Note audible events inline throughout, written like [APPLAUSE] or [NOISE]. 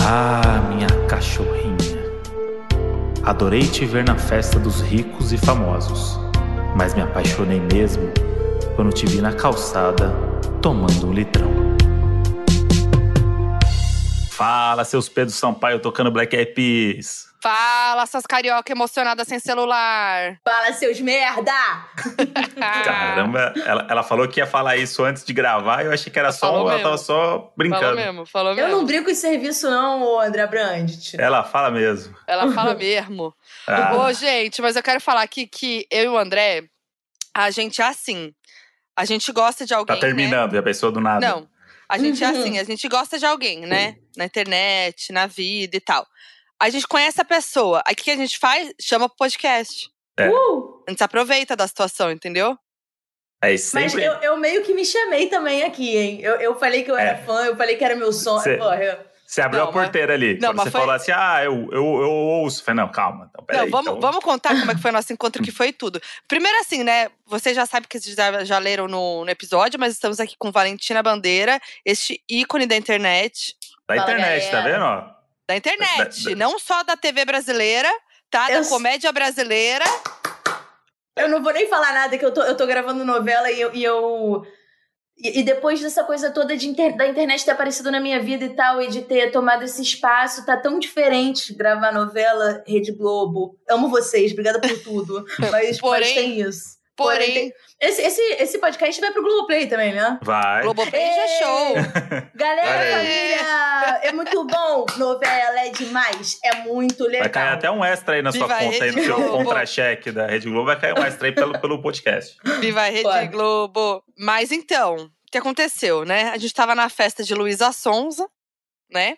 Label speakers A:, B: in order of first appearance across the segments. A: Ah, minha cachorrinha. Adorei te ver na festa dos ricos e famosos, mas me apaixonei mesmo quando te vi na calçada tomando um litrão. Fala, seus Pedro Sampaio tocando Black Eyed Peas.
B: Fala, essas carioca emocionadas sem celular. Ah,
C: Fala, seus merda!
A: Caramba, ela, ela falou que ia falar isso antes de gravar e eu achei que era
B: Ela
A: só,
B: falou
A: ela
B: mesmo.
A: tava só
B: Falou
A: brincando.
B: mesmo, falou
C: Eu
B: mesmo.
A: É.
C: não brinco em serviço, não, ô André Brandt.
A: Ela fala mesmo.
B: Ela fala mesmo.
A: Ah,
B: Ô, gente, mas eu quero falar aqui que eu e o André, a gente é assim. A gente gosta de alguém.
A: tá terminando, já pensou do nada.
B: Né? Não. A gente é
C: Uhum.
B: assim, a gente gosta de alguém, né? Na internet, na vida e tal. A gente conhece a pessoa. Aí o que que a gente faz? Chama pro podcast.
A: É.
C: Uh!
B: A gente se aproveita da situação, entendeu?
A: É
C: Mas
A: sempre.
C: eu, eu meio que me chamei também aqui, hein? Eu, eu falei que eu era
A: É.
C: fã, eu falei que era meu sonho.
A: Cê-
C: Porra, eu-
A: Você abriu
B: Não,
A: a porteira ali.
B: não,
A: Quando
B: mas
A: você
B: foi-
A: falou assim: ah, eu, eu, eu ouço. Falei, não, calma. Então, peraí,
B: Não, vamos,
A: então-
B: vamos contar como é que foi
A: [LAUGHS]
B: o nosso encontro, que foi tudo. Primeiro, assim, né? Vocês já sabem que vocês já, já leram no, no episódio, mas estamos aqui com Valentina Bandeira, este ícone da internet.
A: Da
C: Fala,
A: internet,
B: é.
A: tá
C: galera.
A: vendo? ó?
B: Da internet,
A: [LAUGHS]
B: não só da TV brasileira, tá? Da
C: Eu s-
B: comédia brasileira.
C: Eu não vou nem falar nada, que eu tô, eu tô gravando novela e eu. E, eu- e- e depois dessa coisa toda de inter- da internet ter aparecido na minha vida e tal, e de ter tomado esse espaço, tá tão diferente gravar novela Rede Globo. Amo vocês, obrigada por
A: [LAUGHS]
C: tudo. Mas,
B: Porém-
C: mas tem isso.
B: Porém,
C: tem- esse, esse, esse podcast vai pro Globoplay também, né?
A: Vai.
B: Globoplay já é show.
C: Galera,
A: Olha
B: aí.
C: família, é muito bom. Novela é demais, é muito legal.
A: Vai cair até um extra aí na sua
B: Viva a
A: conta, aí no
B: Rede
A: seu
B: Globo.
A: contra-cheque da Rede Globo. Vai cair um extra aí pelo, pelo podcast.
B: Viva a Rede
C: Bora.
B: Globo. Mas então, o que aconteceu, né? A gente tava na festa de Luísa Sonza, né?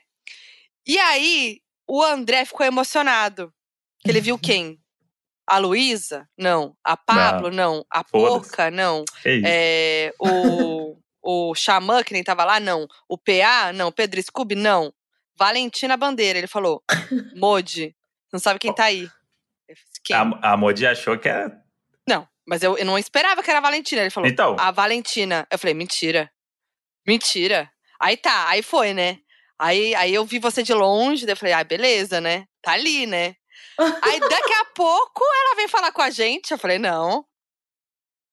B: E aí, o André ficou emocionado. Que ele viu quem? A Luísa? Não. A Pablo? Não. A
A: Foda-se.
B: Poca? Não.
A: É isso.
B: É, o, o Xamã, que nem tava lá? Não. O PA? Não. Pedro Scooby? Não. Valentina Bandeira. Ele falou, Modi, não sabe quem tá aí. Eu fiz, Quem?
A: A, a Modi achou que era.
B: Não, mas eu, eu não esperava que era a Valentina. Ele falou,
A: Então,
B: a Valentina. Eu falei, mentira. Mentira. Aí tá, aí foi, né? Aí, aí eu vi você de longe, daí eu falei, ah, beleza, né? Tá ali, né? aí daqui
C: [LAUGHS]
B: a pouco ela vem falar com a gente. Eu falei, não.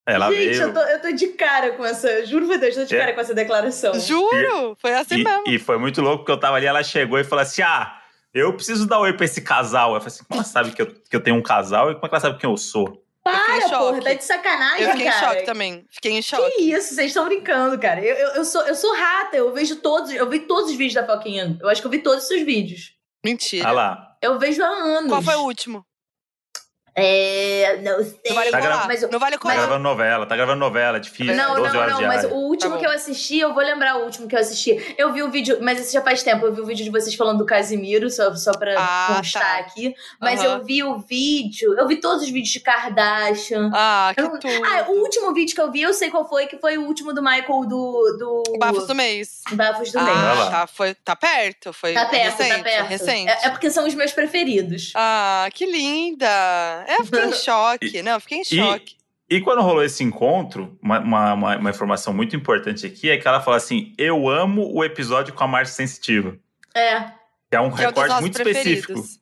A: ela
C: Gente,
A: veio.
C: eu tô, eu tô de cara com essa. Juro por Deus, eu tô de
A: É.
C: cara com essa declaração.
B: Juro! Foi assim mesmo.
A: E, e foi muito louco, porque eu tava ali, ela chegou e falou assim: ah, eu preciso dar oi pra esse casal. Eu falei assim: como ela sabe que eu, que eu tenho um casal e como é que ela sabe quem eu sou?
B: fiquei em
C: Para, porra,
B: choque.
C: tá de sacanagem,
B: Eu fiquei em
C: cara.
B: choque também. Fiquei em choque.
C: Que isso, vocês estão brincando, cara. Eu, eu, eu sou, eu sou rata, eu vejo todos, eu vi todos os vídeos da Foquinha. Eu acho que eu vi todos os seus vídeos.
B: Mentira.
A: Ah lá.
C: Eu vejo há anos.
B: Qual foi o último?
C: É, não sei.
B: Não vale
A: Tá
B: colar.
A: gra-
C: Mas eu-
B: Não vale
A: Tá
B: colar.
A: gravando novela, tá gravando novela, é difícil.
C: Não,
A: 12
C: não,
A: horas
C: não, mas
A: diárias.
C: o último
B: Tá bom.
C: que eu assisti, eu vou lembrar o último que eu assisti. Eu vi o vídeo, mas esse já faz tempo, eu vi o vídeo de vocês falando do Casimiro, só, só pra
B: Ah,
C: constar
B: tá.
C: aqui. Mas
B: Aham.
C: eu vi o vídeo, eu vi todos os vídeos de Kardashian.
B: Ah, que
C: Eu não-
B: tudo.
C: Ah, o último vídeo que eu vi, eu sei qual foi, que foi o último do Michael do. do...
B: Bafos do mês.
C: Bafos do
A: Olha
B: Ah,
A: lá.
B: tá, foi, tá perto. Foi
C: Mês. Tá perto,
B: recente,
C: tá perto.
B: recente.
C: É, é porque são os meus preferidos.
B: Ah, que linda! É, Eu
A: [LAUGHS]
B: fiquei em choque. Não, eu fiquei em choque.
A: E um quando rolou esse encontro, uma, uma- uma- uma informação muito importante aqui é que ela falou assim: Eu amo o episódio com a Márcia Sensitiva.
C: É,
A: Que é um
B: Que é um dos
A: recorte
B: nossos
A: muito específico.
B: preferidos.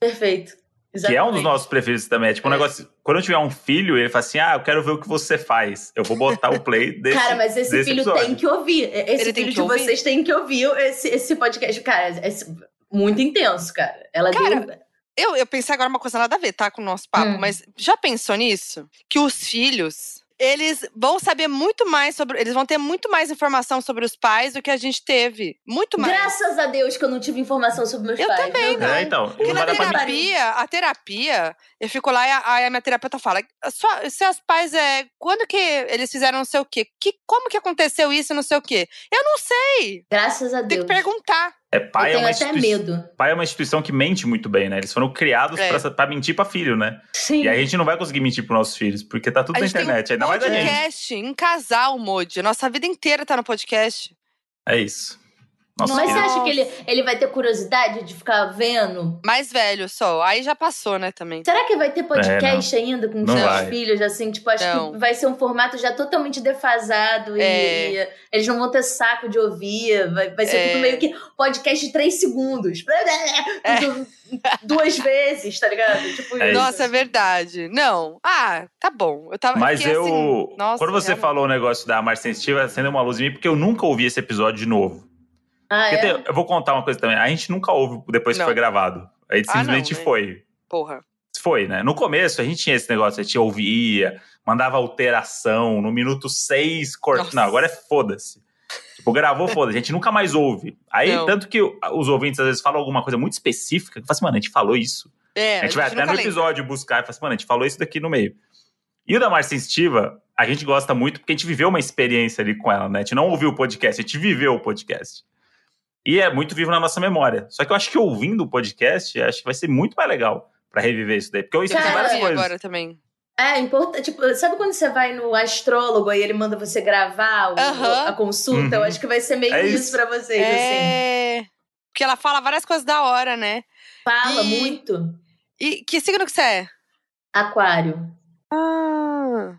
C: perfeito.
A: Que
C: Exatamente.
A: é um dos nossos preferidos também. É tipo um
B: É.
A: negócio. Quando eu tiver um filho, ele fala assim: Ah, eu quero ver o que você faz. Eu vou botar o play desse.
C: Cara, mas esse
A: desse
C: filho
A: episódio.
C: tem que ouvir. É, Esse
B: Ele tem
C: filho
B: que
C: de
B: ouvir?
C: vocês tem que ouvir esse, esse podcast. Cara, é s- muito intenso, cara. Ela
B: Cara,
C: deu.
B: Eu, eu pensei agora uma coisa nada a ver, tá? Com o nosso papo,
C: Hum.
B: mas já pensou nisso? Que os filhos, eles vão saber muito mais sobre. Eles vão ter muito mais informação sobre os pais do que a gente teve. Muito mais.
C: Graças a Deus que eu não tive informação sobre meus
B: Eu
C: pais.
B: também não.
C: meu Deus.
A: É, então.
B: Porque
A: não
B: na
A: vai dar pra mim.
B: terapia, a terapia, eu fico lá e a, aí a minha terapeuta fala: "Sua- seus pais, é, quando que eles fizeram não sei o quê? Que, como que aconteceu isso, não sei o quê? Eu não sei,
C: Graças a
B: tem
C: Deus.
B: que perguntar.
A: É,
C: Eu
A: pai é,
C: tenho
A: uma
C: até
A: institui...
C: medo.
A: pai é uma instituição que mente muito bem, né? Eles foram criados
B: É.
A: pra, pra mentir pra filho, né?
C: Sim.
A: E aí a gente não vai conseguir mentir pros nossos filhos, porque tá tudo
B: A
A: na
B: gente tem um
A: internet. Ainda mais a gente.
B: podcast em casal, Modi. Nossa vida inteira tá no podcast.
A: É isso. Nossa,
C: Mas você
A: queria-
C: acha que ele, ele vai ter curiosidade de ficar vendo?
B: Mais velho só. Aí já passou, né, também.
C: Será que vai ter podcast ainda com
A: É, Não
C: seus
A: vai.
C: filhos, assim? Tipo, acho que
B: Não.
C: vai ser um formato já totalmente defasado e-
B: É.
C: e eles não vão ter saco de ouvir. Vai, vai ser
B: É.
C: tudo meio que podcast de três segundos. [LAUGHS] Duas vezes, tá ligado? Tipo,
A: É isso.
B: Nossa, é verdade. Não. Ah, tá bom. Eu tava.
A: Mas
B: fiquei
A: eu.
B: assim, nossa,
A: quando você
B: realmente.
A: falou o negócio da Marcia Sensitiva, acendeu uma luz em mim, porque eu nunca ouvi esse episódio de novo.
C: Ah,
A: Porque
C: é?
A: tem- eu vou contar uma coisa também. A gente nunca ouve depois que
B: Não.
A: foi gravado. A gente
B: Ah,
A: simplesmente
B: não, né?
A: foi.
B: Porra.
A: Foi, né? No começo a gente tinha esse negócio, a gente ouvia, mandava alteração, no minuto 6 corta.
B: Nossa.
A: Não, agora é foda-se. Tipo, gravou, foda-se, a gente nunca mais ouve. Aí,
B: Não.
A: tanto que os ouvintes às vezes falam alguma coisa muito específica, que fala assim, mano, a gente falou isso.
B: É,
A: a gente vai até no
B: nunca lembra.
A: episódio buscar e fala assim, mano, a gente falou isso daqui no meio. E o da Mar Sensitiva, a gente gosta muito porque a gente viveu uma experiência ali com ela, né? A gente não ouviu o podcast, a gente viveu o podcast. E é muito vivo na nossa memória. Só que eu acho que ouvindo o podcast, acho que vai ser muito mais legal pra reviver isso daí. Porque eu esqueci
C: Cara,
A: várias
B: Eu vi
A: coisas.
B: agora também.
C: É, importante. Tipo, sabe quando você vai no astrólogo e ele manda você gravar o-
B: Aham.
C: a consulta?
A: Uhum.
C: Eu acho que vai ser meio
A: É
C: isso.
A: isso.
C: pra vocês, assim.
B: É. Porque ela fala várias coisas da hora, né?
C: Fala
B: E-
C: muito.
B: E que signo que você é?
C: Aquário.
B: Ah.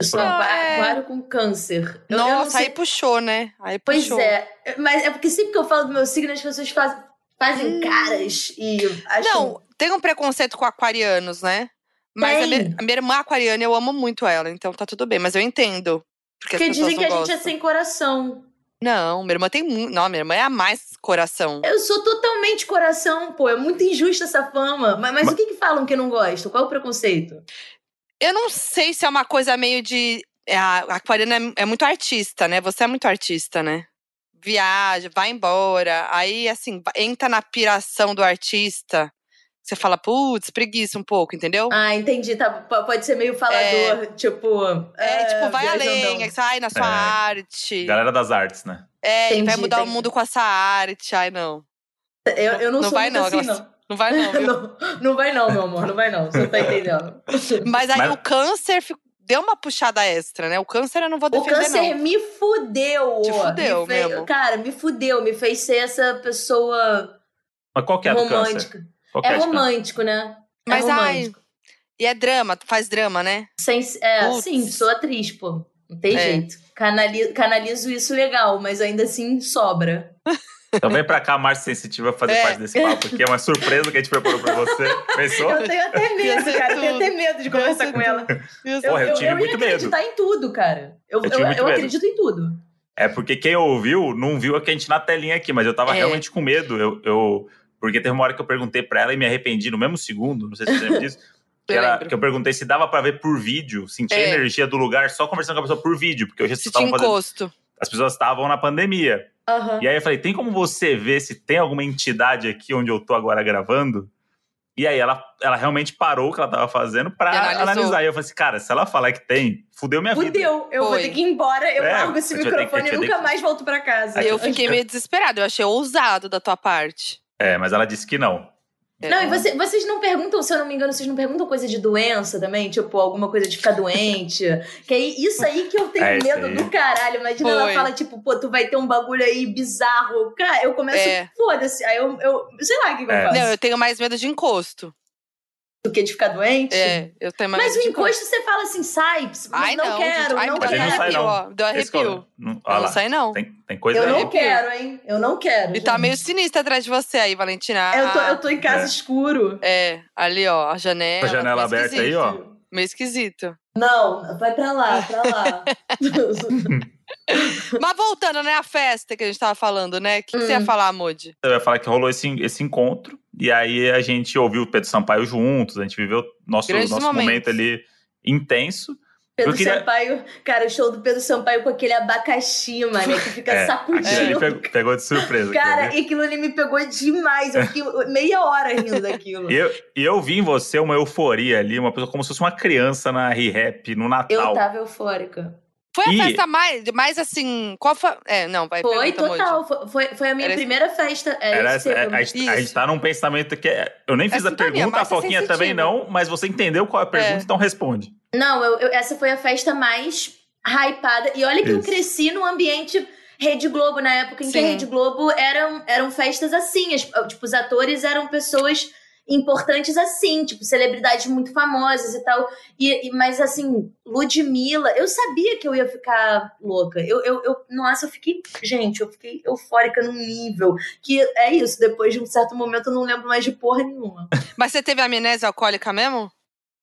C: Eu sou
B: Não,
C: aqua-
B: é-
C: aquário com câncer. Eu- eu não
B: Nossa,
C: sei-
B: aí puxou, né? Aí
C: Pois
B: puxou.
C: é. Mas é porque sempre que eu falo do meu signo, as pessoas fazem, fazem
B: Hum.
C: caras e acham.
B: Não, tem um preconceito com aquarianos, né? Mas a
C: Tem.
B: minha, a minha irmã aquariana, eu amo muito ela, então tá tudo bem, mas eu entendo. Porque,
C: porque
B: as pessoas
C: dizem que a
B: não
C: gente
B: gostam.
C: é sem coração.
B: Não, minha irmã tem muito. Não, minha irmã é a mais coração.
C: Eu sou totalmente coração, pô. É muito injusta essa fama. Mas, mas o que, que falam que não gostam? Qual é o preconceito?
B: Eu não sei se é uma coisa meio de. é, A a aquariana é, é muito artista, né? Você é muito artista, né? Viaja, vai embora. Aí, assim, va- entra na piração do artista. Você fala, putz, preguiça um pouco, entendeu?
C: Ah, entendi. Tá, P- pode ser meio falador, tipo.
B: é, tipo, vai
C: viajandão.
B: além, aí sai na sua
A: É.
B: arte.
A: Galera das artes, né?
B: É, e vai
C: Entendi,
B: mudar
C: entendi.
B: o mundo com essa arte. Ai, não.
C: Eu, eu não,
B: Não
C: sou
B: vai
C: muito
B: não, é
C: assim,
B: Glace.
C: não.
B: Não vai não,
C: [LAUGHS]
B: viu?
C: não. Não vai não, meu amor. Não vai não. Você não
B: [LAUGHS]
C: tá entendendo.
B: Mas aí
A: Mas-
B: o câncer fi- deu uma puxada extra, né? O câncer eu não vou
C: O
B: defender,
C: câncer é
B: não.
C: me fudeu.
B: Te fudeu
C: me fez-
B: mesmo.
C: Cara, me fudeu. Me fez ser essa pessoa
A: Mas qual que é a do câncer? tá.
C: romântica.
A: Qual que
C: É
A: a de câncer?
C: romântico, né? É
B: Mas ai.
C: romântico.
B: E é drama, faz drama, né?
C: Sem, é,
B: Putz.
C: sim, sou atriz, pô. Não tem
B: É.
C: jeito. Canali- Canalizo, isso legal, mas ainda assim sobra.
A: Então vem pra cá, Marcia Sensitiva, fazer
B: É.
A: parte desse papo aqui. É uma surpresa que a gente preparou pra
C: [LAUGHS]
A: você. Pensou?
C: Eu
B: [LAUGHS]
C: tenho até medo,
B: ser
C: cara. Eu tenho
B: tudo.
C: até medo de conversar
B: ser
C: com ela.
A: Porra, eu tive
C: ia
A: muito medo.
C: acreditar em tudo, cara. Eu,
A: Eu tive
C: eu-
A: muito
C: eu
A: medo.
C: acredito em tudo.
A: É porque quem ouviu não viu a que a gente na telinha aqui, mas eu tava
B: É.
A: realmente com medo. Eu, eu- porque teve uma hora que eu perguntei pra ela e me arrependi no mesmo segundo, não sei se você
B: [LAUGHS]
A: lembra disso. Que,
B: Eu
A: ela-
B: lembro.
A: que eu perguntei se dava pra ver por vídeo, sentir a
B: É.
A: energia do lugar só conversando com a pessoa por vídeo, porque hoje
B: Se
A: vocês
B: tinha Ah.
A: estavam fazendo,
B: encosto.
A: as pessoas estavam na pandemia.
C: Aham.
A: E é aí eu falei: tem como você ver se tem alguma entidade aqui onde eu tô agora gravando? E aí ela, ela realmente parou o que ela tava fazendo pra
B: E analisou.
A: analisar. E eu falei assim: cara, se ela falar que tem, fudeu minha vida.
C: Fudeu, eu vou
B: Foi.
C: ter que ir embora, eu
A: É,
C: largo esse
A: eu tinha- eu tinha-
C: microfone e
A: eu tinha-
C: nunca mais volto pra
A: É
C: casa.
B: Eu fiquei meio desesperada, eu achei ousado da tua parte.
A: É, mas ela disse que não.
B: É.
C: Não, e você- vocês não perguntam, se eu não me engano, vocês não perguntam coisa de doença também? Tipo, alguma coisa de ficar
B: [LAUGHS]
C: doente? Que aí, isso aí que eu tenho
A: É, isso
C: medo
A: aí.
C: do caralho. Imagina ela
B: Foi.
C: fala, tipo, pô, tu vai ter um bagulho aí bizarro. Cara, eu começo,
B: É.
C: foda-se. Aí eu, eu- sei lá o que, que
A: É.
C: eu faço.
B: Não, eu tenho mais medo de encosto.
C: Do que de ficar doente?
B: É, eu tenho mais
C: Mas o
B: medo de
C: encosto você fala assim, sai, não,
B: Ai, não,
C: não
B: gente.
C: quero,
B: Ai,
C: não
B: me deu
A: Mas ele não
C: quero.
A: sai,
B: arrepio,
A: não.
B: ó. Deu
A: Esse que eu-
B: arrepio.
A: Não, olha
B: Eu
A: lá.
B: não sai, não.
A: Tem, tem coisa né?
C: Eu
A: aí.
C: não
B: arrepio.
C: quero, hein? Eu não quero.
B: E tá
C: gente.
B: meio sinistro atrás de você aí, Valentina.
C: Eu tô, eu tô em casa
A: É.
C: escuro.
B: É, ali, ó, a janela.
A: Com a janela
B: meio
A: aberta aí, ó.
B: esquisito, Meio esquisito.
C: Não, vai pra lá, pra lá.
B: [LAUGHS]
C: [LAUGHS]
B: Mas voltando, né, a festa que a gente tava falando, né? O que, que você ia
C: Hum.
B: falar, Modi?
A: Eu ia falar que rolou esse, esse encontro. E aí a gente ouviu o Pedro Sampaio juntos, a gente viveu nosso,
B: Grandes
A: nosso momento
B: momentos.
A: ali intenso.
C: Pedro
A: Eu queria-
C: Sampaio, cara, o show do Pedro Sampaio com aquele abacaxi, mano, que fica
A: É, Ele
C: sacudindo. [LAUGHS]
A: pegou, pegou de surpresa.
C: Cara,
A: aquilo,
C: e aquilo ali me pegou demais. Eu fiquei meia hora rindo daquilo.
A: [LAUGHS] viu? e eu, e eu vi em você uma euforia ali, uma pessoa como se fosse uma criança na re-rap, no
C: Eu
A: Natal.
C: tava eufórica.
B: Foi a
A: Ih.
B: festa mais, mais assim. Qual foi. É, não, vai
C: Foi
B: pergunta, Modi.
C: total. Foi- Foi, foi a minha
B: Era esse-
C: primeira festa. É,
A: Era
C: isso
A: essa-
C: teve
A: a,
C: uma-
A: a gente, a
B: Isso.
A: gente tá num pensamento que é. Eu nem fiz
B: É
A: a
B: sintonia,
A: pergunta, a
B: mas é
A: Foquinha
B: sensitiva.
A: também não, mas você entendeu qual é a pergunta, então responde.
C: Não, eu- eu- essa foi a festa mais hypada. E olha que eu
A: Isso.
C: cresci num ambiente Rede Globo, na época em que
B: Sim.
C: a Rede Globo eram, eram festas assim. as- tipo, os atores eram pessoas importantes assim, tipo, celebridades muito famosas e tal. E, e- mas assim, Ludmilla, eu sabia que eu ia ficar louca. Eu, eu, eu, nossa, eu fiquei. Gente, eu fiquei eufórica num nível. Que é isso, depois de um certo momento eu não lembro mais de porra nenhuma.
B: Mas você teve amnésia alcoólica mesmo?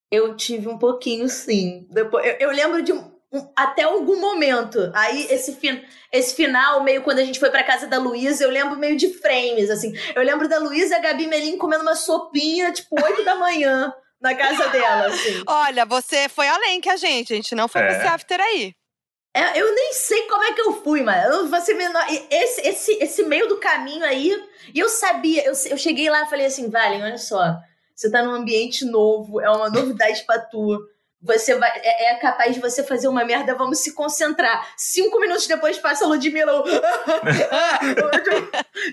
C: Eu tive um pouquinho, sim. Depois, eu, eu lembro de um- um- até algum momento. Aí esse, fin, esse final, meio quando a gente foi pra casa da Luísa, eu lembro meio de frames, assim. Eu lembro da Luísa e a Gabi Melim comendo uma sopinha, tipo, 8 da manhã, na casa dela, assim.
B: Olha, você foi além que a gente. A gente não foi pra
A: É.
B: esse after
C: [LAUGHS]
B: aí.
C: É, eu nem sei como é que eu fui, mano. Eu não faço a menor- e Esse, esse, esse meio do caminho aí, e eu sabia, eu, eu cheguei lá e falei assim, Valen, olha só, você tá num ambiente novo, é uma novidade pra tu. Você vai, é, é capaz de você fazer uma merda, vamos se concentrar. Cinco minutos depois passa a Ludmilla. Eu, [LAUGHS] eu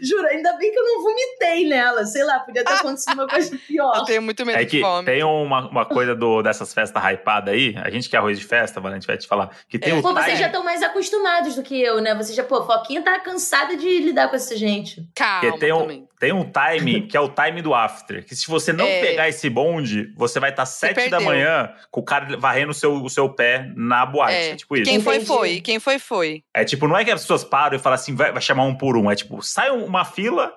C: ju- juro, ainda bem que eu não vomitei nela. Sei lá, podia ter acontecido uma coisa
B: Eu
C: pior.
B: tenho muito medo
A: É
B: de
A: que
B: fome.
A: tem uma, uma coisa do, dessas festas hypadas aí, a gente que é arroz de festa, Valente vai te falar, que tem
B: É.
A: o
C: Pô,
A: timing.
C: vocês já estão mais acostumados do que eu, né? Vocês já, pô, Foquinha tá cansada de lidar com essa gente.
B: Calma
A: Porque tem um-
B: também.
A: Tem um
B: [LAUGHS]
A: time que é o time do after. Que se você não
B: É.
A: pegar esse bonde, você vai estar sete da
B: perdeu.
A: manhã com o cara varrendo o seu, o seu pé na boate.
B: É.
A: É, tipo isso.
B: Quem foi,
C: Entendi.
B: foi. Quem foi, foi.
A: É tipo, não é que as pessoas param e falam assim, vai, vai chamar um por um. É tipo, sai uma fila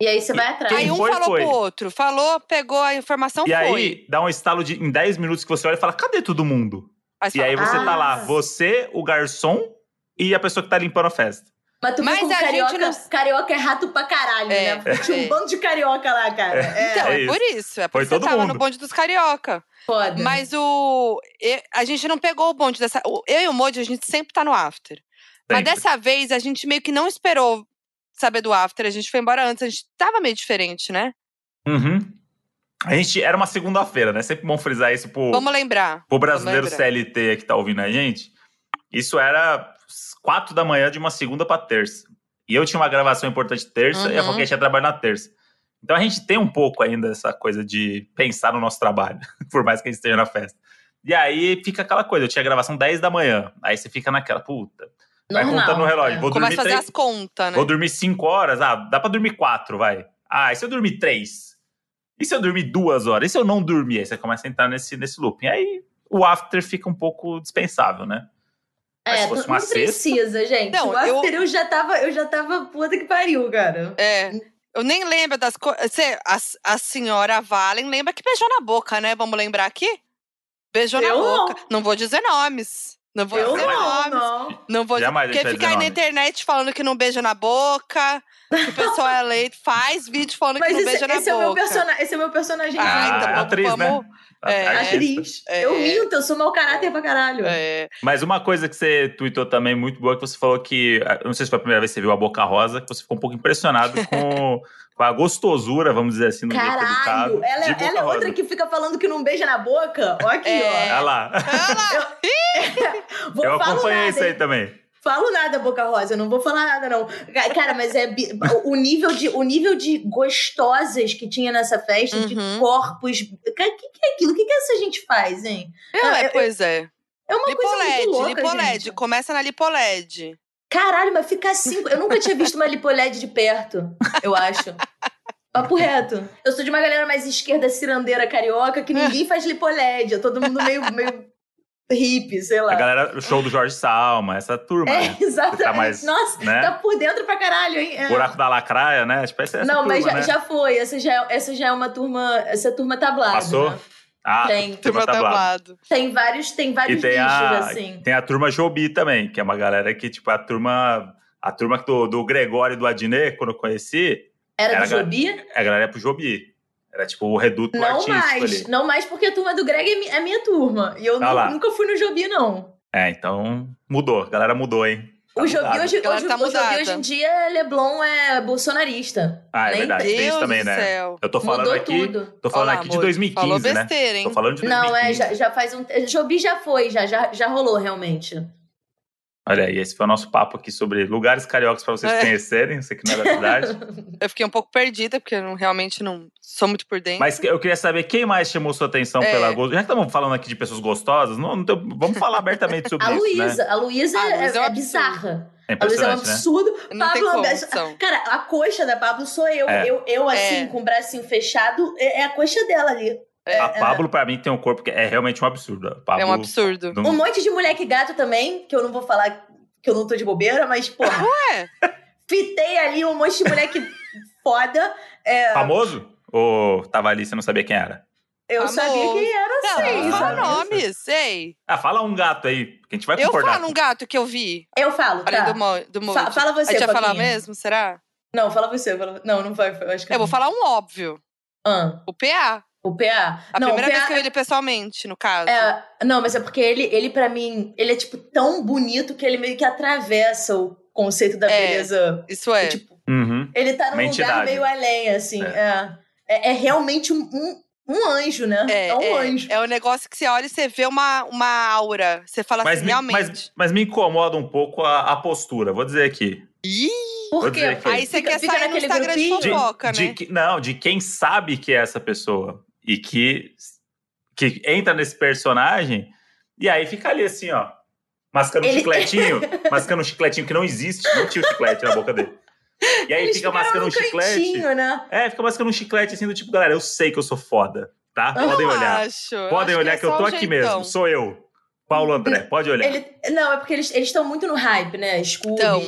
C: E aí você vai atrás.
A: Quem
B: aí um
A: foi,
B: falou
A: foi.
B: pro outro. Falou, pegou a informação,
A: e
B: foi.
A: aí dá um estalo de, em 10 minutos que você olha e fala, cadê todo mundo?
B: Aí você
A: E aí
B: fala,
A: você
C: Ah.
A: tá lá, você, o garçom e a pessoa que tá limpando a festa.
C: Mas tu
B: Mas
C: viu
B: a
C: como carioca,
B: gente não-
C: carioca é rato pra caralho,
B: É,
C: né? Porque Tinha
B: é.
C: um bando de carioca lá, cara. É,
B: Então, é,
A: é
B: por isso. É por
A: Foi
B: isso que eu
A: todo
B: tava no
A: mundo.
B: bonde dos carioca.
C: foda.
B: Mas o. e- A gente não pegou o bonde dessa. o- Eu e o Moji, a gente sempre tá no after. Mas
A: Sempre.
B: dessa vez, a gente meio que não esperou saber do after. A gente foi embora antes. A gente tava meio diferente, né?
A: Uhum. A gente, era uma segunda-feira, né? Sempre bom frisar isso pro,
B: Vamos lembrar.
A: Pro brasileiro
B: Lembra?
A: CLT que tá ouvindo a gente, isso era s- quatro da manhã de uma segunda pra terça. E eu tinha uma gravação importante terça e a
B: Uhum.
A: Foquinha tinha trabalho na terça. Então a gente tem um pouco ainda essa coisa de pensar no nosso trabalho, [LAUGHS] por mais que a gente esteja na festa. E aí fica aquela coisa, eu tinha gravação 10 da manhã, aí você fica naquela, puta, vai contando no relógio, vou
B: é.
A: dormir,
B: Começa a fazer
A: três,
B: as contas, né?
A: vou dormir 5 horas, ah, dá pra dormir 4, vai. Ah, e se eu dormir 3? E se eu dormir duas horas? E se eu não dormir? Aí você começa a entrar nesse, nesse looping. Aí o after fica um pouco dispensável, né? Mas
C: É,
A: se fosse
C: tu-
A: uma
C: não
A: sexta-
C: precisa, gente.
B: Não,
C: o after eu... já tava, eu já tava puta que pariu, cara.
B: É.
A: um
B: Eu nem lembro das coisas. A, a senhora Valen lembra que beijou na boca, né? Vamos lembrar aqui? Beijou na
C: Eu não.
B: boca. Não. vou dizer nomes. Não vou
C: eu
B: dizer
C: não,
B: nomes.
C: não.
B: Não vou
A: Jamais a
B: Porque
A: gente vai
B: fica aí
A: dizer
B: na
A: nome.
B: internet falando que não beija na boca, que o pessoal é leito, faz vídeo falando que
C: Mas
B: não
C: esse,
B: beija um na
C: esse é o
B: boca.
C: meu persona... esse é o meu personagem.
B: Ah,
A: Ah,
B: então vamos,
A: atriz, né?
B: vamos- É.
A: Artista.
C: Atriz.
B: É.
C: Eu minto, eu sou mau caráter pra caralho.
B: é,
A: Mas uma coisa que você tweetou também muito boa, que você falou que, ah, eu não sei se foi a primeira vez que você viu a Boca Rosa, que você ficou um pouco impressionado
C: [LAUGHS]
A: com, com a gostosura, vamos dizer assim, no jeito educado
C: Caralho, ela,
A: de
C: é-
A: Boca
C: ela é
A: Rosa.
C: outra que fica falando que não beija na boca. Ó aqui,
B: É.
A: Olha lá,
C: ó. Vou
A: eu
C: falar
A: acompanhei
C: nada,
A: isso aí
C: hein?
A: também.
C: Falo nada, Boca Rosa, eu não vou falar nada, não. Ca- Cara, mas é bi- o nível de, o nível de gostosas que tinha nessa festa, de
B: Uhum.
C: corpos. O que, que é aquilo? O que, que essa gente faz, hein?
B: Não,
C: Ah,
B: é,
C: eu-
B: pois é.
C: É uma coisa
B: Lipoled,
C: muito louca,
B: Lipoled.
C: gente.
B: Começa na Lipoled.
C: Caralho, mas ficar cinco. Eu nunca tinha visto uma lipoled de perto, eu acho. Papo reto. Eu sou de uma galera mais esquerda, cirandeira, carioca, que ninguém faz lipoled. É todo mundo meio, meio hippie, sei lá.
A: A galera, o show do Jorge Salma, essa turma, né?
C: É, exatamente.
A: Tá mais,
C: Nossa,
A: né?
C: tá por dentro pra caralho, hein? É.
A: Buraco da Lacraia, né? Tipo, essa, essa
C: não, mas
A: turma,
C: já,
A: né?
C: já foi. Essa já, é- essa já é uma turma. Essa turma tablada.
A: Passou?
C: né?
A: Ah,
C: Tem.
A: turma tablada.
C: Tem vários, tem vários
A: E tem
C: nichos,
A: a,
C: assim.
A: tem a turma Jobi também, que é uma galera que, tipo, a turma. A turma do, do Gregório e do Adnet, quando eu conheci,
C: Era,
A: era
C: do
A: gra-
C: Jobi?
A: a galera é pro Jobi. Era tipo o reduto
C: Não
A: artístico
C: mais.
A: ali.
C: Não mais, porque a turma do Greg é mi- é a minha turma. E eu
A: Ah
C: nu-
A: lá.
C: nunca fui no Jobi, não.
A: É, então mudou. A galera mudou, hein? Tá
C: o Jobi
A: mudado.
C: hoje,
B: Ela
C: hoje-
B: tá
C: o Jobi
B: mudada.
C: hoje em dia, é Leblon é bolsonarista.
A: Ah, é
C: nem
A: verdade. Tem
B: Deus
A: isso também,
B: do
A: né?
B: céu.
A: Eu tô falando
C: Mudou
A: aqui.
C: tudo. é,
A: Tô falando
B: Olha lá,
A: aqui de
B: amor, Falou
A: 2015, né?
B: besteira, hein?
A: Tô falando de 2015.
C: Não, é, já, já faz um. Jobi já foi, já, já, já rolou realmente.
A: Olha aí, esse foi o nosso papo aqui sobre lugares cariocas para vocês
B: É.
A: conhecerem, você que não é da
C: [LAUGHS]
A: cidade.
B: Eu fiquei um pouco perdida, porque eu não- realmente não sou muito por dentro.
A: Mas eu queria saber quem mais chamou sua atenção
B: É.
A: pela gosto. Já que estamos falando aqui de pessoas gostosas, não, não tem- vamos falar abertamente
B: [LAUGHS]
A: sobre
C: A
A: isso, né?
C: Luísa, a Luísa
B: A Luísa é
C: é,
B: um
C: é
B: absurdo.
C: bizarra.
A: É
C: A Luísa é um
A: impressionante, né?
C: absurdo.
B: não tem
C: Pablo
B: como,
C: Abe-
B: são.
C: Cara, a coxa da Pablo sou eu.
A: É.
C: Eu, eu assim,
B: É.
C: com o bracinho fechado, é, é a coxa dela ali.
A: A Pablo, pra mim, tem um corpo que é realmente um absurdo. A Pablo,
B: É um absurdo.
A: não-
C: Um monte de moleque gato também, que eu não vou falar que eu não tô de bobeira, mas, porra.
B: [LAUGHS] Ué?
C: Fitei ali um monte de moleque foda. É,
A: Famoso? Ou tava ali e você não sabia quem era?
C: eu
B: Famoso.
C: sabia quem era.
B: Não,
C: Sim,
B: não fala
C: sabe?
B: nomes, ei.
A: Ah, fala um gato aí, que a gente vai
B: Eu
A: concordar.
B: falo um gato que eu vi.
C: Eu falo,
B: Além
C: tá?
B: do, mo do monte.
C: Fa- fala
B: A
C: você,
B: gente vai falar
C: Foquinha.
B: mesmo, será?
C: Não, fala você. Fala... Não, não vai. Eu acho que
B: Eu vou falar um óbvio.
C: Ah,
B: O PA.
C: o PA.
B: A
C: não,
B: primeira
C: o PA...
B: vez que eu vi ele pessoalmente, no caso.
C: É, não, mas é porque ele, ele para mim, ele é tipo tão bonito que ele meio que atravessa o conceito da
B: É.
C: beleza.
B: Isso é.
C: Tipo,
A: Uhum.
C: ele tá num
A: Uma
C: lugar
A: entidade.
C: meio além, assim. É, é, é realmente um, um, um anjo, né?
B: É,
C: um
B: é,
C: anjo.
B: é um negócio que você olha e você vê uma, uma aura. Você fala
A: Mas,
B: assim,
A: me,
B: realmente.
A: mas, mas me incomoda um pouco a, a postura, vou dizer aqui.
B: Ih,
A: vou
C: Por quê?
A: dizer que-
B: aí você
C: Fica-
B: quer
C: fica
B: sair no
C: naquele
B: Instagram de
C: grupinho.
B: fofoca,
A: de
B: né?
A: que- não, de quem sabe que é essa pessoa e que, que entra nesse personagem e aí fica ali assim, ó, mascando um
C: Ele-
B: [LAUGHS]
A: chicletinho, mascando um chicletinho que não existe, não tinha o chiclete na boca dele. E aí
C: Eles
A: fica
C: ficaram
A: mascando
C: num
A: um chiclete.
C: cantinho, né?
A: É, fica mascando um chiclete assim do tipo, galera, eu sei que eu sou foda, tá? Podem
B: Ah, Eu
A: olhar.
B: acho, eu acho
A: Podem olhar que,
B: é
A: eu
B: só
A: tô
B: um
A: aqui
B: jeitão.
A: mesmo, sou eu. Paulo André, pode olhar.
C: Ele, não, é porque eles estão muito no hype, né? Scooby.
B: Então.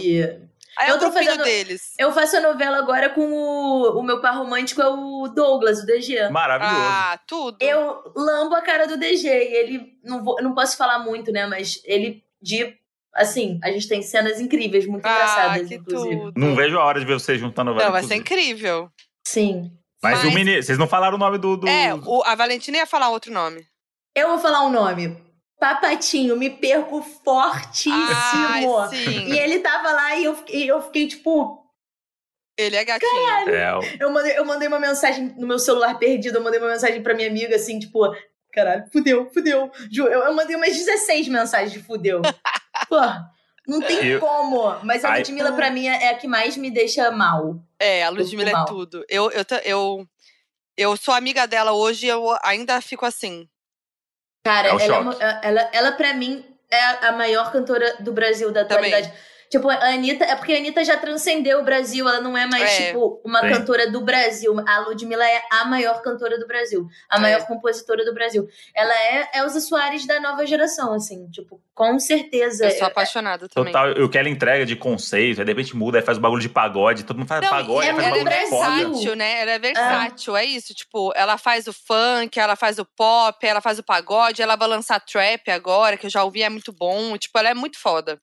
B: Aí é
C: Eu
B: o
C: tô
B: grupinho
C: fazendo-
B: deles.
C: Eu faço a novela agora com o, o meu par romântico, é o Douglas, o DG.
A: Maravilhoso.
B: Ah, tudo.
C: Eu lambo a cara do DG e ele não vou, não posso falar muito, né? Mas ele de assim, a gente tem cenas incríveis, muito
B: ah,
C: engraçadas,
B: que
C: inclusive.
B: tudo.
A: Não vejo a hora de ver vocês juntando novela.
B: Não, vai ser
A: inclusive.
B: incrível.
C: Sim.
A: Mas, o
B: Mas-
A: menino, vocês não falaram o nome do. do...
B: É, o- a Valentina ia falar outro nome.
C: Eu vou falar um nome. Papatinho, me perco
B: Ai,
C: fortíssimo.
B: sim.
C: e é ele tava lá e eu, fiquei- eu fiquei tipo,
B: Ele é gatinho.
A: É, o-
C: eu mandei, eu mandei uma mensagem no meu celular perdido, eu mandei uma mensagem pra minha amiga assim, tipo, caralho, fudeu, fudeu. Ju, eu, eu mandei umas 16 mensagens de fudeu. Pô, não tem
A: Eu-
C: como, mas a
A: Ai.
C: Ludmilla pra mim é a que mais me deixa mal.
B: É, a Ludmilla é
C: mal.
B: tudo. Eu, eu, ta- eu, eu sou amiga dela hoje e eu ainda fico assim.
C: Cara,
A: É o
C: ela, é
A: choque.
C: mo- ela, ela pra mim é a maior cantora do Brasil da
B: Também.
C: atualidade. Tipo, a Anitta, é porque a Anitta já transcendeu o Brasil, ela não é mais,
B: É.
C: tipo, uma
A: Sim.
C: cantora do Brasil. A Ludmilla é a maior cantora do Brasil, a
B: É.
C: maior compositora do Brasil. Ela é Elza Soares da nova geração, assim, tipo, com certeza. é
B: Eu sou apaixonada também.
A: Total, eu quero entrega de conceito, aí de repente muda, aí faz o bagulho de pagode, todo mundo faz
B: Não,
A: pagode, aí
B: e ela,
A: faz
B: ela é
A: bagulho de
C: versátil.
A: foda.
B: versátil, né? Ela é versátil, é isso. Tipo, ela faz o funk, ela faz o pop, ela faz o pagode, ela vai lançar trap agora, que eu já ouvi, é muito bom. Tipo, ela é muito foda.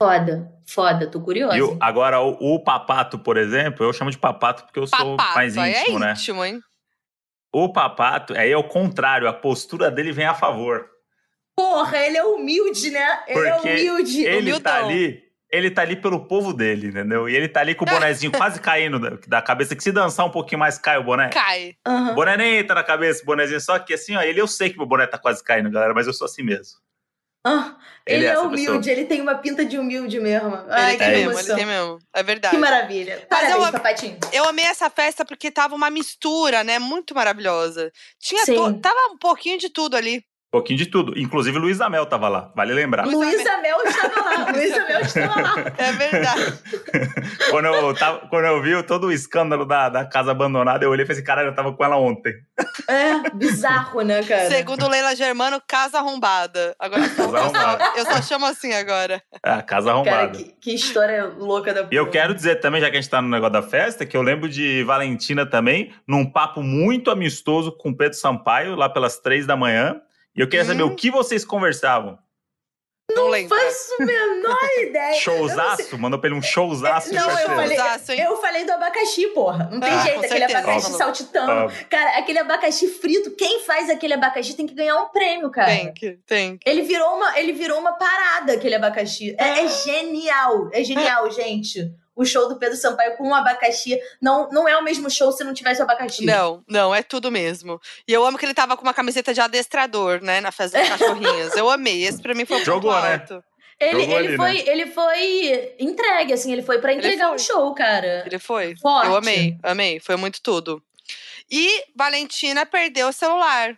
C: Foda, foda, tô curiosa.
A: E o- agora, o, o papato, por exemplo, eu chamo de papato porque eu sou
B: Papato,
A: mais
B: aí
A: íntimo,
B: é
A: né?
B: íntimo, hein?
A: O papato, aí é o contrário, a postura dele vem a
B: [LAUGHS]
A: favor.
C: Porra, ele é humilde, né? Ele
A: Porque
C: é humilde.
A: Ele tá
B: humildão.
A: ali, ele tá ali pelo povo dele, entendeu? E ele tá ali com o
B: [LAUGHS]
A: bonezinho quase caindo da, da cabeça, que se dançar um pouquinho mais cai o boné.
B: Cai.
C: Aham.
A: O boné nem entra na cabeça, o bonézinho. Só que assim, ó, ele eu sei que meu boné tá quase caindo, galera, mas eu sou assim mesmo.
C: Ah, ele, é,
A: essa
C: humilde, ele tem uma pinta de humilde mesmo. Ai,
B: ele
C: que
B: tem mesmo,
C: emoção.
B: ele tem mesmo. É verdade.
C: Que maravilha.
B: Mas eu-
C: Parabéns, papatinho.
B: Eu amei essa festa porque tava uma mistura, né? Muito maravilhosa. Tinha
C: Sim.
B: to- tava um pouquinho de tudo ali.
A: Um pouquinho de tudo. Inclusive, Luiz Amel tava lá, vale lembrar.
B: Luísa
C: Luísa Mel estava lá.
B: [LAUGHS]
C: Luísa Mel estava lá.
B: É verdade.
A: quando, eu tava- quando eu vi todo o escândalo da, da casa abandonada, eu olhei e falei assim: caralho, eu tava com ela ontem.
C: É, bizarro, né, cara?
B: Segundo Leila Germano, casa arrombada. Agora eu só,
A: Casa
B: eu,
A: arrombada.
B: só, eu só chamo assim agora.
A: A casa
C: Cara,
A: arrombada.
C: que, que história louca da
A: E eu quero dizer também, já que a gente tá no negócio da festa, que eu lembro de Valentina também, num papo muito amistoso com o Pedro Sampaio, lá pelas três da manhã. E eu queria saber
B: Hum.
A: o que vocês conversavam.
B: Não lembro.
C: Faço
B: [LAUGHS]
C: a menor ideia.
A: Showzaço? Mandou pra ele um showzaço.
C: Não, eu
A: parceiro.
C: falei-
B: Usaço, hein?
C: Eu falei do abacaxi, porra. Não tem
B: Ah,
C: jeito,
B: com
C: aquele
B: certeza,
C: abacaxi
B: Pablo.
A: Ah,
C: saltitando. Cara, aquele abacaxi frito, quem faz aquele abacaxi tem que ganhar um prêmio, cara.
B: Tem que, tem que.
C: Ele virou uma, ele virou uma parada aquele abacaxi. É, é genial, é genial, gente. O show do Pedro Sampaio com o abacaxi não, não é o mesmo show se não tivesse o abacaxi.
B: Não, não, é tudo mesmo. E eu amo que ele tava com uma camiseta de adestrador, né? Na festa dos cachorrinhos. Eu amei. Esse pra mim foi o
A: Jogou,
B: ponto
A: né?
B: alto.
C: Ele,
A: Jogou
C: ele
A: ali,
C: foi, ele foi entregue, assim, ele foi pra entregar
B: foi.
C: um show, cara.
B: Ele foi.
C: Forte.
B: Eu amei, amei. Foi muito tudo. E Valentina perdeu o celular.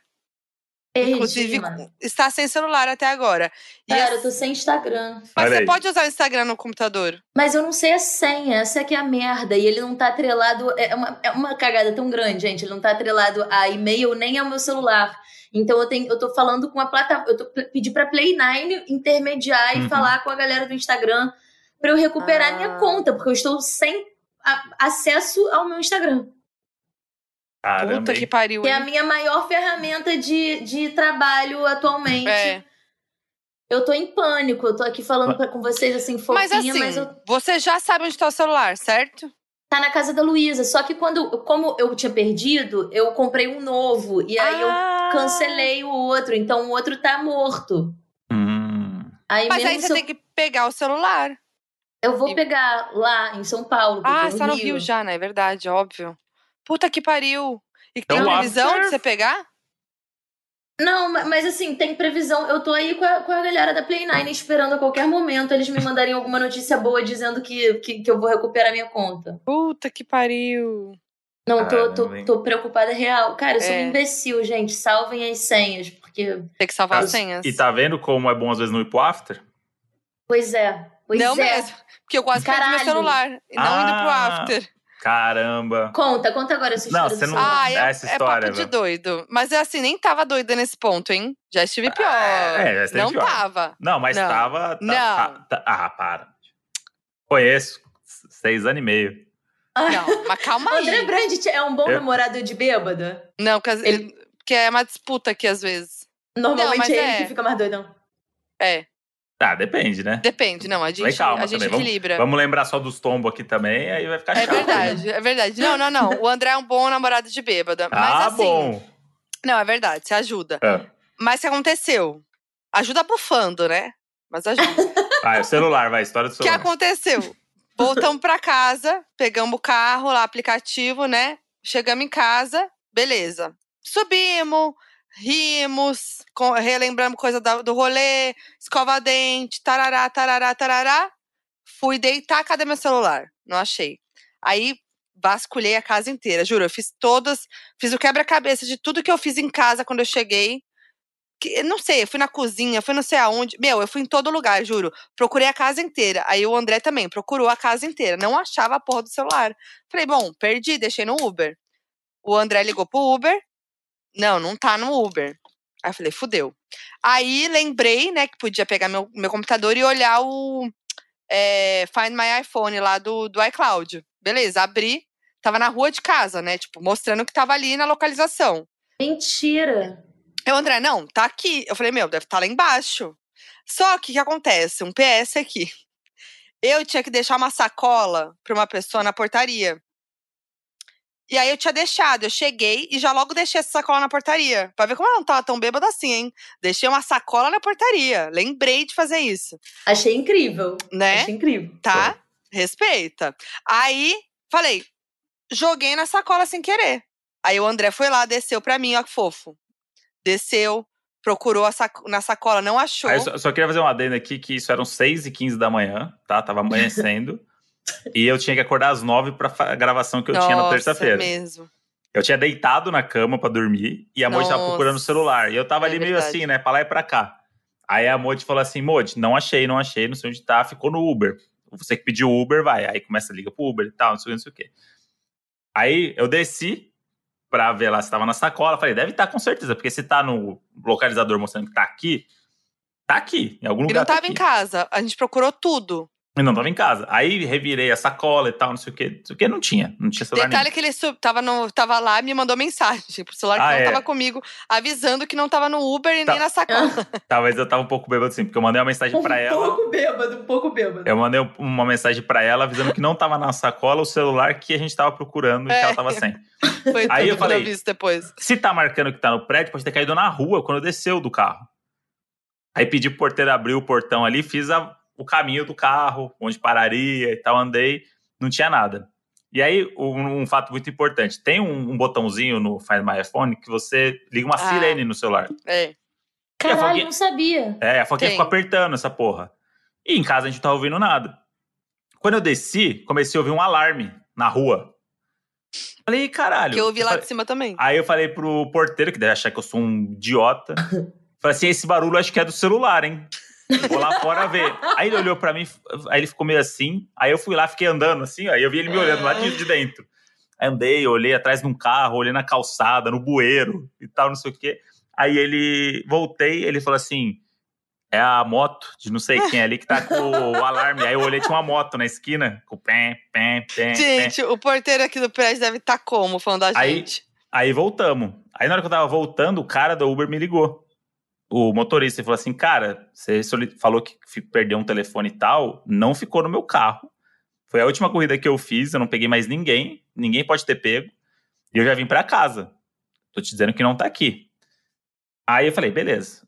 C: Perdi,
B: Inclusive,
C: mano.
B: está sem celular até agora. E
C: Cara,
B: as-
C: eu tô sem Instagram.
B: Mas
A: Olha
B: você
A: aí.
B: pode usar o Instagram no computador.
C: Mas eu não sei a senha, essa que é a merda. E ele não tá atrelado. É uma, é uma cagada tão grande, gente. Ele não tá atrelado a e-mail nem ao meu celular. Então eu, tenho, eu tô falando com a plataforma. Eu tô pe- pedi pra Play9 intermediar e
D: Uhum.
C: falar com a galera do Instagram pra eu recuperar
B: Ah.
C: minha conta, porque eu estou sem a- acesso ao meu Instagram.
A: Caramba,
B: Puta
A: hein?
B: que pariu.
C: Que é a
B: hein?
C: minha maior ferramenta de, de trabalho atualmente.
B: É.
C: Eu tô em pânico, eu tô aqui falando pra- com vocês assim, fofinha,
B: Mas assim,
C: mas eu
B: você já sabe onde tá o celular, certo?
C: Tá na casa da Luísa. Só que quando, como eu tinha perdido, eu comprei um novo. E aí
B: Ah.
C: eu cancelei o outro. Então o outro tá morto.
D: Hum.
C: Aí
B: Mas
C: mesmo
B: aí você
C: se eu,
B: tem que pegar o celular.
C: eu vou
B: e-
C: pegar lá em São Paulo. porque
B: Ah,
C: no
B: está no Rio já, né? É verdade, óbvio. Puta que pariu. E tem
A: Então,
B: previsão
A: after-
B: de você pegar?
C: Não, ma- mas assim, tem previsão. Eu tô aí com a, com a galera da Play 9 esperando a qualquer momento eles me mandarem alguma notícia boa dizendo que, que, que eu vou recuperar minha conta.
B: Puta que pariu.
C: Não, tô, tô,
A: Caramba, hein?
C: tô preocupada real. Cara, eu sou
B: É.
C: um imbecil, gente. Salvem as senhas, porque.
B: Tem que salvar as
A: Ah,
B: senhas.
A: E tá vendo como é bom às vezes não ir pro after?
C: Pois é. Pois
B: não
C: é.
B: mesmo. Porque eu quase perdi meu
C: Caralho.
B: celular. E não indo pro
A: Ah,
B: after.
A: Caramba.
C: Conta, conta agora essa
A: Não,
C: história.
A: você
C: do
A: não-
C: celular.
B: Ah, é,
A: essa
B: é
A: história,
B: papo de
A: viu?
B: doido. Mas é assim, nem tava doida nesse ponto, hein? Já estive pior.
A: É, já esteve
B: não tá.
A: pior.
B: tava.
A: Não, mas
B: Não.
A: tava. tá-
B: Não.
A: tá- tá- ah, para. Conheço. Seis anos e meio.
B: Não, mas calma aí.
C: [LAUGHS] André Brandt é um bom
A: Eu-
C: namorado de bêbado?
B: Não, porque,
C: Ele-
B: porque é uma disputa aqui às vezes. Não, mas
C: Normalmente é ele
B: é.
C: que fica mais doidão.
B: É,
A: Ah, depende, né?
B: depende. Não, a gente,
A: calma
B: a gente
A: também, vamos-
B: equilibra.
A: Vamos lembrar só dos tombos aqui também, aí vai ficar
B: É
A: chato. né?
B: verdade, é verdade. Não, não, não. O André é um bom namorado de bêbada. Mas
A: Ah,
B: assim.
A: bom.
B: Não, é verdade, você ajuda.
A: É.
B: Mas o que aconteceu? Ajuda bufando, né? Mas ajuda. [LAUGHS]
A: Vai, o celular, vai, história do
B: O que
A: celular.
B: aconteceu? Voltamos pra casa, pegamos o carro lá, aplicativo, né? Chegamos em casa, beleza. Subimos, rimos, co- relembramos coisa da- do rolê, escova dente, tarará, tarará, tarará. Fui deitar, cadê meu celular? Não achei. Aí vasculhei a casa inteira, juro. Eu fiz todas, fiz o quebra-cabeça de tudo que eu fiz em casa quando eu cheguei. Que, eu não sei, eu fui na cozinha, fui não sei aonde. Meu, eu fui em todo lugar, juro. Procurei a casa inteira. Aí o André também procurou a casa inteira. Não achava a porra do celular. Falei, bom, perdi, deixei no Uber. O André ligou pro Uber. Não, não tá no Uber. Aí eu falei, fudeu. Aí lembrei, né, que podia pegar meu, meu computador e olhar o eh, Find My iPhone lá do, do iCloud. Beleza, abri. Tava na rua de casa, né? Tipo, mostrando que tava ali na localização.
C: Mentira.
B: Eu, André, não, tá aqui. Eu falei, meu, deve estar lá embaixo. Só que o que acontece? Um PS aqui. Eu tinha que deixar uma sacola pra uma pessoa na portaria. E aí eu tinha deixado, eu cheguei e já logo deixei essa sacola na portaria. Pra ver como ela não tava tão bêbada assim, hein? Deixei uma sacola na portaria. Lembrei de fazer isso,
C: Achei incrível.
B: né?
C: Achei incrível.
B: tá? Respeita. Aí, falei, joguei na sacola sem querer. Aí o André foi lá, desceu pra mim, ó que fofo. Desceu, procurou a saco- na sacola, não achou.
A: Aí eu só, só queria fazer um adendo aqui, que isso eram 6 e 15 da manhã, tá? Tava
B: [LAUGHS]
A: amanhecendo. e eu tinha que acordar às 9 pra fa- gravação que eu tinha na
B: Nossa,
A: terça-feira.
B: mesmo.
A: Eu tinha deitado na cama pra dormir e a Moji tava
B: Nossa.
A: procurando o celular. E eu tava
B: É
A: ali meio
B: verdade.
A: assim, né? Pra lá e pra cá. Aí a Moji falou assim: Moji, não achei, não achei, não sei onde tá, ficou no Uber. Você que pediu o Uber, vai. Aí começa a liga pro Uber e tal, não sei, o que, não sei o quê. Aí eu desci pra ver lá se tava na sacola. Falei, deve estar com certeza, porque se tá no localizador mostrando que tá aqui, tá aqui, em algum
B: E
A: lugar.
B: não
A: tá
B: tava em
A: aqui.
B: casa, a gente procurou tudo.
A: E não tava em casa. Aí revirei a sacola e tal, não sei o quê, não sei o quê, não tinha. Não tinha celular nenhum.
B: Detalhe que ele sub, tava, no, tava lá e me mandou mensagem pro celular que
A: Ah,
B: não
A: é.
B: tava comigo, avisando que não tava no Uber e
A: Tá.
B: nem na sacola.
A: Talvez eu tava um pouco bêbado assim, porque eu mandei uma mensagem
C: Um
A: pra ela.
C: pouco bêbado, um pouco bêbado.
A: Eu mandei um- uma mensagem pra ela avisando que não tava na sacola o celular que a gente tava procurando e que
B: É.
A: ela tava sem.
B: Foi tudo
A: Aí eu
B: que
A: falei,
B: vi isso depois.
A: Se tá marcando que tá no prédio, pode ter caído na rua quando desceu do carro. Aí pedi pro porteiro abrir o portão ali, fiz a- o caminho do carro, onde pararia e tal, andei, não tinha nada. E aí, um, um fato muito importante: tem um, um botãozinho no Find My iPhone que você liga uma
B: Ah.
A: sirene no celular.
B: É.
A: Eu
C: Caralho,
A: falei-
C: não sabia.
A: É, a Foquinha
B: Tem.
A: ficou apertando essa porra. E em casa a gente não tava ouvindo nada. Quando eu desci, comecei a ouvir um alarme na rua. Falei, "Ih, caralho. tá
B: Que eu ouvi lá
A: falei- Ah,
B: de cima também.
A: Aí eu falei pro porteiro, que deve achar que eu sou um
B: [LAUGHS]
A: idiota. Falei assim: esse barulho acho que é do celular, hein? Vou lá fora ver. Aí ele olhou pra mim, aí ele ficou meio assim. Aí eu fui lá, fiquei andando assim, aí eu vi ele me olhando lá de, de dentro. Aí andei, olhei atrás de um carro, olhei na calçada, no bueiro e tal, não sei o quê. Aí ele voltei, ele falou assim: é a moto de não sei quem ali que tá com o alarme. Aí eu olhei, tinha uma moto na esquina, com pé, pé, pé. pé.
B: Gente, o porteiro aqui do prédio deve estar como falando da
A: Aí-
B: gente?
A: Aí voltamos. Aí na hora que eu tava voltando, o cara da Uber me ligou. O motorista ele falou assim: Cara, você soli- falou que fi- perdeu um telefone e tal, não ficou no meu carro. Foi a última corrida que eu fiz, eu não peguei mais ninguém, ninguém pode ter pego. E eu já vim pra casa. Tô te dizendo que não tá aqui. Aí eu falei: Beleza.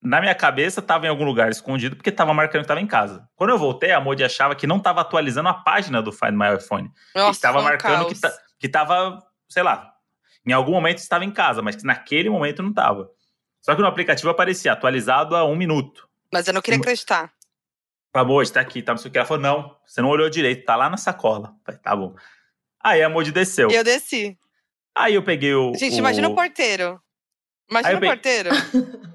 A: Na minha cabeça tava em algum lugar escondido porque tava marcando que tava em casa. Quando eu voltei, a Modi achava que não tava atualizando a página do Find My iPhone
B: Nossa,
A: tava
B: foi um
A: marcando que
B: caos.
A: tá- que tava, sei lá, em algum momento estava em casa, mas que naquele momento não tava. Só que no aplicativo aparecia atualizado a um minuto.
B: Mas eu não queria acreditar.
A: Falei, amor, tá aqui, tá não sei o que. Ela falou, não, você não olhou direito, tá lá na sacola. Falei, tá bom. Aí a Modi desceu.
B: E eu desci.
A: Aí eu peguei o.
B: Gente, imagina o
A: portão.
B: porteiro.
A: Aí
B: Imagina
A: eu
B: o
A: peguei-
B: porteiro.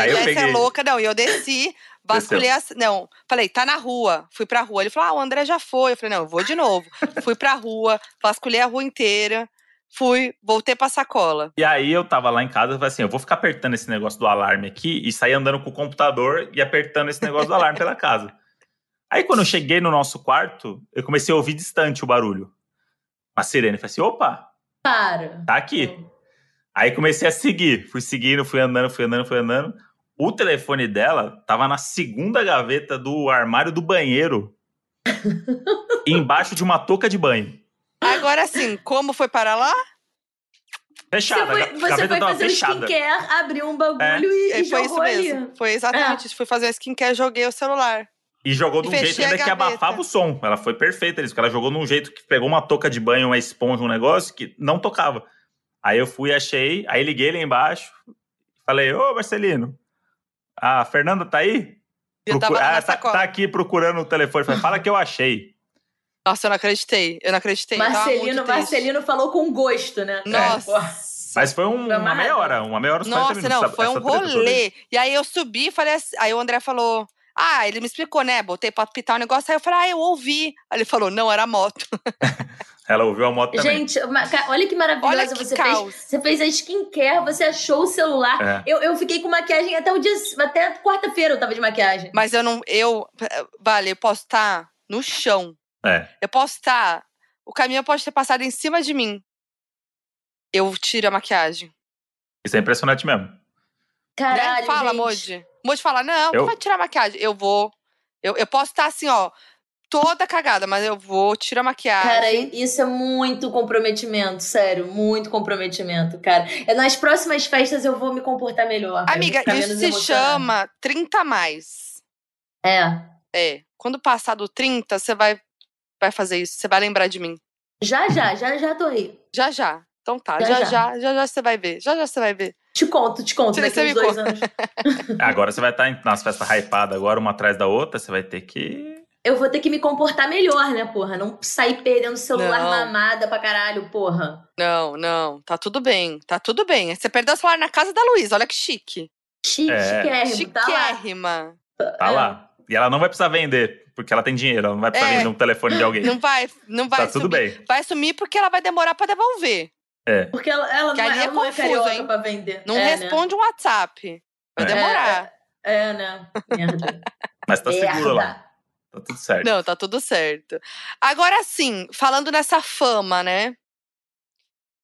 A: [LAUGHS] Aí eu
B: essa é
A: peguei.
B: louca, não. E
A: [LAUGHS]
B: eu desci, vasculhei as. Não, falei, tá na rua. Fui pra rua. Ele falou, ah, o André já foi. Eu falei, não, eu vou de
A: [LAUGHS]
B: novo. Fui pra rua, vasculhei a rua inteira. Fui, voltei pra sacola.
A: E aí eu tava lá em casa, eu falei assim, eu vou ficar apertando esse negócio do alarme aqui e sair andando com o computador e apertando esse negócio do alarme pela casa. Aí quando eu cheguei no nosso quarto, eu comecei a ouvir distante o barulho. Uma sirene, eu falei assim, opa,
C: Para.
A: tá aqui. Aí comecei a seguir, fui seguindo, fui andando, fui andando, fui andando. O telefone dela tava na segunda gaveta do armário do
C: [LAUGHS]
A: banheiro, embaixo de uma touca de banho.
B: Agora sim, como foi para lá?
C: Você
A: Fechada,
C: foi,
A: a ga-
C: você
A: gaveta
C: foi
A: tava
C: fazer um
A: fechada.
C: skincare, abriu um bagulho e,
B: É, foi
C: e jogou
B: isso
C: ali. É.
B: mesmo. Foi exatamente isso. Fui fazer um skincare, joguei o celular.
A: E jogou de um
B: Fechei
A: jeito
B: a
A: ainda que
B: gaveta.
A: abafava o som. Ela foi perfeita nisso, porque ela jogou de um jeito que pegou uma touca de banho, uma esponja, um negócio que não tocava. Aí eu fui, achei, aí liguei lá embaixo, falei, ô Marcelino, a Fernanda tá aí?
B: E eu tava
A: Procura-
B: lá
A: Ah,
B: na
A: tá,
B: sacola.
A: tá aqui procurando o telefone. Falei, fala que eu achei.
B: Nossa, eu não acreditei. Eu não acreditei. eu tava
C: Marcelino,
B: muito triste.
C: Marcelino falou com gosto, né?
B: Nossa.
C: Porra.
A: Mas foi um-
C: Foi
A: uma meia
C: amarrado.
A: hora, uma meia hora e uns 40
B: Nossa,
A: minutos.
B: não,
A: essa-
B: foi um
A: essa treta toda.
B: rolê. E aí eu subi e falei assim. Aí o André falou. Ah, ele me explicou, né? Botei pra pitar o negócio. Aí eu falei, ah, eu ouvi. Aí ele falou, não, era moto. [LAUGHS]
A: Ela ouviu a moto também.
C: Gente, uma- ca- olha que maravilhosa
B: Olha que
C: você
B: caos.
C: fez. Você fez a skincare, você achou o celular.
A: É.
C: Eu, eu fiquei com maquiagem até o dia. Até quarta-feira eu tava de maquiagem.
B: Mas eu não. Eu. Vale, eu posso estar no chão.
A: É.
B: Eu posso estar. O caminhão pode ter passado em cima de mim. Eu tiro a maquiagem.
A: Isso é impressionante
B: [LAUGHS]
A: mesmo.
C: Caralho.
B: né? Fala,
C: gente.
B: Moji. Moji fala: não,
A: Eu-
B: não vai tirar a maquiagem. Eu vou. Eu, eu posso estar assim, ó, toda cagada, mas eu vou, tiro a maquiagem.
C: Cara, i- isso é muito comprometimento, sério, muito comprometimento, cara. É, Nas próximas festas eu vou me comportar melhor. eu vou
B: Amiga,
C: ficar
B: isso
C: menos
B: se
C: emocionada.
B: chama 30 a mais.
C: É.
B: É. Quando passar do 30, você vai, vai fazer isso. Você vai lembrar de mim.
C: Já, já, já, já tô aí.
B: Já já. Então tá,
C: Já,
B: já já,
C: já.
B: já já, você vai ver. Já já você vai ver.
C: Te conto, te conto,
B: Você-
C: daqui
B: você
C: uns
B: me
C: dois
B: conta.
C: anos.
A: Agora você vai estar em- nas festas hypadas agora, uma atrás da outra, você vai ter que.
C: Eu vou ter que me comportar melhor, né, porra? Não sair perdendo celular
B: Não.
C: mamada pra caralho, porra.
B: Não, não, tá tudo bem, tá tudo bem. Você perdeu o celular na casa da Luísa, olha que chique.
C: Chique,
A: É.
C: chiquérrimo, tá lá.
B: Chiquérrima.
A: Tá
C: É.
A: lá. E ela não vai precisar vender, porque ela tem dinheiro, ela não vai precisar
B: É.
A: vender um telefone de alguém.
B: Não vai, não vai
A: tá
B: sumir.
A: tudo bem.
B: Vai sumir porque ela vai demorar pra devolver.
A: É.
C: Porque ela, ela
B: Que
C: não,
B: ali
C: é,
B: é
C: ela não é
B: confuso,
C: carioca
B: hein?
C: pra vender.
B: Não
C: É, né?
B: responde um WhatsApp. Vai
A: É.
B: demorar.
C: É, né?
A: [LAUGHS]
C: Merda.
A: Mas tá seguro lá.
C: Merda.
A: Tá tudo certo.
B: Não, tá tudo certo. Agora sim, falando nessa fama, né?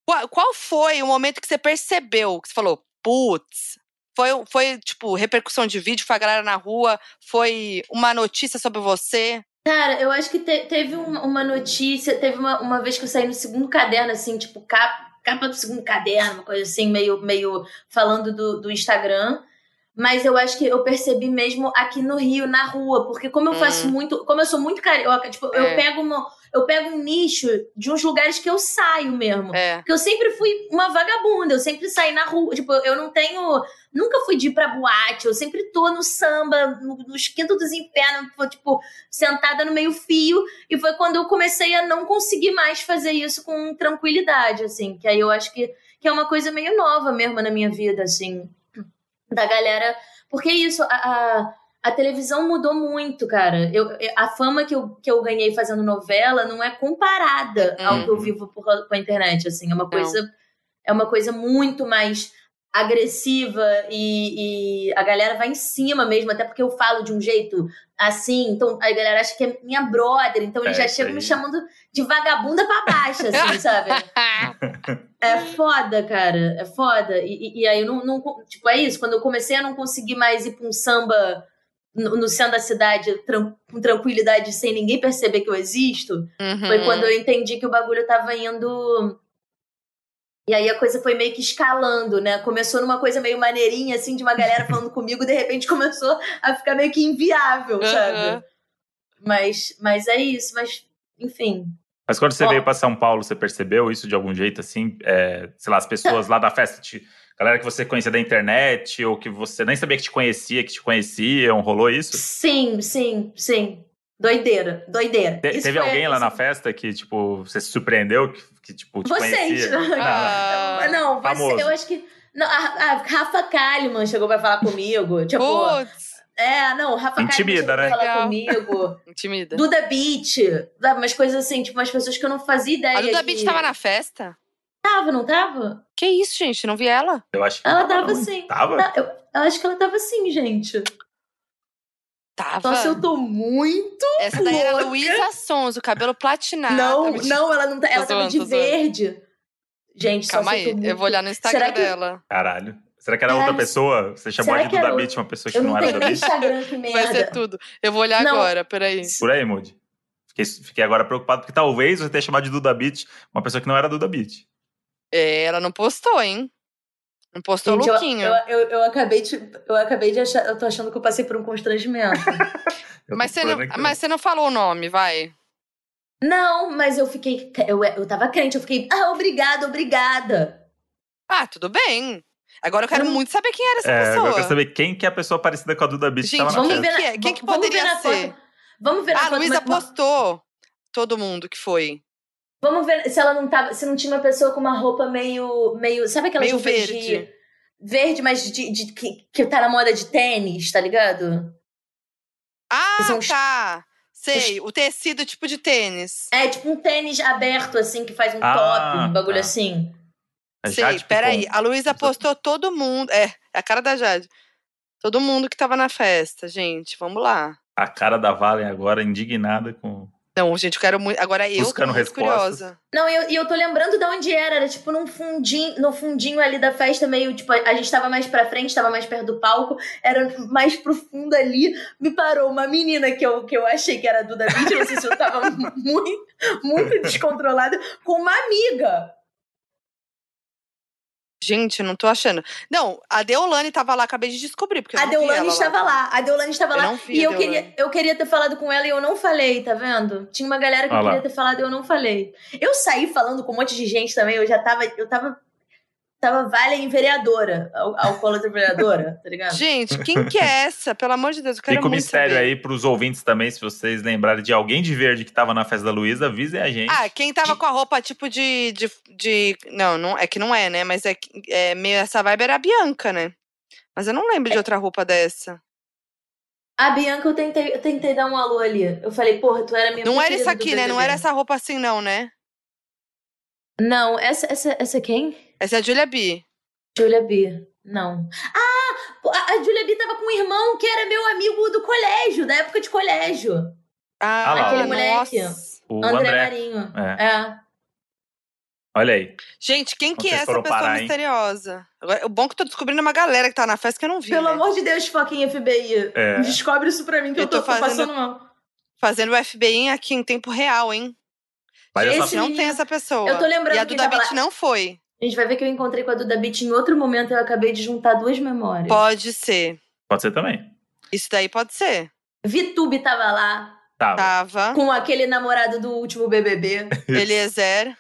B: Qual, qual foi o momento que você percebeu? Que você falou, putz, foi, foi tipo repercussão de vídeo, foi a galera na rua, foi uma notícia sobre você.
C: Cara, eu acho que te- teve um- uma notícia, teve uma, uma vez que eu saí no segundo caderno, assim, tipo, capa, capa do segundo caderno, uma coisa assim, meio, meio falando do, do Instagram. Mas eu acho que eu percebi mesmo aqui no Rio, na rua, porque como eu
B: Hum.
C: faço muito, como eu sou muito carioca, tipo, eu
B: É.
C: pego uma. eu pego um nicho de uns lugares que eu saio mesmo.
B: É.
C: Porque eu sempre fui uma vagabunda, eu sempre saí na rua. Tipo, eu não tenho. Nunca fui de ir pra boate, eu sempre tô no samba, no, nos quintos dos infernos, tô, tipo, sentada no meio fio. E foi quando eu comecei a não conseguir mais fazer isso com tranquilidade, assim. Que aí eu acho que, que é uma coisa meio nova mesmo na minha vida, assim. Da galera. Porque é isso, a- a, a televisão mudou muito, cara. Eu, a fama que eu, que eu ganhei fazendo novela não é comparada ao que eu
A: Uhum.
C: vivo por- com a internet, assim. É uma coisa, é uma coisa muito mais agressiva e, e a galera vai em cima mesmo, até porque eu falo de um jeito assim, então a galera acha que é minha brother, então eles
A: É,
C: já
A: isso
C: chegam me
A: aí.
C: chamando de vagabunda pra baixo,
A: [LAUGHS]
C: assim, sabe? É foda, cara. É foda. E, e- e aí eu não, não. Tipo, é isso. Quando eu comecei a não conseguir mais ir pra um samba no, no centro da cidade tran- com tranquilidade, sem ninguém perceber que eu existo,
B: Uhum.
C: foi
A: Uhum.
C: quando eu entendi que o bagulho tava indo. E aí a coisa foi meio que escalando, né? Começou numa coisa meio maneirinha, assim, de uma galera
A: [LAUGHS]
C: falando comigo, de repente começou a ficar meio que inviável,
B: Aham.
C: sabe? Mas, mas é isso, mas, enfim.
A: Mas quando você
C: Ó.
A: veio pra São Paulo, você percebeu isso de algum jeito, assim? É, sei lá, as pessoas lá da festa, te, galera que você conhecia da internet, ou que você nem sabia que te conhecia, que te conheciam, rolou isso?
C: Sim, sim, sim. Doideira, doideira.
A: Te-
C: Isso
A: teve
C: foi-
A: alguém lá na
C: isso-
A: festa que, tipo, você se surpreendeu, que, que, tipo, te
C: Vocês.
A: conhecia? Não, não.
B: Ah.
C: [LAUGHS] não,
A: Famoso.
C: você, eu acho que. Não, a, a Rafa Kalimann chegou pra falar comigo. Tipo,
B: Putz,
C: é, não, o Rafa
A: Intimida,
C: Kalimann chegou
A: né?
C: pra falar
B: Legal.
C: comigo.
B: intimida.
C: Duda Beat, sabe, umas coisas assim, tipo, umas pessoas que eu não fazia ideia.
B: A Duda
C: que-
B: Beat tava na festa?
C: Tava, não tava?
B: Que isso, gente? Não vi ela?
A: Eu acho que
C: Ela
A: não,
C: tava
A: não.
C: sim.
A: Tava?
C: Tá, Eu, eu acho que ela tava sim, gente.
B: Tava.
C: Nossa, eu tô muito.
B: Essa daí era
C: louca.
B: Luísa Sons, o cabelo platinado.
C: não,
B: Mentira.
C: não, ela não tá.
B: Tá,
C: Ela
B: Tô
C: tava
B: zoando,
C: de
B: tô zoando.
C: verde. Gente,
B: Calma
C: só se
B: aí,
C: eu tô
B: eu
C: muito-
B: vou olhar no Instagram
C: Será que-
B: dela.
A: Caralho. Será que era outra
C: Caralho.
A: pessoa? Você chamou
C: Será
A: de
C: que
A: Duda
C: era
A: Beat, uma pessoa que
C: Eu
A: não,
C: não
A: era
C: tenho
A: Duda
C: nem
A: Beat?
C: Instagram, que
B: Vai ser
C: merda.
B: tudo. Eu vou olhar
C: Não.
B: agora, peraí.
A: Por aí, Moody. Fiquei, fiquei agora preocupado, porque talvez você tenha chamado de Duda Beat uma pessoa que não era Duda Beat.
B: É, ela não postou, hein? Não postou o
C: Gente, eu,
B: lookinho.
C: eu, eu, eu acabei de. Eu acabei de achar. Eu tô achando que eu passei por
B: [LAUGHS]
C: um constrangimento.
A: Eu tô
B: Mas, você não,
A: procurando aqui.
B: mas você não falou o nome, vai.
C: não, mas eu fiquei. Eu, eu tava crente, eu fiquei. Ah, obrigada, obrigada.
B: Ah, tudo bem. Agora eu quero
C: Hum.
B: muito saber quem era essa
A: É, agora eu
B: pessoa.
A: quero saber quem que é a pessoa parecida com a Duda Beat que
B: Gente,
A: tava na
C: vamos
A: festa.
B: quem
C: ver na-
B: que é? Quem que
C: vamos ver
B: poderia
C: na
B: ser?
C: foto. Vamos ver
B: Ah,
C: na
B: a
C: foto,
B: Luísa
C: mas-
B: postou todo mundo que foi.
C: Vamos ver se ela não tava. Se não tinha uma pessoa com uma roupa meio. meio sabe aquela
B: Meio
C: roupa
B: verde.
C: De, verde, mas de, de- que, que tá na moda de tênis, tá ligado?
B: Ah,
C: São os-
B: tá. Sei, o tecido tipo de tênis.
C: É tipo um tênis aberto, assim, que faz um
A: Ah,
C: top, um bagulho
A: tá.
C: assim.
A: A
B: Sei,
A: É Jade
B: peraí.
A: Picon.
B: A Luísa postou todo mundo. É, é a cara da Jade. Todo mundo que tava na festa, gente. Vamos lá.
A: A cara da Valen agora, indignada com.
B: Não, gente, eu quero muito. Agora eu
A: Buscando
B: tô muito
A: respostas.
B: curiosa.
C: Não, e eu, e eu tô lembrando de onde era. Era tipo num fundinho, no fundinho ali da festa, meio tipo, a gente tava mais pra frente, tava mais perto do palco, era mais pro fundo ali. Me parou uma menina que eu, que eu achei que era a Duda Beat, não sei se eu tava [LAUGHS] muito, muito descontrolada, com uma amiga.
B: Gente, eu não tô achando. Não, a Deolane tava lá, acabei de descobrir. Porque eu
C: A
B: não vi
C: Deolane
B: ela
C: estava lá. A Deolane estava
B: Eu
C: lá.
B: não vi
C: e
B: a
C: eu
B: Deolane.
C: queria, eu queria ter falado com ela e eu não falei, tá vendo? Tinha uma galera que
A: Olha
C: eu
A: lá.
C: queria ter falado e eu não falei. Eu saí falando com um monte de gente também, eu já tava. Eu tava. Tava vale em vereadora, ao, ao colo
B: [LAUGHS]
C: da vereadora, tá ligado?
B: Gente, quem que é essa? Pelo amor de Deus, eu quero
A: Fica o
B: muito
A: mistério
B: saber.
A: aí pros ouvintes também, se vocês lembrarem de alguém de verde que tava na festa da Luísa, avisem a gente.
B: Ah, quem tava com a roupa tipo de, de, de- Não, não, é que não é, né? Mas é, que- é meio essa vibe era a Bianca, né? Mas eu não lembro
C: É.
B: de outra roupa dessa.
C: A Bianca, eu tentei, eu tentei dar um alô ali. Eu falei, porra, tu era minha
B: Não era
C: preferida
B: isso
C: do
B: aqui, né? Não
C: BBB.
B: era essa roupa assim, não, né?
C: Não, essa, essa, essa quem?
B: Essa é a Julia B.
C: Julia B. Não. Ah! pô, A, a Julia B tava com um irmão que era meu amigo do colégio, da época de colégio.
B: Ah,
A: Ah lá,
B: aquele
A: Aquele
C: moleque.
B: nossa.
A: o
C: André,
A: André.
C: Marinho.
A: É.
C: é.
A: Olha aí.
B: Gente, quem que
A: Vocês
B: é essa
A: foram
B: pessoa
A: parar, hein?
B: misteriosa? Agora, o bom que eu tô descobrindo é uma galera que tá na festa que eu não vi.
C: Pelo
B: né?
C: amor de Deus, fucking FBI.
A: É.
C: Descobre isso pra mim que eu, tô,
B: fazendo-
C: passando mal.
B: Fazendo o FBI aqui em tempo real, hein?
A: Mas
B: gente,
A: essa-
C: Esse
B: não tem
C: menino-
B: essa pessoa.
C: Eu tô lembrando
B: e a
C: que
B: Duda
C: tava lá.
B: Beat não foi.
C: A gente vai ver que eu encontrei com a Duda Beat em outro momento e eu acabei de juntar duas memórias.
B: Pode ser.
A: Pode ser também.
B: Isso daí pode ser.
C: Vitube tava lá.
A: Tava.
B: Tava.
A: [LAUGHS]
C: Com aquele namorado do
B: [LAUGHS]
C: último BBB.
B: Eliezer.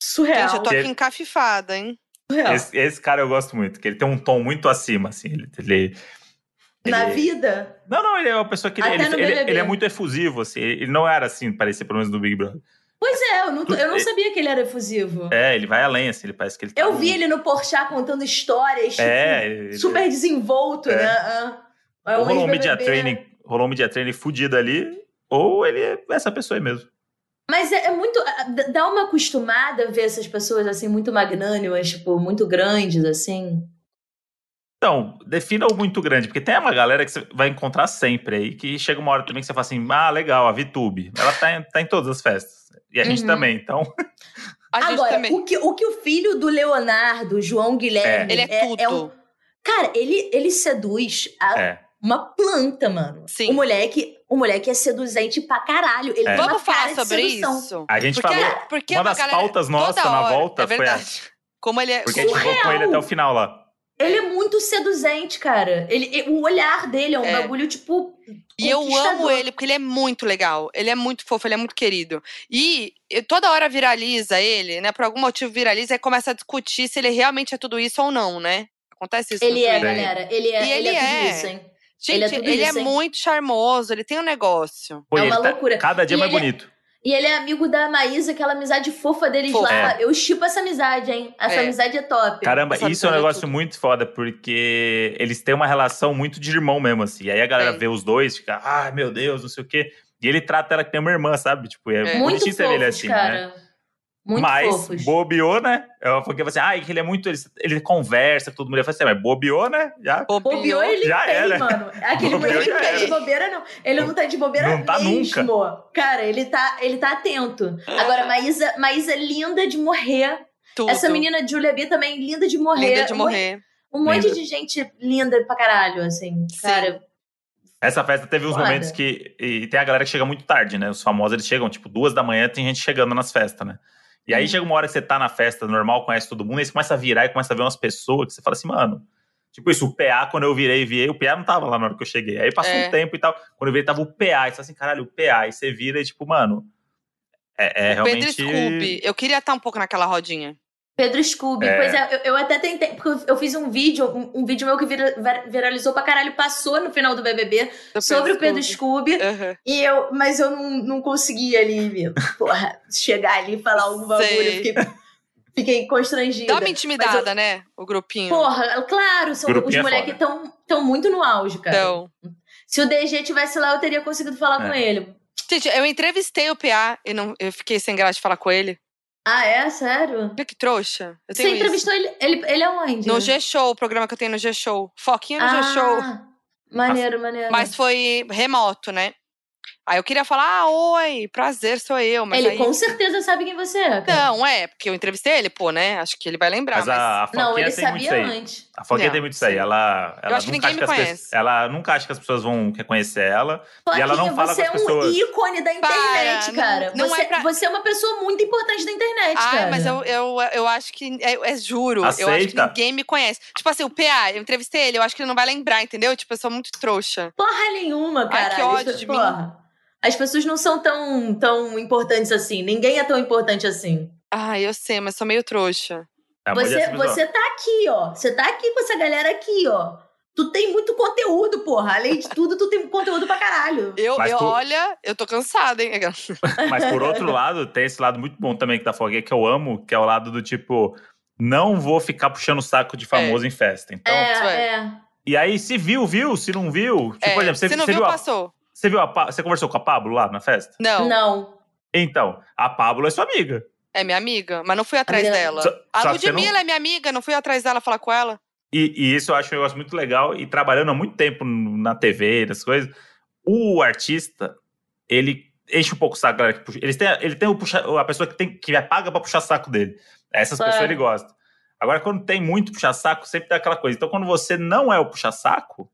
C: Surreal.
B: Gente, eu tô
A: Que-
B: aqui encafifada, hein?
C: surreal.
A: Esse, esse cara eu gosto muito, que ele tem um tom muito acima, assim. Ele, ele-
C: Na
A: é ele-
C: vida?
A: Não, não, ele é uma pessoa que ele,
C: Até
A: ele-
C: no
A: ele-
C: BBB.
A: ele é muito efusivo, assim. Ele não era assim, parecia pelo menos no Big Brother.
C: Pois é, eu não, tô- eu não
A: É.
C: sabia que ele era efusivo.
A: É, ele vai além, assim, ele parece que ele tá
C: Eu
A: no-
C: vi ele no Porchat contando histórias, tipo, [LAUGHS]
A: É, ele-
C: super desenvolto,
A: É.
C: né? Ah, é um
A: rolou um
C: ex-BBB.
A: media training, rolou um media training fudido ali, ou ele é essa pessoa aí mesmo.
C: Mas é, é muito. ah, d- Dá uma acostumada a ver essas pessoas assim, muito magnânimas, tipo, muito grandes, assim.
A: Então, defina o muito grande, porque tem uma galera que você vai encontrar sempre aí, que chega uma hora também que você fala assim, ah, legal, a VTube, ela tá em, tá em todas as festas. E a gente
C: Uhum.
A: também, então...
B: A gente
C: Agora,
B: também.
C: o que, o que o filho do Leonardo, João Guilherme.
B: Ele é tudo.
C: um- Cara, ele, ele seduz a-
A: É.
C: uma planta, mano.
B: Sim.
C: O moleque, o moleque é seduzente pra caralho. Ele
A: É.
C: tem uma
B: Vamos falar
C: cara de
B: sobre
C: sedução.
B: isso?
A: A gente
B: Porque,
C: é
B: é,
A: falou...
B: porque
A: uma das
B: galera-
A: pautas
B: toda
A: nossa na
B: hora,
A: volta
B: é
A: foi
B: verdade.
A: essa.
B: Como ele é.
C: [LAUGHS]
A: Porque a gente ficou com
C: Surreal!
A: ele até o final lá.
C: Ele é muito seduzente, cara. Ele, e- o olhar dele é um
B: É.
C: bagulho, tipo.
B: E eu amo
C: conquistador.
B: ele, porque ele é muito legal. Ele é muito fofo, ele é muito querido. E eu- toda hora viraliza ele, né? Por algum motivo viraliza e começa a discutir se ele realmente é tudo isso ou não, né? Acontece isso. no
C: Ele é,
B: Twitter.
C: galera. Ele é,
B: E
C: ele
B: ele
C: é tudo
B: é.
C: isso, hein?
B: Gente, ele
C: Ele é
B: é,
C: tudo isso, hein?
B: muito charmoso, ele tem um negócio.
A: Pô,
C: É
A: ele
C: uma
A: tá
C: loucura.
A: cada dia
C: E
A: mais
C: ele-
A: bonito.
C: E ele é amigo da Maísa, aquela amizade fofa deles
B: Fofa.
C: lá. Eu chipo essa amizade, hein? Essa
B: É.
C: amizade é top.
A: É. Caramba,
B: Sabe
A: isso é um
B: tudo,
A: negócio
B: tudo.
A: muito foda, porque eles têm uma relação muito de irmão mesmo, assim. E aí a galera
B: Tem.
A: vê os dois, fica, ai meu Deus, não sei o quê. E ele trata ela que tem uma irmã, sabe? Tipo, é,
B: É.
A: bonitinho
C: Muito
A: você ver ele
C: fofos,
A: assim, né?
C: cara. Muito
A: mas
C: fofos.
A: bobeou, né? Eu- Porque você, ai, que ele é muito. Ele, ele conversa com todo mundo. Eu falei assim, mas bobeou, né? Já
C: Bobeou, ele
A: Já
C: tem,
A: era.
C: mano. Aquele
A: Bobeou,
C: moleque não
A: já
C: tá de
B: era.
C: bobeira, não. Ele não tá de bobeira
A: Não tá
C: mesmo. Cara, ele tá, ele tá atento. Agora, Maísa, Maísa é linda de morrer.
B: Tudo.
C: Essa menina Julia B também linda de morrer.
B: Linda de
C: Um
B: morrer.
C: Um monte
A: Linda.
C: de gente linda pra caralho, assim.
B: Sim.
C: Cara,
A: Essa festa teve uns
C: Foda.
A: momentos que. E tem a galera que chega muito tarde, né? Os famosos eles chegam, tipo, duas da manhã, tem gente chegando nas festas, né? E aí
B: Uhum.
C: Hum.
A: chega uma hora que você tá na festa normal, conhece todo mundo, aí você começa a virar e começa a ver umas pessoas que você fala assim, mano. Tipo isso, o PA, quando eu virei e virei, o PA não tava lá na hora que eu cheguei. Aí passou
B: É.
A: um tempo e tal. Quando eu virei, tava o PA. E você fala assim, caralho, o PA. E você vira e, tipo, mano. É, é
B: Pedro
A: realmente.
B: Scooby. Eu queria estar um pouco naquela rodinha.
C: Pedro Scooby.
A: É.
C: Pois é, eu, eu até tentei, porque eu- eu fiz um vídeo, um, um vídeo meu que vira- vir- viralizou pra caralho, passou no final do BBB
B: do
C: sobre o Pedro
B: Scooby.
C: Scooby.
B: Aham.
C: E eu, mas eu não, não consegui ali, me- porra, [LAUGHS] chegar ali e falar algum bagulho. eu
B: Sei.
C: Fiquei, fiquei constrangida.
B: Dá uma intimidada, né? O grupinho.
C: Porra, claro, são, os
A: Grupinho é
C: moleques
A: foda.
C: estão tão muito no auge, cara.
B: Então.
C: Se o DG tivesse lá, eu teria conseguido falar
A: É.
C: com ele.
B: Gente, eu entrevistei o PA e não, eu fiquei sem graça de falar com ele.
C: Ah, é? Sério?
B: Olha que trouxa. Eu
C: Você
B: tenho isso.
C: entrevistou ele, ele, ele é aonde?
B: No G-Show, o programa que eu tenho no G-Show. Foquinha no G-Show.
C: Maneiro, maneiro.
B: Mas foi remoto, né? Aí eu queria falar, ah, oi, prazer, sou eu. Mas
C: ele
B: aí...
C: com certeza sabe quem você é. Cara.
B: Não, é, porque eu entrevistei ele, pô, né? Acho que ele vai lembrar,
A: Mas
B: mas...
A: a, a
C: Não,
A: Foquinha
C: ele
A: tem muito isso
C: sabia
A: aí.
C: antes.
A: A Foquinha
B: Não,
A: tem muito isso aí.
B: sim.
A: Ela, ela
B: acho que
A: nunca
B: ninguém
A: acha
B: me
A: as
B: conhece.
A: pessoas- ela nunca acha que as pessoas vão reconhecer ela. E ela não
C: Foquinha,
A: fala
C: você
A: com as
C: é um
A: pessoas.
C: ícone da internet,
B: Para, não-
C: cara.
B: não é
C: você,
B: pra-
C: você é uma pessoa muito importante da internet, cara.
B: Ai, Ah, mas eu, eu, eu acho que. É, é juro. Eu acho que
A: Aceita.
B: ninguém me conhece. Tipo assim, o PA, eu entrevistei ele, eu acho que ele não vai lembrar, entendeu? Tipo, eu sou muito trouxa.
C: Porra nenhuma,
B: Ai,
C: cara.
B: que ódio de mim.
C: As pessoas não são tão, tão importantes assim. Ninguém é tão importante assim.
B: Ai, eu sei, mas sou meio trouxa.
A: É, mas
C: Você,
A: essa pessoa-
C: você tá aqui, ó. Você tá aqui com essa galera aqui, ó. Tu tem muito conteúdo, porra. Além de tudo, tu tem conteúdo pra caralho.
B: Eu,
A: Mas
B: eu
A: tu-
B: olha, eu tô cansada, hein?
A: Mas por outro lado, tem esse lado muito bom também que da Fogueira, que eu amo, que é o lado do tipo, não vou ficar puxando o saco de famoso em festa. Então,
B: isso
C: é,
B: é.
C: é.
A: e aí, se viu, viu, se não viu. Tipo,
B: É,
A: por exemplo, você,
B: se não
A: você
B: viu,
A: viu, a,
B: passou.
A: você viu a Pa- Você conversou com a Pablo lá na festa?
B: Não,
C: Não.
A: Então, a Pablo é sua amiga.
B: é minha amiga, mas não fui atrás
C: Amiga-
B: dela.
A: Só-
B: a
A: só que você
B: Ludmilla é minha amiga, não fui atrás dela falar com ela.
A: E, e isso eu acho um negócio muito legal. E trabalhando há muito tempo n- na TV, nas coisas, o artista, ele enche um pouco o saco, da galera. que puxa- Eles têm, ele tem o puxa, a pessoa que, tem, que é paga pra puxar saco dele. Essas
C: É.
A: pessoas ele gosta. Agora, quando tem muito puxa-saco, sempre tem aquela coisa. Então, quando você não é o puxa-saco,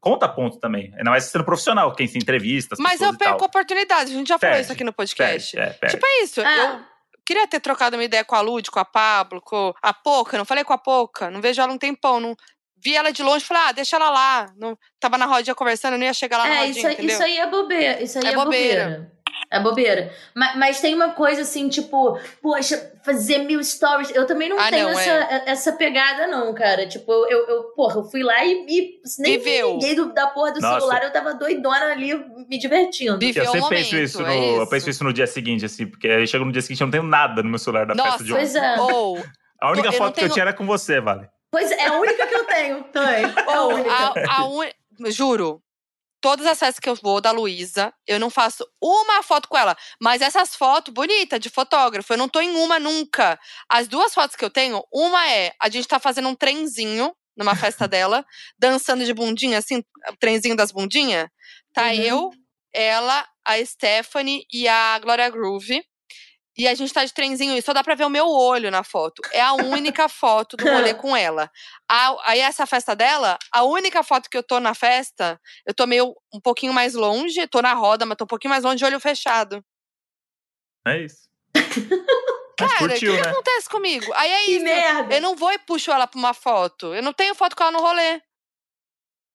A: conta ponto também. Ainda mais sendo profissional, quem se entrevista, as
B: Mas
A: pessoas
B: eu
A: e tal.
B: perco a oportunidade, a gente já falou
A: Perde,
B: isso aqui no podcast.
A: Perde, é, perde.
B: Tipo, é isso. Eu
C: Ah,
B: queria ter trocado uma ideia com a Lud, com a Pablo, com a Poca. Não falei com a Poca. Não vejo ela um tempão. Não... Vi ela de longe e falei, ah, deixa ela lá. Não, tava na rodinha conversando, eu não ia chegar lá na
C: É,
B: rodinha,
C: isso, aí-
B: entendeu?
C: isso aí é bobeira. Isso aí
B: É
C: é, bobeira. É bobeira. Mas, mas tem uma coisa assim, tipo, poxa, fazer mil stories. Eu também não
B: Ah,
C: tenho
B: não,
C: essa, essa pegada, não, cara. Tipo, eu, eu, eu- porra, eu fui lá e, e nem vi
B: Viveu.
C: ninguém do- da porra do
A: Nossa.
C: celular, eu tava doidona ali me divertindo.
B: Vive-
A: Eu
B: Viver o
A: sempre penso
B: momento,
A: isso, no,
B: é
A: eu
B: isso.
A: penso isso no dia seguinte, assim, porque aí chega no dia seguinte eu não tenho nada no meu celular da
B: Nossa,
A: festa de ontem.
C: Pois é.
B: Ou,
A: A única
B: eu não
A: foto que eu
B: tenho-
A: tinha era com você, Vale.
C: Pois é, é a única que eu tenho, Tânia. É a
B: [LAUGHS] ou
C: única.
B: a, a un- juro, todas as festas que eu vou da Luísa, eu não faço uma foto com ela. Mas essas fotos bonitas de fotógrafo, eu não tô em uma nunca. As duas fotos que eu tenho, uma é a gente tá fazendo um trenzinho numa festa dela, dançando de bundinha, assim, o trenzinho das bundinhas. Tá
C: Uhum.
B: eu, ela, a Stephanie e a Gloria Groove. E a gente tá de trenzinho e só dá pra ver o meu olho na foto. É a única foto do rolê
C: [LAUGHS]
B: com ela. A- aí essa festa dela, a única foto que eu tô na festa, eu tô meio um pouquinho mais longe, tô na roda, mas tô um pouquinho mais longe de olho fechado.
A: É
C: [LAUGHS]
A: isso. Mas
B: Cara, o
A: curtiu,
B: que, que
A: né?
B: acontece comigo? Aí é
C: Que
B: isso.
C: merda.
B: Eu não vou e puxo ela pra uma foto. Eu não tenho foto com ela no rolê.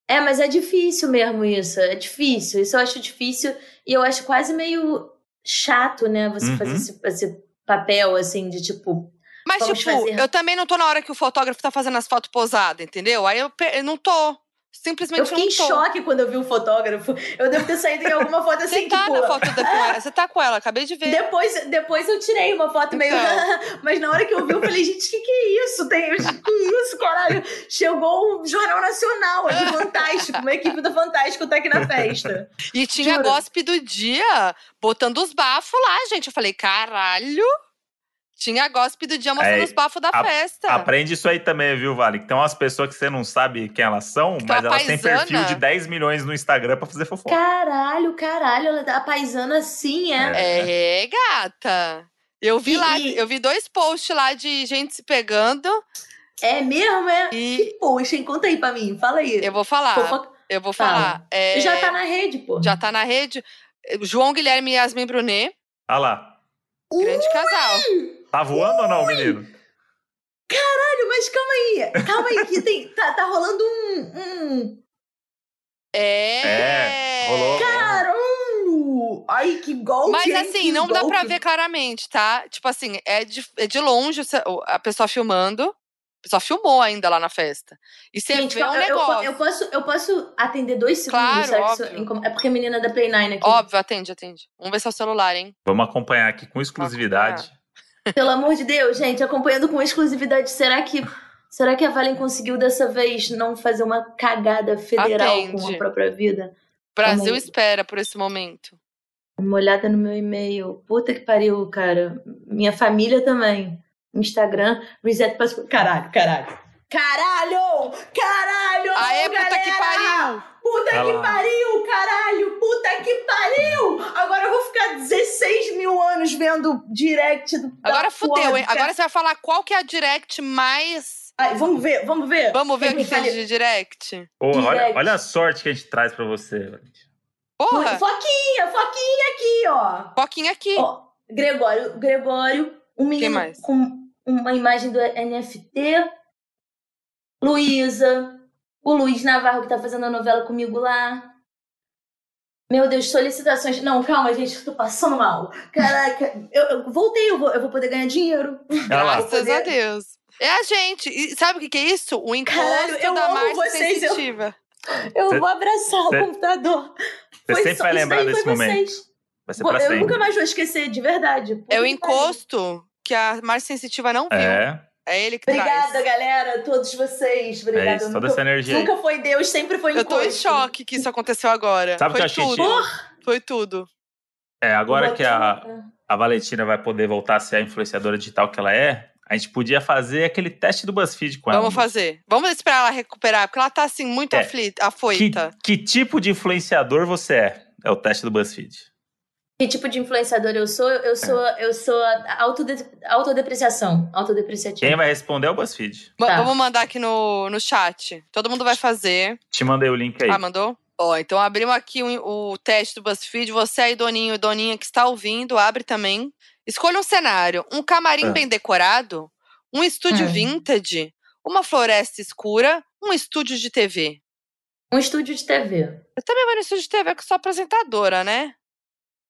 C: É, mas é difícil mesmo isso. É difícil. Isso eu acho difícil. E eu acho quase meio chato, né? Você
A: Uhum.
C: fazer esse, esse papel, assim, de tipo.
B: Mas,
C: Vamos
B: tipo,
C: fazer.
B: eu também não tô na hora que o fotógrafo tá fazendo as fotos posadas, entendeu? Aí eu, pe- eu não tô. Simplesmente
C: eu fiquei
B: não
C: em
B: tô.
C: choque quando eu vi o fotógrafo. Eu devo ter saído em alguma foto
B: Você
C: assim,
B: tá
C: tipo.
B: na foto da com ela, você tá com ela, acabei
C: [LAUGHS]
B: de ver.
C: Depois, depois eu tirei uma foto meio.
B: Então.
C: [LAUGHS] Mas na hora que eu vi, eu falei, gente, que que é isso? Tem... Que isso, caralho? Chegou o Jornal Nacional, é do Fantástico. Uma equipe do Fantástico tá aqui na festa.
B: E tinha
C: Juro.
B: gospe do dia, botando os bafos lá, gente. Eu falei, caralho! Tinha gospe do dia mostrando
A: É,
B: os bafos da
A: a-
B: festa.
A: Aprende isso aí também, viu, Vale? Que tem umas pessoas que você não sabe quem elas são,
B: tem
A: mas
B: uma
A: elas têm
B: paisana.
A: perfil de 10 milhões no Instagram pra fazer fofoca.
C: Caralho, caralho, ela tá paisana assim, é.
A: né?
B: É, gata. Eu vi
C: E-
B: lá,
C: e-
B: eu vi dois posts lá de gente se pegando
C: É mesmo, é?
B: e
C: Que poxa, hein? Conta aí pra mim, fala aí.
B: eu vou falar,
C: Fofoca-
B: eu vou
C: fala.
B: falar. É,
C: tá? Já tá na rede, pô.
B: já tá na rede. João Guilherme e Yasmin Brunet,
A: Olha lá.
B: grande casal.
A: Tá voando ou não, menino?
C: Caralho, mas calma aí. Calma aí, que tem, tá, tá rolando um. um...
B: É.
A: É, rolou.
C: Caralho! Ai, que golpe!
B: Mas
C: hein?
B: assim,
C: Que
B: não dá pra
C: golpe.
B: ver claramente, tá? Tipo assim, é de, é de longe o ce- o- a pessoa filmando. A pessoa filmou ainda lá na festa. E você
C: Gente,
B: vê um
C: calma, eu, eu po-
B: negócio.
C: eu, posso, eu posso atender dois segundos?
B: Claro,
C: Será que isso
B: óbvio.
C: incom- É porque a menina da Play 9 aqui.
B: Óbvio, atende, atende. Vamos ver se é o celular, hein?
A: Vamos acompanhar aqui com exclusividade.
C: Pelo amor de Deus, gente, acompanhando com exclusividade. Será que. Será que a Valen conseguiu dessa vez não fazer uma cagada federal com
B: Atende.
C: a própria vida?
B: Brasil
C: aí.
B: espera por esse momento.
C: Uma olhada no meu e-mail. Puta que pariu, cara. Minha família também. Instagram, reset password. Caralho, caralho. Caralho! Caralho!
B: Aê, puta
C: galera!
B: que pariu!
C: Puta
A: Vai
C: que
A: lá.
C: pariu, caralho! Puta que pariu! Agora eu vou ficar 16 mil anos vendo direct do. da
B: Agora
C: porra
B: fudeu,
C: do
B: hein?
C: cara.
B: Agora você vai falar qual que é a direct mais.
C: Ai, vamos ver, vamos ver.
B: Vamos ver o que
C: Falei,
B: fez de direct.
A: Pô, olha,
C: Direct.
A: olha a sorte que a gente traz pra você. velho.
B: Porra,
C: Foquinha, foquinha aqui, ó.
B: foquinha aqui.
C: Ó, Gregório, Gregório, um menino
B: mais?
C: com uma imagem do NFT. Luísa, o Luiz Navarro que tá fazendo a novela comigo lá. Meu Deus, solicitações. Não, calma, gente, eu tô passando mal. Caraca, eu, eu voltei, eu vou, eu vou poder ganhar dinheiro.
A: Olha lá.
B: Graças a
C: Poder-
B: Deus. É a gente. E sabe o que, que é isso? O encosto
C: Caralho, eu
B: da
C: amo
B: Márcia
C: vocês, eu-
B: sensitiva.
C: Eu
A: Cê-
C: vou abraçar
A: cê-
C: o computador.
A: Você
C: Foi
A: sempre
C: só-
A: vai
C: isso
A: lembrar
C: aí
A: desse
C: foi
A: momento.
C: vocês.
A: Vai ser pra
C: eu nunca
A: sempre.
C: mais vou esquecer, de verdade. Puta
B: É o
C: que pariu.
B: encosto que a Márcia Sensitiva não viu. É,
C: tá
A: É,
B: ele que
C: Obrigada,
B: traz.
C: galera, todos vocês. Obrigada.
A: é isso. Toda
C: nunca-
A: essa energia aí.
C: Nunca foi Deus, sempre foi
B: Eu tô em
C: encosto.
B: choque que isso aconteceu agora.
A: Sabe o
B: Foi
A: que eu achei
B: tudo. Foi tudo.
A: É, agora que a,
C: Botão.
A: a Valentina vai poder voltar a ser a influenciadora digital que ela é, a gente podia fazer aquele teste do BuzzFeed com ela.
B: Vamos fazer. Vamos esperar ela recuperar, porque ela tá assim muito
A: É.
B: aflita,
A: Que,
B: afoita.
A: que tipo de influenciador você é? É o teste do BuzzFeed.
C: Que tipo de influenciador eu sou? Eu sou,
B: É.
C: eu sou a- autode- autodepreciação. Autodepreciativa.
A: Quem vai responder é o BuzzFeed.
B: Ma-
C: tá.
B: Vamos mandar aqui no, no chat. Todo mundo vai fazer.
A: Te mandei o link aí.
B: Ah, mandou? Ó, então abrimos aqui o, o teste do BuzzFeed. Você aí, Doninho e Doninha, que está ouvindo, abre também. Escolha um cenário. Um camarim
A: Ah.
B: bem decorado, um estúdio
C: Ah.
B: vintage, uma floresta escura, um estúdio de TV. É
C: Um estúdio de TV.
B: Eu também vou no estúdio de TV que sou apresentadora, né?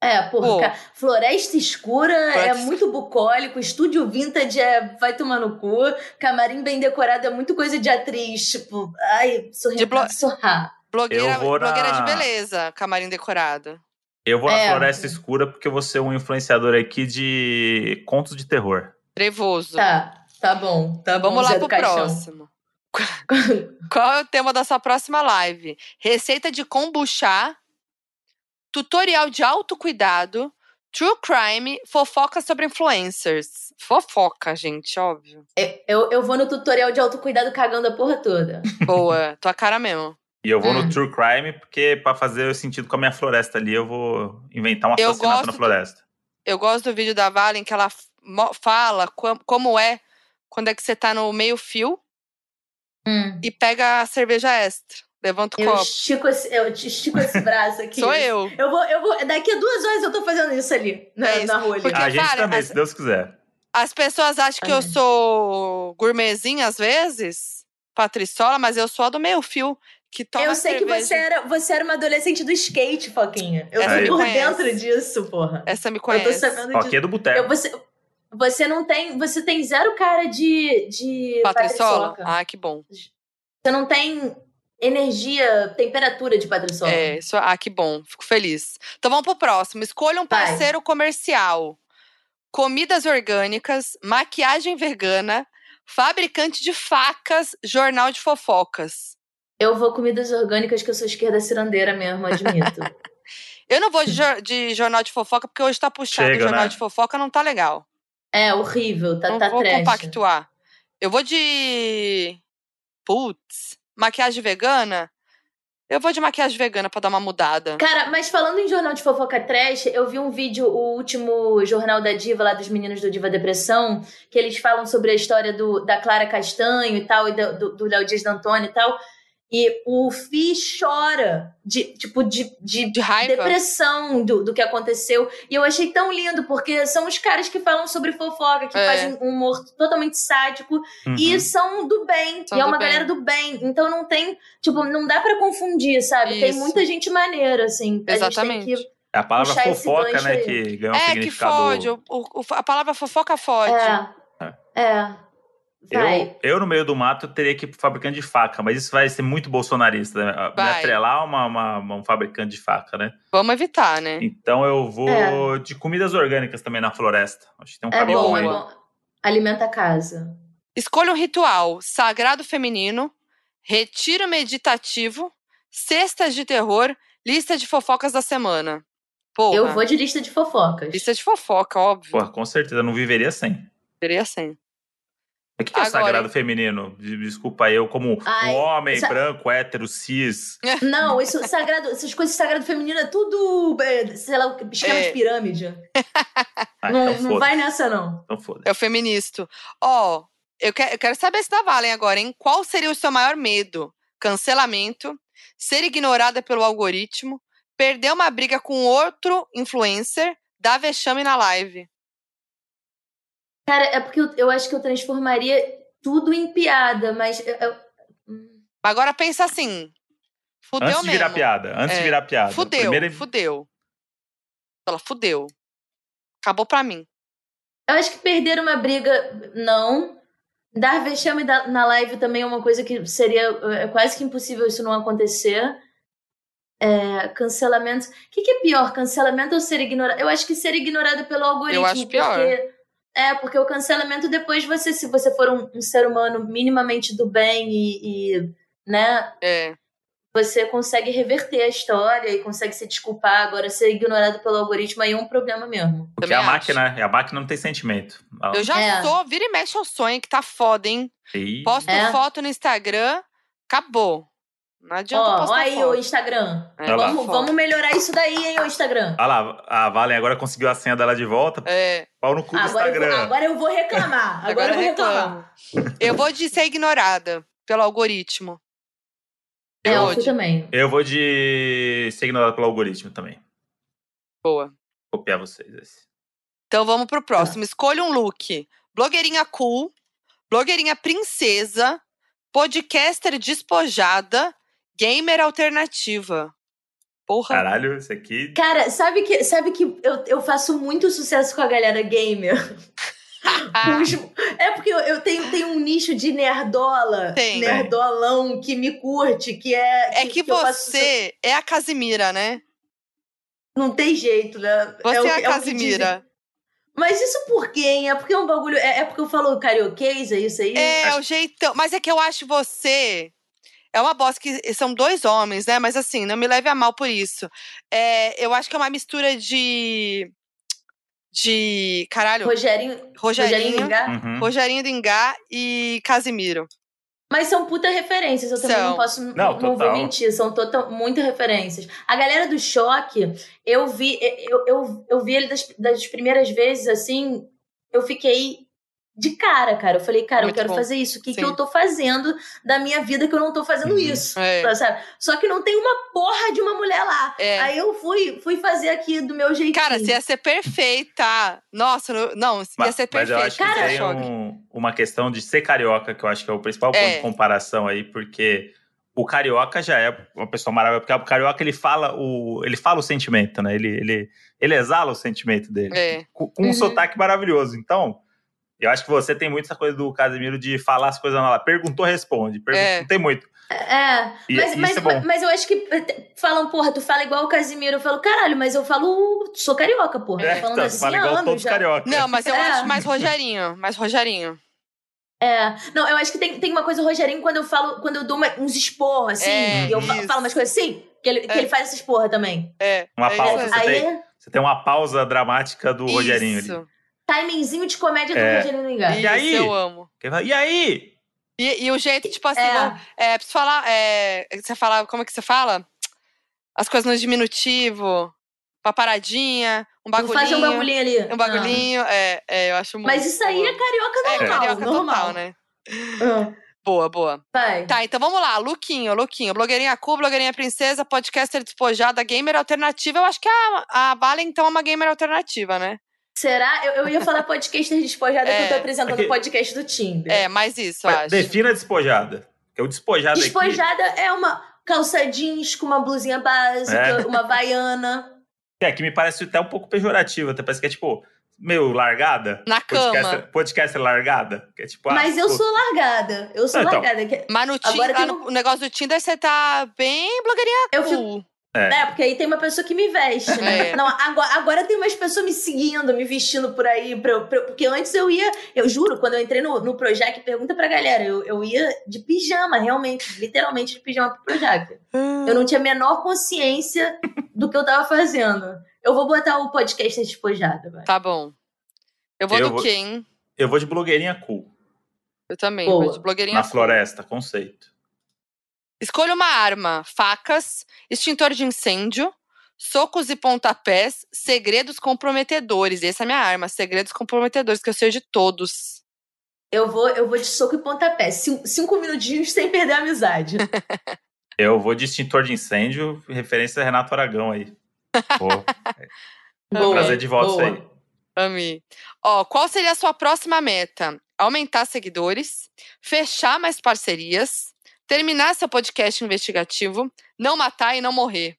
C: É,
B: Pô.
C: porra. ca- Floresta escura é
B: Floresta-
C: muito bucólico, estúdio vintage é vai tomar no cu, camarim bem decorado é muito coisa de atriz, tipo, ai,
B: De
C: sorrir,
B: blo-
C: sorrar.
B: Blogueira,
A: Eu vou na-
B: blogueira de beleza, camarim decorado.
A: Eu vou na
C: É.
A: Floresta Escura porque eu vou ser um influenciador aqui de contos de terror.
B: Trevoso.
C: Tá, tá bom, tá bom.
B: Vamos lá
C: Zé
B: pro
C: do Caixão.
B: próximo. Qual é o tema da sua próxima live? Receita de kombucha, tutorial de autocuidado, true crime, fofoca sobre influencers. Fofoca, gente, óbvio.
C: Eu, eu vou no tutorial de autocuidado cagando a porra toda.
B: Boa, tua cara mesmo.
A: E eu vou
C: Hum.
A: no True Crime porque pra fazer sentido com a minha floresta ali, eu vou inventar um
B: Eu
A: assassinato
B: gosto
A: na
B: do-
A: floresta.
B: Eu gosto do vídeo da Valen que ela f- mo- fala co- como é quando é que você tá no meio fio
C: Hum.
B: e pega a cerveja extra. Levanta o
C: Eu
B: copo.
C: estico, esse, eu te estico esse braço aqui.
B: Sou eu.
C: Eu vou, eu vou. Daqui a duas horas eu tô fazendo isso ali, na,
B: É isso.
C: na rua ali.
B: Porque,
A: a gente
B: cara,
A: também,
B: as-
A: se Deus quiser.
B: As pessoas acham que eu
C: Ah.
B: sou gourmetzinha às vezes, patriçola, mas eu sou a do meio fio, que toma
C: eu sei que
B: cerveja.
C: você era, você era uma adolescente do skate, Foquinha. Eu
B: Essa
A: me
C: tô por
B: conhece.
C: dentro disso, porra.
B: Essa me
C: é eu tô
B: conhece.
C: sabendo
A: Ó,
C: disso.
A: aqui é do
C: Eu-
A: boteco.
C: você, você não tem. Você tem zero cara de. de
B: Patriçola?
C: é patriçoca.
B: Ah, que bom.
C: Você não tem energia, temperatura de patriçoca.
B: É, isso, ah, que bom. Fico feliz. Então vamos pro próximo. Escolha um
C: Vai.
B: parceiro comercial. Comidas orgânicas, maquiagem vegana, fabricante de facas, jornal de fofocas.
C: Eu vou comidas orgânicas, que eu sou esquerda cirandeira mesmo,
B: [LAUGHS]
C: admito.
B: Eu não
C: [LAUGHS]
B: vou de, jor- de jornal de fofoca, porque hoje tá puxado.
A: Chega,
B: o jornal
A: né?
B: de fofoca não tá legal.
C: é, horrível, tá,
B: não
C: tá
B: vou
C: trash.
B: compactuar. Eu vou de. Putz, maquiagem vegana? Eu vou de maquiagem vegana pra dar uma mudada.
C: Cara, mas falando em jornal de fofoca trash, eu vi um vídeo, o último jornal da Diva, lá dos meninos do Diva Depressão, que eles falam sobre a história do, da Clara Castanho e tal, e do- do do Léo Dias D'Antoni e tal. E o Fi chora de, tipo, de, de
B: De raiva.
C: depressão do, do que aconteceu. E eu achei tão lindo, porque são os caras que falam sobre fofoca, que
B: É.
C: fazem um humor totalmente sádico e
A: Uhum.
C: são do bem.
B: São
C: e é
B: do
C: uma
B: bem.
C: galera do bem. Então não tem, tipo, não dá pra confundir, sabe? Tem
B: Isso.
C: muita gente maneira, assim. A
B: Exatamente.
C: gente tem que...
A: É a palavra
C: puxar esse
A: fofoca,
C: gancho
A: né,
C: aí.
A: que ganhou um
B: é, que
A: significado...
B: fode. o- o- o- a palavra fofoca fode.
C: É. É. Vai.
A: Eu, eu, no meio do mato, teria que ir pro fabricante de faca, mas isso vai ser muito bolsonarista, né? Me
B: Vai.
A: atrelar a uma, uma- uma- um fabricante de faca, né?
B: Vamos evitar, né?
A: Então eu vou
C: É.
A: de comidas orgânicas também na floresta. Acho que tem um
C: É
A: caminho
C: bom,
A: bom
C: é
A: aí.
C: bom. Alimenta a casa.
B: Escolha um ritual sagrado feminino, retiro meditativo, cestas de terror, lista de fofocas da semana. Porra,
C: Eu vou de lista de fofocas.
B: lista de fofoca, óbvio.
A: Porra, com certeza, não viveria sem.
B: Seria assim.
A: O que, que é o
B: Agora-
A: sagrado feminino? De- Desculpa eu, como
C: Ai,
A: um homem
C: sa-
A: branco, hétero, cis.
B: é-
C: Não, isso sagrado, essas coisas sagrado feminino é tudo, é, sei lá, esquema
B: É.
C: de pirâmide.
A: Ah,
C: não
A: então
C: não
A: foda-se.
C: vai nessa, não.
A: Então foda-se.
B: É o feministo. Ó, eu, que- eu quero saber se da Valen agora, hein? Qual seria o seu maior medo? Cancelamento, ser ignorada pelo algoritmo, perder uma briga com outro influencer, dar vexame na live.
C: Cara, é porque eu, eu acho que eu transformaria tudo em piada, mas eu- eu- hum.
B: Agora pensa assim. Fudeu
A: Antes de
B: mesmo.
A: virar piada, antes
B: É.
A: de virar piada.
B: Fudeu,
A: Primeiro-
B: fudeu. Ela fudeu. Acabou pra mim.
C: Eu acho que perder uma briga, não. Dar vexame da- na live também é uma coisa que seria é quase que impossível isso não acontecer. É, cancelamento. O que, que é pior, cancelamento ou ser ignorado? Eu acho que ser ignorado pelo algoritmo.
B: acho pior.
C: Porque, é, porque o cancelamento depois você, se você for um, um ser humano minimamente do bem e, e, né,
B: É.
C: você consegue reverter a história e consegue se desculpar. Agora, ser ignorado pelo algoritmo aí é um problema mesmo.
A: Porque
B: Também
A: a
B: acho.
A: máquina, a máquina não tem sentimento. Ela-
B: Eu já
C: É.
B: sou, vira e mexe ao sonho, que tá foda, hein?
A: Ih,
B: Posto
C: É.
B: foto no Instagram, acabou. Não adianta
C: Ó, ó
B: postar
C: aí o
B: foto.
C: Instagram.
B: É,
A: Olha lá.
C: Vamos,
B: foto.
C: vamos melhorar isso daí, hein, o Instagram.
A: Olha Ah lá, a Valen agora conseguiu a senha dela de volta.
B: É,
A: Pau no cu do
C: Ah, Agora
A: Ah,
C: eu, vou,
A: Instagram.
C: agora eu vou reclamar. Agora,
B: agora
C: eu vou reclamar.
B: reclamo. Eu vou de ser ignorada pelo algoritmo.
C: É,
B: Eu
C: eu
B: vou de-
C: também.
A: Eu vou de ser ignorado pelo algoritmo também.
B: Boa.
A: Copiar vocês. assim. Esse.
C: Ah.
B: Então vamos pro próximo. Escolha um look. Blogueirinha cool, blogueirinha princesa, podcaster despojada, gamer alternativa. Porra.
A: Caralho, isso aqui.
C: Cara, sabe que, sabe que eu, eu faço muito sucesso com a galera gamer? [LAUGHS]
B: Ah,
C: Os- É porque eu, eu tenho, tenho um nicho de nerdola,
B: Tem.
C: nerdolão que me curte, que é.
B: é que
C: eu faço sucesso.
B: você é a Casimira, né?
C: Não tem jeito, né?
B: Você
C: É o-
B: é, a
C: o que dizem.
B: Casimira.
C: Mas isso por quê, hein? É porque é um bagulho. É, é porque eu falo carioquês, é isso aí?
B: É,
A: Acho-
B: o jeitão. Mas é que eu acho você. É uma bosta que são dois homens, né? Mas assim, não me leve a mal por isso. É, eu acho que é uma mistura de. De. Caralho,
C: Rogerinho. Rogerinho
B: Rogerinho.
C: Lingá?
A: Uhum.
B: Rogerinho do Ingá e Casimiro.
C: Mas são puta referências, eu também
B: São.
C: não posso não,
A: total.
C: vou mentir, são total, muitas referências. A galera do choque, eu vi, eu, eu, eu vi ele das, das primeiras vezes assim, eu fiquei de cara, cara. Eu falei, cara,
B: Muito
C: eu quero
B: bom.
C: fazer isso. O que, que
B: Sim.
C: eu tô fazendo da minha vida que eu não tô fazendo
A: Uhum.
C: isso?
B: É.
C: Tá, Sabe? Só que não tem uma porra de uma mulher lá.
B: É.
C: Aí eu fui, fui fazer aqui do meu jeitinho.
B: Cara, é você ia ser perfeita. Nossa, não, não você
A: Ma-
B: ia ser
A: Mas eu
B: perfeita.
A: acho que
C: Cara,
A: tem
B: Khashoggi.
A: um- uma questão de ser carioca, que eu acho que é o principal ponto
B: É.
A: de comparação aí, porque o carioca já é uma pessoa maravilhosa, porque o carioca ele fala o, ele fala o sentimento, né? Ele, ele, ele exala o sentimento dele.
B: É.
A: Com, com um
C: Uhum.
A: sotaque maravilhoso. Então, eu acho que você tem muito essa coisa do Casimiro de falar as coisas lá. Perguntou, responde. Pergunta-
B: É.
A: Não tem muito.
C: É,
A: E-
C: mas,
A: isso
C: mas,
A: é bom.
C: mas eu acho que eh, falam, porra, tu fala igual o Casimiro. Eu falo, caralho, mas eu falo, sou carioca, porra.
A: É,
C: tô falando
A: então,
C: assim
A: fala
C: há
A: igual
C: anos
A: todos os
C: já.
A: carioca.
B: Não, mas eu
C: É.
A: [LAUGHS]
B: acho mais Rogerinho. Mais Rogerinho.
C: É, não, eu acho que tem, tem uma coisa, Rogerinho, quando eu falo, quando eu dou uma- uns esporros, assim,
B: É,
C: e eu fa-
B: isso.
C: falo umas coisas assim, que ele, que
B: É.
C: ele faz essa esporra também.
B: É.
A: Uma
B: é
A: pausa,
B: isso
A: você
C: Aí,
A: tem- Você tem uma pausa dramática do Rogerinho ali.
B: Isso,
C: timingzinho de comédia do
A: É.
C: Rogerinho Lingá.
A: E aí?
B: isso, eu amo.
A: Que ele fala, E aí?
B: E, e o jeito, tipo assim,
C: É.
B: vamos- é, preciso falar. é, você fala, como é que você fala? As coisas no diminutivo, uma paradinha, um bagulhinho.
C: Faz um bagulhinho ali.
B: Um bagulhinho, é, é, eu acho
C: Ah.
B: muito.
C: Mas isso aí é carioca
B: é
C: normal,
B: carioca
C: normal.
B: total, né?
C: Ah,
B: Boa, boa.
C: Vai.
B: Tá, então vamos lá. Luquinho, Luquinho. Blogueirinha cool, blogueirinha princesa, podcaster despojada, gamer alternativa. Eu acho que a, a Bala, então, é uma gamer alternativa, né?
C: Será? Eu, eu ia falar podcaster despojada que
B: É.
C: eu tô apresentando o
A: Aqui-
C: podcast do Tinder.
B: É, mais isso, eu
A: Mas
B: acho.
A: Defina a despojada. Porque o despojado aqui-
C: Despojada é uma calça jeans com uma blusinha básica, uma
A: [LAUGHS]
C: vaiana.
A: É, que me parece até um pouco pejorativo, até parece que é tipo, meio largada.
B: Na cama.
A: Podcast, podcast largada. Que é tipo, ah,
C: Mas eu
A: pô,
C: sou largada. Eu sou
A: Ah, então.
C: largada. que-
B: Mas no, Tin-
C: Agora
B: lá
C: tem um
B: no- o negócio do Tinder, você tá bem blogueirinha
C: Eu
A: [LAUGHS]
C: fico.
B: cool.
C: É, porque aí tem uma pessoa que me veste, né?
B: É.
C: Não, agora, agora tem umas pessoas me seguindo, me vestindo por aí. pra eu- pra eu- porque antes eu ia, eu juro, quando eu entrei no, no Projac, pergunta pra galera, eu, eu ia de pijama, realmente, literalmente de pijama pro Projac. Eu não tinha a menor consciência do que eu tava fazendo. Eu vou botar o podcast despojada, vai.
B: Tá bom. Eu vou
A: Eu
B: do
A: vou-
B: quê, hein?
A: Eu vou de blogueirinha cool.
B: Eu também.
C: Boa.
B: Vou de blogueirinha
A: Na
B: cool.
A: floresta, conceito.
B: Escolha uma arma: facas, extintor de incêndio, socos e pontapés, segredos comprometedores. Essa é a minha arma, segredos comprometedores, que eu sei de todos.
C: Eu vou, eu vou de soco e pontapé. Cin- Cinco minutinhos sem perder a
B: [LAUGHS]
C: amizade.
A: Eu vou de extintor de incêndio, referência a Renato Aragão
B: [LAUGHS]
A: aí. Vou
B: Boa,
A: trazer de volta
C: boa.
A: isso aí.
B: Ami. Ó, qual seria a sua próxima meta? Aumentar seguidores, fechar mais parcerias, terminar seu podcast investigativo, não matar e não morrer.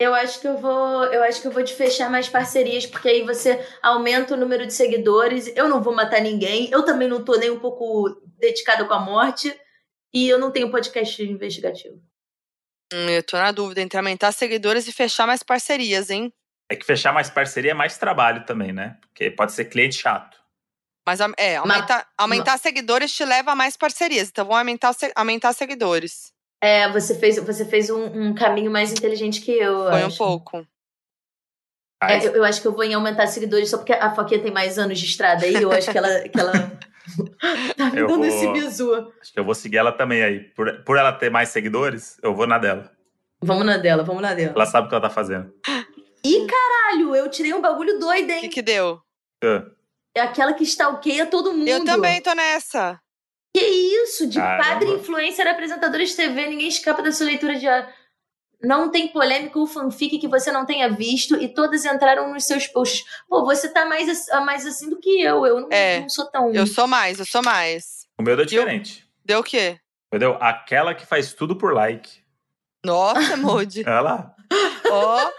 C: Eu acho que eu vou, eu acho que eu vou de fechar mais parcerias, porque aí você aumenta o número de seguidores. Eu não vou matar ninguém, eu também não tô nem um pouco dedicada com a morte e eu não tenho podcast investigativo.
B: Hum, eu tô na dúvida entre aumentar seguidores e fechar mais parcerias, hein?
A: É que fechar mais parceria é mais trabalho também, né? Porque pode ser cliente chato.
B: Mas am- é, aumentar, aumentar seguidores te leva a mais parcerias. Então vão aumentar, os se- aumentar seguidores.
C: É, você fez, você fez um, um caminho mais inteligente que eu. eu
B: Foi um
C: acho.
B: pouco.
A: Aí,
C: É, eu, eu acho que eu vou em aumentar seguidores só porque a Foquinha tem mais anos de estrada aí. Eu acho que ela,
B: [LAUGHS]
C: que ela [LAUGHS] tá me
A: Eu
C: dando
A: vou-
C: esse bizu.
A: Acho que eu vou seguir ela também aí. Por, por ela ter mais seguidores, eu vou na dela.
C: Vamos na dela, vamos na dela.
A: Ela sabe o que ela tá fazendo.
C: Ih, caralho, eu tirei um bagulho doido,
B: O que,
C: hein?
B: que deu?
A: Ah,
C: É aquela que stalkeia todo mundo.
B: Eu também tô nessa.
C: Que isso? De
A: Caramba.
C: padre influencer apresentadora de TV, ninguém escapa da sua leitura diária. Não tem polêmica ou fanfic que você não tenha visto e todas entraram nos seus posts. Pô, você tá mais, ass- mais assim do que eu. Eu não,
B: É,
C: não sou tão.
B: Eu sou mais, eu sou mais.
A: O meu deu diferente.
B: Deu o quê?
A: Entendeu? Aquela que faz tudo por like.
B: Nossa, Moody.
A: Olha lá.
B: Ó,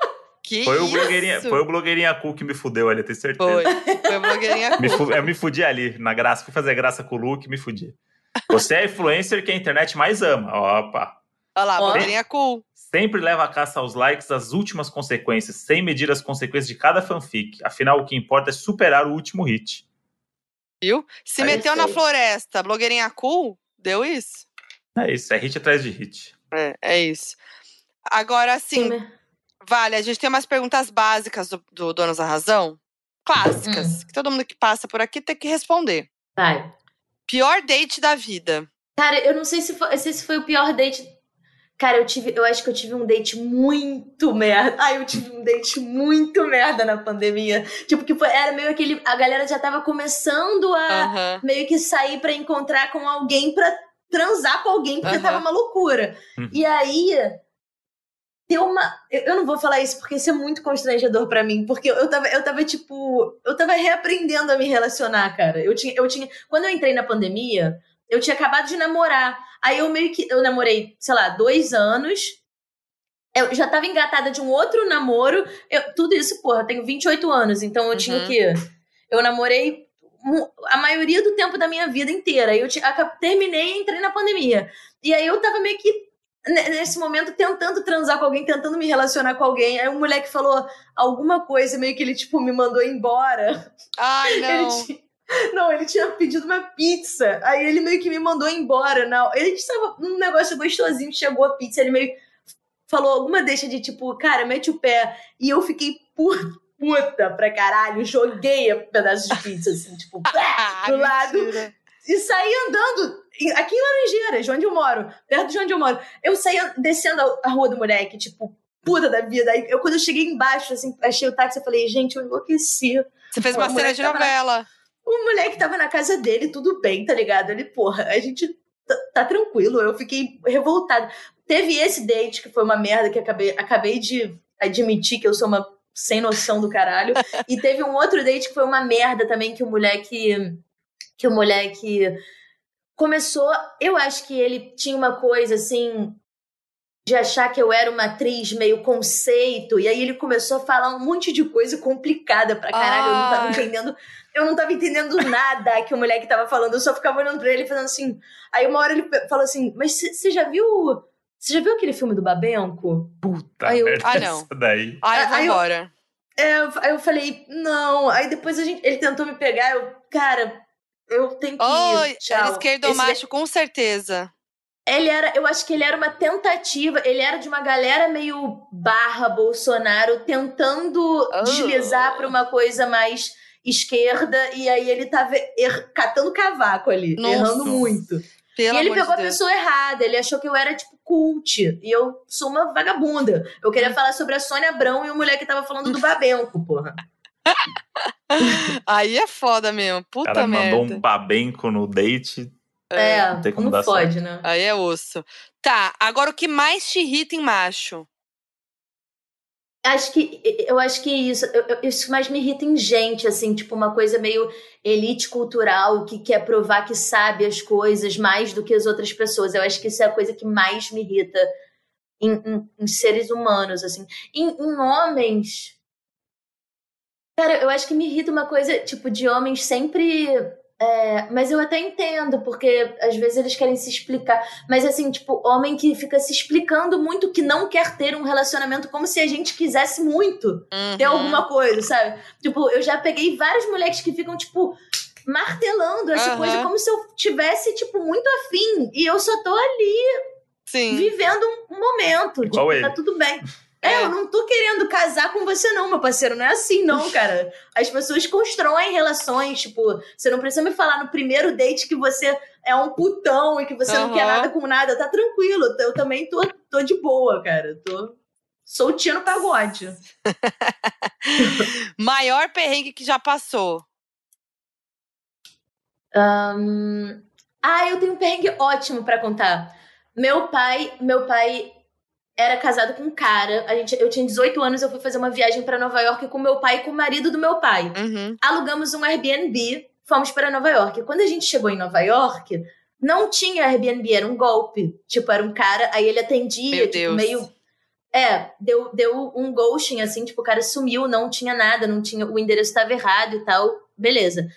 B: que
A: Foi o
B: isso?
A: blogueirinha, foi o blogueirinha cu que me fudeu ali, eu tenho certeza.
B: Foi. Foi o blogueirinha.
A: Me fu- eu me fudi ali, na graça. Fui fazer graça com o Luke, me fudi. Você é influencer que a internet mais ama. Opa.
B: Olha lá,
C: Ó.
B: blogueirinha cool.
A: Sempre leva a caça aos likes às últimas consequências, sem medir as consequências de cada fanfic. Afinal, o que importa é superar o último hit.
B: Viu? Se
A: Aí
B: meteu na
C: foi.
B: floresta, blogueirinha cool, deu isso.
A: É isso, é hit atrás de hit.
B: É, é isso. Agora, assim, Vale, a gente tem umas perguntas básicas do, do Donos da Razão. Clássicas.
C: Hum.
B: Que todo mundo que passa por aqui tem que responder.
C: Vai.
B: Pior date da vida.
C: Cara, eu não sei se foi, se esse foi o pior date. Cara, eu tive, eu acho que eu tive um date muito merda. Ai, eu tive um date muito merda na pandemia. Tipo que foi, era meio aquele, a galera já tava começando a
B: Aham.
C: meio que sair pra encontrar com alguém pra transar com alguém porque
B: Aham.
C: tava uma loucura.
A: Uhum.
C: E aí deu uma, eu eu não vou falar isso porque isso é muito constrangedor pra mim, porque eu tava, eu tava tipo, eu tava reaprendendo a me relacionar, cara. Eu tinha, eu tinha, quando eu entrei na pandemia, eu tinha acabado de namorar. Aí eu meio que. Eu namorei, sei lá, dois anos. Eu já tava engatada de um outro namoro. Eu- tudo isso, porra, eu tenho 28 anos, então eu tinha
B: Uhum.
C: o quê? Eu namorei mu- a maioria do tempo da minha vida inteira. Aí Eu ti- aca- terminei e entrei na pandemia. E aí eu tava meio que. ne- Nesse momento, tentando transar com alguém, tentando me relacionar com alguém. Aí um moleque falou alguma coisa, meio que ele, tipo, me mandou embora.
B: Ai,
C: [LAUGHS] Ele
B: não.
C: tinha- Não, ele tinha pedido uma pizza. Aí ele meio que me mandou embora. Não, ele estava num negócio gostosinho, chegou a pizza, ele meio que falou alguma deixa de tipo, cara, mete o pé. E eu fiquei puta, puta pra caralho, joguei um pedaço de pizza assim, tipo, pá,
B: Ah,
C: do lado.
B: mentira.
C: e saí andando em- aqui em Laranjeiras, onde eu moro, perto de onde eu moro. Eu saí an- descendo a- a rua do moleque, tipo, puta da vida. Aí eu quando eu cheguei embaixo assim, achei o táxi, eu falei, gente, eu enlouqueci.
B: Você fez
C: Pô,
B: uma
C: a
B: cena
C: mulher
B: de
C: tava na-
B: novela.
C: O moleque tava na casa dele, tudo bem, tá ligado? Ele, porra, a gente tá, tá tranquilo. Eu fiquei revoltada. Teve esse date que foi uma merda que acabei, acabei de admitir que eu sou uma sem noção do caralho. e teve um outro date que foi uma merda também que o moleque que o moleque começou, eu acho que ele tinha uma coisa assim de achar que eu era uma atriz meio conceito, e aí ele começou a falar um monte de coisa complicada pra caralho, eu não tava
B: Ai.
C: entendendo, eu não tava entendendo nada que o moleque tava falando, eu só ficava olhando pra ele e falando assim, aí uma hora ele pe- falou assim, mas você já viu, você já viu aquele filme do Babenco?
A: Puta
C: Ai, eu-
A: merda, [LAUGHS]
B: Ah, não.
A: essa daí.
B: Ai, eu vou
C: Aí eu-
B: embora.
C: É, eu- aí eu falei, não, aí depois a gente, ele tentou me pegar, eu, cara, eu tenho que
B: Oi,
C: ir, tchau.
B: era esquerdo
C: Esse
B: macho, com certeza.
C: Ele era, eu acho que ele era uma tentativa, ele era de uma galera meio barra Bolsonaro tentando
B: Ah.
C: deslizar pra uma coisa mais esquerda e aí ele tava er- catando cavaco ali,
B: Nossa.
C: errando muito.
B: Pelo
C: e ele
B: amor
C: pegou
B: de
C: a
B: Deus.
C: pessoa errada, ele achou que eu era tipo cult e eu sou uma vagabunda. Eu
B: Hum.
C: queria falar sobre a Sônia Abrão e o moleque tava falando do Babenco, porra.
B: [LAUGHS] Aí é foda mesmo.
A: O
B: Puta
A: cara
B: merda.
A: mandou um babenco no date.
C: É,
A: não
C: não,
A: tem como dar
C: fode, né?
B: Aí é osso. Tá, agora o que mais te irrita em macho?
C: Acho que eu acho que isso, eu- eu- isso mais me irrita em gente, assim, tipo uma coisa meio elite cultural que quer provar que sabe as coisas mais do que as outras pessoas. Eu acho que isso é a coisa que mais me irrita em, em- em seres humanos, assim. Em, em homens. Cara, eu acho que me irrita uma coisa, tipo, de homens sempre. é, mas eu até entendo, porque às vezes eles querem se explicar. Mas assim, tipo, homem que fica se explicando muito que não quer ter um relacionamento como se a gente quisesse muito ter
B: Uhum.
C: alguma coisa, sabe? Tipo, eu já peguei vários moleques que ficam, tipo, martelando essa
B: Aham.
C: coisa como se eu tivesse, tipo, muito afim. E eu só tô ali
B: Sim.
C: vivendo um momento.
A: Igual
C: tipo,
A: ele.
C: tá tudo bem. É,
B: É.
C: eu não tô querendo casar com você, não, meu parceiro. Não é
B: [LAUGHS]
C: assim, não, cara. As pessoas constroem relações, tipo, você não precisa me falar no primeiro date que você é um putão e que você não quer
B: Aham.
C: nada com nada. Tá tranquilo, eu também tô, tô de boa, cara. Tô soltinho no pagode.
B: Maior perrengue que já passou.
C: Ahn, Ah, eu tenho um perrengue ótimo pra contar. Meu pai, meu pai era casado com um cara. A gente, eu tinha 18 anos, eu fui fazer uma viagem pra Nova York com meu pai e com o marido do meu pai.
B: Uhum.
C: Alugamos um Airbnb, fomos pra Nova York. Quando a gente chegou em Nova York, não tinha Airbnb, era um golpe. Tipo, era um cara, aí ele atendia,
B: Meu
C: tipo,
B: Deus.
C: meio. É, deu, deu um ghosting, assim, tipo, o cara sumiu, não tinha nada, não tinha. O endereço estava errado e tal. Beleza.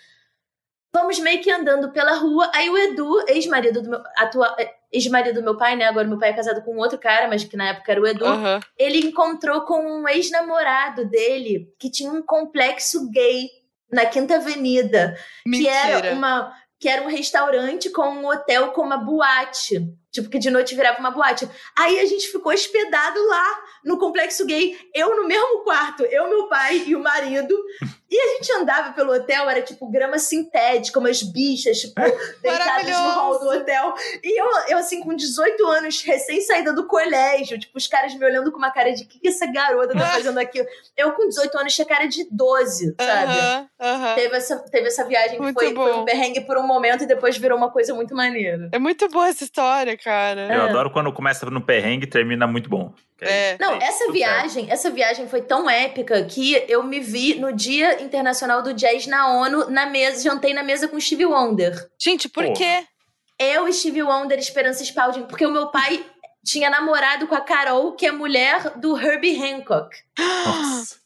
C: Vamos meio que andando pela rua. Aí o Edu, ex-marido do meu. Atua, ex-marido do meu pai, né? Agora meu pai é casado com outro cara, mas que na época era o Edu
B: Aham.
C: ele encontrou com um ex-namorado dele que tinha um complexo gay na Quinta Avenida, que era
B: Mentira.
C: uma que era um restaurante com um hotel com uma boate, tipo que de noite virava uma boate. Aí a gente ficou hospedado lá no complexo gay, eu no mesmo quarto, eu, meu pai e o marido. E a gente andava pelo hotel, era tipo grama sintética, umas bichas, tipo,
B: É,
C: deitadas no hall do
B: Maravilhoso.
C: hotel. E eu, eu, assim, com 18 anos, recém-saída do colégio, tipo, os caras me olhando com uma cara de o que, que essa garota tá
B: Ah.
C: fazendo aqui? Eu, com 18 anos, tinha cara de 12, sabe?
B: Aham, aham.
C: Teve, essa, teve essa viagem que
B: Muito
C: foi, foi
B: bom.
C: um perrengue por um momento e depois virou uma coisa muito maneira.
B: É muito boa essa história, cara.
A: Eu
C: É.
A: adoro quando começa no perrengue e termina muito bom.
B: É.
C: Não,
A: Sim,
C: essa
A: tudo
C: viagem, essa viagem foi tão épica que eu me vi no Dia Internacional do Jazz na ONU, na mesa, jantei na mesa com Steve Wonder.
B: Gente, por
A: Porra.
B: quê?
C: eu e Steve Wonder, Esperança Spalding, porque o meu pai tinha namorado com a Carol, que é mulher do Herbie Hancock.
B: [GASPS]
A: Nossa.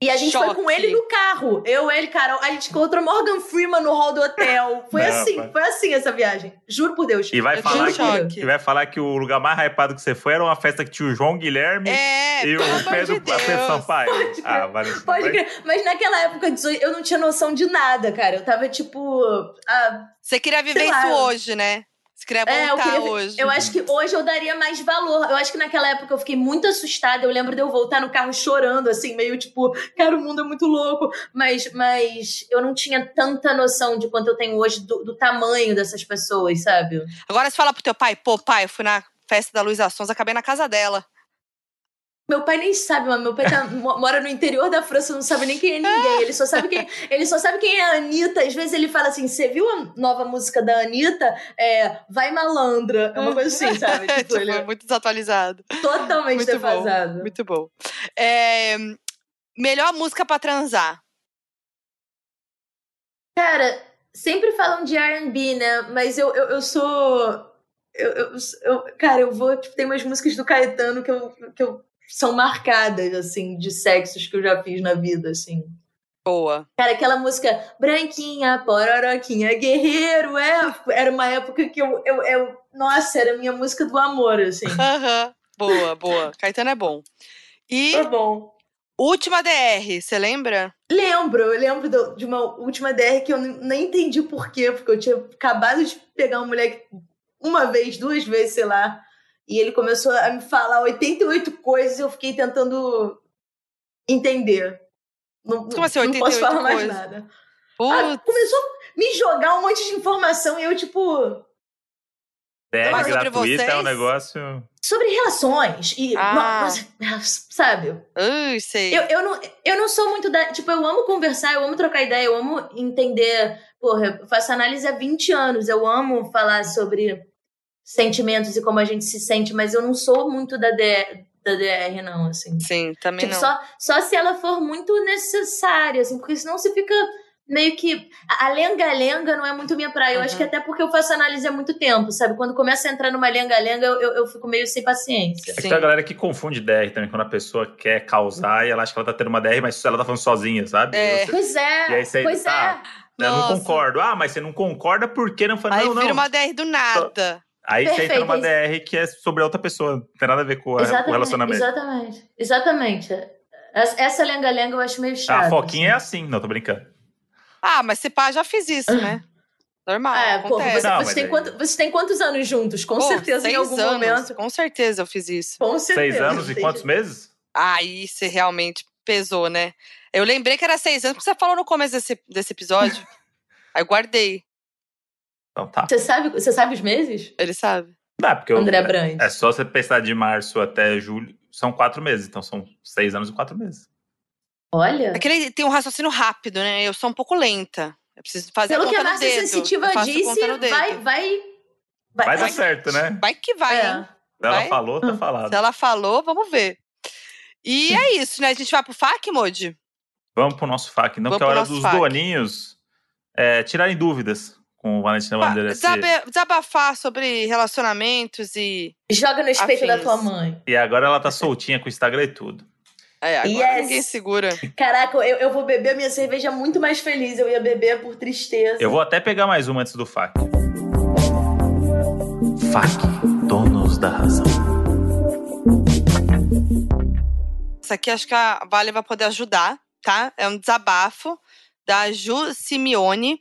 C: E a gente foi
B: Choque.
C: com ele no carro. Eu, ele, Carol. A gente encontrou Morgan Freeman no hall do hotel. Foi
A: Não,
C: assim,
A: pai.
C: foi assim essa viagem. Juro por Deus.
A: E vai
B: Eu
A: falar
B: tô em
C: Juro
A: que.
C: por Deus.
B: choque.
A: E vai falar que o lugar mais hypado que você foi era uma festa que tinha o João Guilherme
B: É,
A: e
B: pelo
A: o
B: amor
A: Pedro,
B: de
A: a Pedro
B: Deus.
A: Sampaio.
C: Pode
A: ah,
C: crer.
A: Valentino,
C: Pode
A: vai-
C: crer. Mas naquela época, 18, eu não tinha noção de nada, cara. Eu tava tipo. ah,
B: Você queria viver
C: Sei lá,
B: isso
C: eu-
B: hoje, né? Você queria
C: É, eu
B: voltar
C: queria-
B: hoje.
C: eu acho que hoje eu daria mais valor. Eu acho que naquela época eu fiquei muito assustada. Eu lembro de eu voltar no carro chorando, assim, meio tipo, cara, o mundo é muito louco. Mas, mas eu não tinha tanta noção de quanto eu tenho hoje do, do tamanho dessas pessoas, sabe?
B: Agora você fala pro teu pai, pô, pai, eu fui na festa da Luísa Sons, acabei na casa dela.
C: Meu pai nem sabe, mas meu pai tá- mo- mora no interior da França, não sabe nem quem é ninguém. Ele só sabe quem, ele só sabe quem é a Anitta. Às vezes ele fala assim: você viu a nova música da Anitta? É, Vai Malandra. É uma coisa assim, sabe?
B: [LAUGHS] É,
C: Tipo,
B: tipo,
C: ele é
B: muito desatualizado.
C: Uhum. totalmente
B: Muito bom.
C: defasado.
B: Muito bom. É, melhor música pra transar.
C: Cara, sempre falam de RB, né? Mas eu, eu, eu sou. Eu, eu, eu- cara, eu vou. Tipo, tem umas músicas do Caetano que, eu, que eu, são marcadas, assim, de sexos que eu já fiz na vida, assim.
B: Boa.
C: Cara, aquela música Branquinha, Pororoquinha, Guerreiro, é, era uma época que eu, eu, eu. Nossa, era a minha música do amor, assim.
B: Aham. Boa, boa. Caetano é bom. E
C: Tá bom.
B: última DR, você lembra?
C: Lembro, eu lembro do- de uma última DR que eu nem- nem entendi por quê, porque eu tinha acabado de pegar um moleque uma vez, duas vezes, sei lá, e ele começou a me falar 88 coisas e eu fiquei tentando entender. Não, não-
B: Como assim,
C: não posso
B: 88
C: falar mais
B: coisas?
C: nada. Ah,
B: Putz.
C: começou a me jogar um monte de informação e eu, tipo,
A: DR
B: Sobre
A: gratuita é um
B: vocês?
A: negócio. É
C: sobre relações e.
B: Ah.
C: nossa, sabe?
B: Ai, sei.
C: Eu, eu, não, eu não sou muito da. Tipo, eu amo conversar, eu amo trocar ideia, eu amo entender. Porra, eu faço análise há 20 anos, eu amo falar sobre sentimentos e como a gente se sente, mas eu não sou muito da DR, da DR não, assim.
B: Sim, também
C: Tipo,
B: não.
C: só, só se ela for muito necessária, assim, porque senão você fica meio que. a- A lenga-lenga não é muito minha praia. Eu acho
B: Uhum.
C: que até porque eu faço análise há muito tempo, sabe? Quando começa a entrar numa lenga-lenga, eu, eu, eu fico meio sem paciência.
A: É que
B: Sim.
A: tem uma galera que confunde DR também, quando a pessoa quer causar e ela acha que ela tá tendo uma DR, mas ela tá falando sozinha, sabe?
B: É.
A: E você-
C: Pois é,
A: E aí você-
C: pois
A: tá.
C: é.
A: Eu não
B: Nossa.
A: concordo. Ah, mas você não concorda por que não foi?
B: Aí
A: Não,
B: vira
A: não.
B: uma DR do nada.
A: Aí você entra
C: Perfeito,
A: numa
C: é
A: DR que é sobre a outra pessoa. Não tem nada a ver com, a- com o relacionamento.
C: Exatamente. Exatamente. Essa essa lenga-lenga eu acho meio chata.
A: A foquinha é assim. Não, tô brincando.
B: Ah, mas se pá, já fiz isso, né? Normal,
C: Ah. É, pô,
B: acontece.
C: você,
A: Não,
C: você
A: mas
C: tem
A: aí-
C: quanto- você tem quantos anos juntos? Com
B: Pô,
C: certeza, em
B: seis
C: algum
B: anos,
C: momento.
B: Com certeza eu fiz isso.
C: Com certeza.
A: Seis anos e
C: Entendi.
A: quantos meses?
B: Aí você realmente pesou, né? Eu lembrei que era seis anos, porque você falou no começo desse, desse
C: [LAUGHS]
B: episódio. Aí eu guardei.
A: Então tá.
C: Você sabe, você sabe os meses,
B: Ele sabe.
A: Dá, porque eu,
C: André Brandt?
A: é só você pensar de março até julho. São quatro meses, então são seis anos e quatro meses.
C: Olha.
B: É que ele tem um raciocínio rápido, né? Eu sou um pouco lenta. Eu preciso fazer
C: Pelo
B: conta
C: que a
B: no
C: Márcia
B: dedo.
C: Sensitiva
B: Eu faço
C: disse,
B: conta no dedo.
C: vai, vai.
A: Vai dar certo, né?
B: Vai que vai, hein?
C: É.
A: Ela
B: Vai?
A: falou, tá falado.
B: Se ela falou, vamos ver. E é isso, né? A gente vai pro FAC, Modi?
A: Vamos pro nosso FAQ, não,
B: Vamos
A: que é a
B: pro
A: hora
B: nosso
A: dos
B: fac.
A: doninhos é, tirarem dúvidas com o Valentina
B: Pra
A: Bandeira e-
B: desabe- Desabafar sobre relacionamentos e.
C: Joga no espelho da
B: Afins.
C: tua mãe.
A: E agora ela tá soltinha com o Instagram e tudo.
B: É, agora
C: Yes.
B: ninguém segura.
C: Caraca, eu, eu vou beber a minha cerveja muito mais feliz. Eu ia beber por tristeza.
A: Eu vou até pegar mais uma antes do FAQ.
D: FAC, donos da razão.
B: Isso aqui acho que a Vale vai poder ajudar, tá? É um desabafo da Ju Simeone.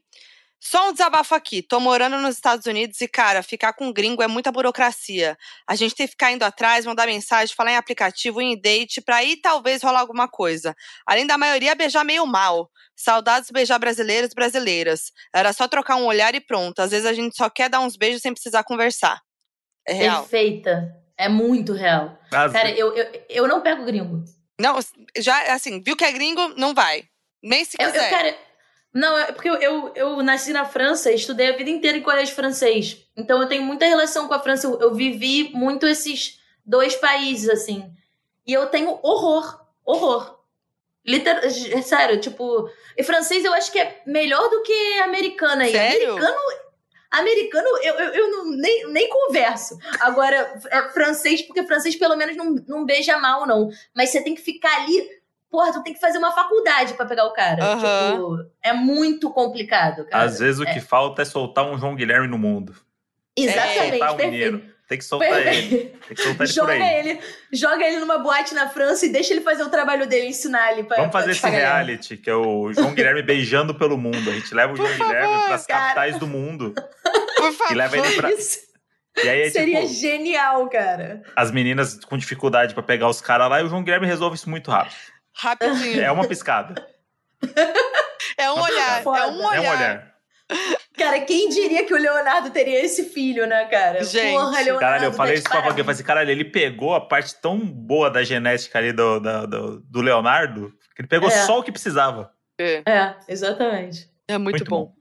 B: Só um desabafo aqui. Tô morando nos Estados Unidos e, cara, ficar com gringo é muita burocracia. A gente tem que ficar indo atrás, mandar mensagem, falar em aplicativo, em date, pra aí talvez rolar alguma coisa. Além da maioria beijar meio mal. Saudades beijar brasileiros e brasileiras. Era só trocar um olhar e pronto. Às vezes a gente só quer dar uns beijos sem precisar conversar. É real.
C: Perfeita. É muito real.
A: As-
C: Cara, eu, eu, eu não pego gringo.
B: Não, já, assim, viu que é gringo, não vai. Nem se
C: Eu,
B: quiser.
C: eu, cara, não, é porque eu, eu, eu nasci na França, estudei a vida inteira em colégio francês. Então eu tenho muita relação com a França. Eu, eu vivi muito esses dois países, assim. E eu tenho horror, horror. Liter... é Sério, tipo. E francês eu acho que é melhor do que americano aí.
B: Sério?
C: Americano. Americano, eu, eu, eu não, nem, nem converso. Agora, é francês, porque francês pelo menos não, não beija mal, não. Mas você tem que ficar ali Porra, tu tem que fazer uma faculdade pra pegar o cara.
B: Aham.
C: Tipo, é muito complicado, cara.
A: Às vezes o que falta é soltar um João Guilherme no mundo.
C: Exatamente,
A: soltar É, tá o
C: perfeito.
A: Mineiro. Então tá Tem que soltar ele.
C: Perfeito.
A: Tem que soltar ele Tá por
C: Joga
A: aí.
C: ele, joga ele numa boate na França e deixa ele fazer o trabalho dele, ensinar ele pra
A: Vamos fazer
C: pra-
A: esse
C: pra galera.
A: reality, que é o
C: [LAUGHS]
A: João Guilherme beijando pelo mundo. A gente leva o João Guilherme pras
C: cara.
A: capitais do mundo.
B: Por favor.
A: E leva ele pra.
C: Isso
A: E aí, é
C: [LAUGHS] seria
A: tipo,
C: genial, cara.
A: as meninas com dificuldade pra pegar os caras lá e o João Guilherme resolve isso muito rápido.
B: Rapidinho.
A: É uma
C: [LAUGHS]
A: piscada.
B: É um olhar.
C: Foda.
B: É um
A: É
B: olhar.
A: um olhar.
C: Cara, quem diria que o Leonardo teria esse filho, né, cara?
B: Gente.
C: Porra, Leonardo.
A: Caralho, eu falei
C: tá de
A: isso pra alguém. Eu falei
C: parabéns.
A: assim, caralho, ele pegou a parte tão boa da genética ali do, da- do, do Leonardo, que ele pegou
C: É.
A: só o que precisava.
B: É,
C: É, exatamente.
B: é muito, bom.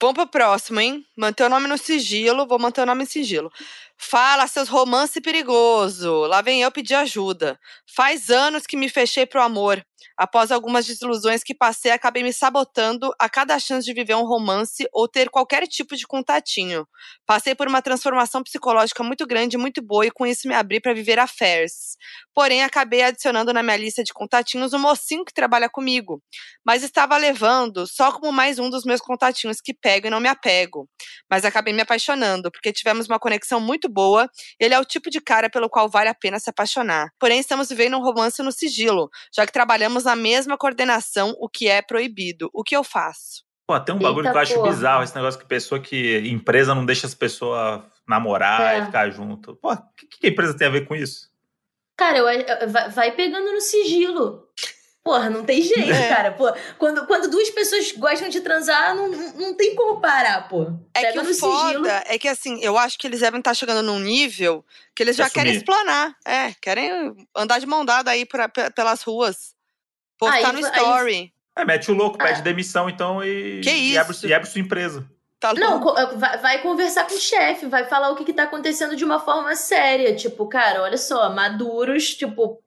B: Vamos pro próximo, hein? Manter o nome no sigilo. Vou manter o nome em sigilo. Fala, seus romance perigoso. Lá vem eu pedir ajuda. Faz anos que me fechei pro amor. Após algumas desilusões que passei, acabei me sabotando a cada chance de viver um romance ou ter qualquer tipo de contatinho. Passei por uma transformação psicológica muito grande, muito boa, e com isso me abri para viver affairs. Porém, acabei adicionando na minha lista de contatinhos um mocinho que trabalha comigo, mas estava levando só como mais um dos meus contatinhos que pego e não me apego. Mas acabei me apaixonando, porque tivemos uma conexão muito boa, e ele é o tipo de cara pelo qual vale a pena se apaixonar. Porém, estamos vivendo um romance no sigilo, já que trabalhamos na mesma coordenação, o que é proibido. O que eu faço?
A: Pô, tem um bagulho
C: Eita
A: que eu acho
C: porra.
A: bizarro, esse negócio que pessoa que. Empresa não deixa as pessoas namorar
C: É.
A: e ficar junto. Pô, o que, que a empresa tem a ver com isso?
C: Cara, eu, eu- vai- vai pegando no sigilo. Porra, não tem jeito,
B: É.
C: cara. Pô, quando, quando duas pessoas gostam de transar, não, não não tem como parar, pô.
B: É
C: Pega
B: que
C: no
B: o
C: sigilo.
B: foda é que assim, eu acho que eles devem estar chegando num nível que eles já
A: Assumir.
B: querem explanar. É, querem andar de mão dada aí pra- pe- pelas ruas. Postar
C: Aí
B: no
C: vo- Ah, aí-
B: story.
A: É, mete o louco,
C: Ah.
A: pede demissão, então, e.
B: Que
A: E abre,
B: isso?
A: e abre sua empresa.
B: Tá
C: Não,
B: louco?
C: co- é, vai, vai conversar com o chefe, vai falar o que, que tá acontecendo de uma forma séria. Tipo, cara, olha só, maduros, tipo,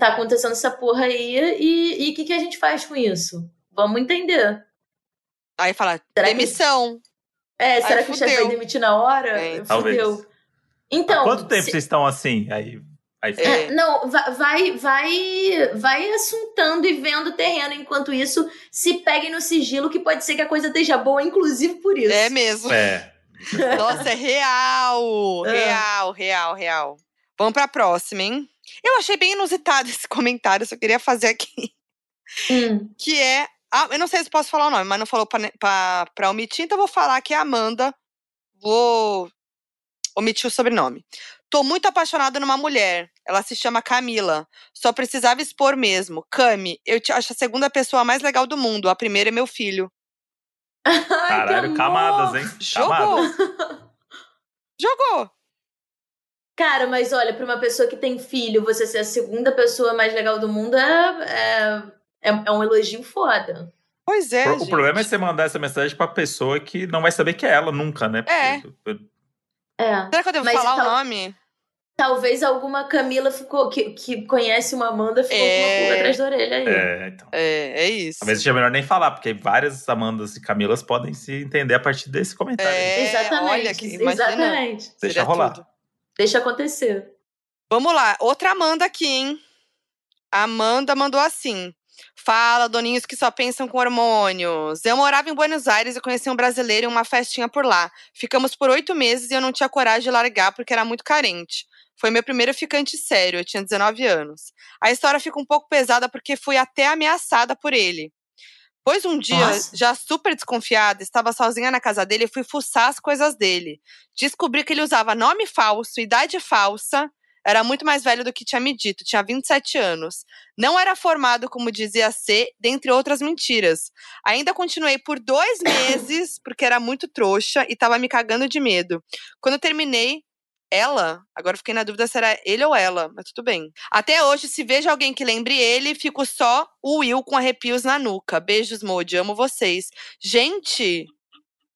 C: tá acontecendo essa porra aí e e o que, que a gente faz com isso? Vamos entender.
B: Aí fala,
C: Será que-
B: demissão.
C: É, será que o chefe
B: fudeu.
C: vai demitir na hora?
B: É,
A: Talvez.
C: Fudeu. Então.
A: Há quanto tempo
C: se-
A: vocês estão assim? Aí. aí fica-
B: É.
C: É, não, va- vai, vai, vai assuntando e vendo o terreno. Enquanto isso, se peguem no sigilo, que pode ser que a coisa esteja boa, inclusive por isso. [LAUGHS]
B: É mesmo.
A: é.
B: Nossa, é real.
C: É.
B: Real, real, real. Vamos pra próxima, hein? Eu achei bem inusitado [LAUGHS] esse comentário, só queria fazer aqui.
C: Hum,
B: Que é. Ah, eu não sei se posso falar o nome, mas não falou pra, ne- pra, pra omitir, então eu vou falar que é a Amanda. Vou omitir o sobrenome. Tô muito apaixonada numa mulher. Ela se chama Camila. Só precisava expor mesmo. Cami, eu te acho a segunda pessoa mais legal do mundo. A primeira é meu filho.
C: Ai,
A: Caralho,
C: que amor!
A: camadas, hein? Camadas.
B: Jogou! Jogou!
C: Cara, mas olha, pra uma pessoa que tem filho, você ser a segunda pessoa mais legal do mundo é, é, é- é um elogio foda.
B: Pois é.
A: Pro- o
B: gente.
A: problema é você mandar essa mensagem pra pessoa que não vai saber que é ela nunca, né?
B: É.
A: Porque-
C: É.
B: Será que eu devo
C: Mas
B: falar
C: então-
B: o nome?
C: Talvez alguma Camila ficou, que, que conhece uma Amanda ficou com
B: É.
C: uma pulga atrás da orelha aí.
A: É, então.
B: É, é isso.
A: Talvez seja melhor nem falar, porque várias Amandas e Camilas podem se entender a partir desse comentário.
B: É,
C: Exatamente.
B: olha que- imagina.
C: exatamente.
A: Deixa
B: Seria
A: rolar.
B: tudo.
C: Deixa acontecer.
B: Vamos lá, outra Amanda aqui, hein? A Amanda mandou assim. Fala, doninhos que só pensam com hormônios. Eu morava em Buenos Aires e conheci um brasileiro em uma festinha por lá. Ficamos por oito meses e eu não tinha coragem de largar porque era muito carente. Foi meu primeiro ficante sério, eu tinha 19 anos. A história fica um pouco pesada porque fui até ameaçada por ele. Pois um dia,
C: Nossa.
B: já super desconfiada, estava sozinha na casa dele e fui fuçar as coisas dele. Descobri que ele usava nome falso, idade falsa, era muito mais velho do que tinha me dito, tinha 27 anos. Não era formado, como dizia ser, dentre outras mentiras. Ainda continuei por dois meses, porque era muito trouxa e tava me cagando de medo. Quando eu terminei, ela, agora eu fiquei na dúvida se era ele ou ela, mas tudo bem. Até hoje, se vejo alguém que lembre ele, fico só o Will com arrepios na nuca. Beijos, Modi, amo vocês. Gente,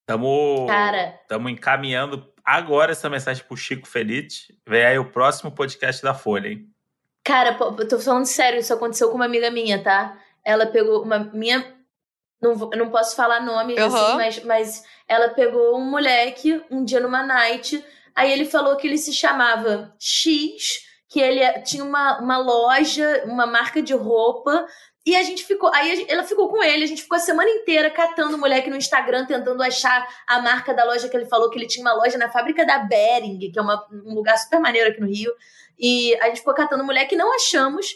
A: Tamo,
C: Cara,
A: tamo encaminhando agora essa mensagem pro Chico Feliz. Vem aí o próximo podcast da Folha, hein?
C: cara, pô, eu tô falando sério, isso aconteceu com uma amiga minha, tá? Ela pegou uma minha. Não, vou- não posso falar nome,
B: Aham.
C: assim, mas, mas ela pegou um moleque um dia numa night. Aí ele falou que ele se chamava X, que ele é- tinha uma, uma loja, uma marca de roupa. E a gente ficou. Aí a gen- ela ficou com ele, a gente ficou a semana inteira catando o moleque no Instagram, tentando achar a marca da loja que ele falou, que ele tinha uma loja na fábrica da Bering, que é uma- um lugar super maneiro aqui no Rio. E a gente ficou catando o moleque e não achamos.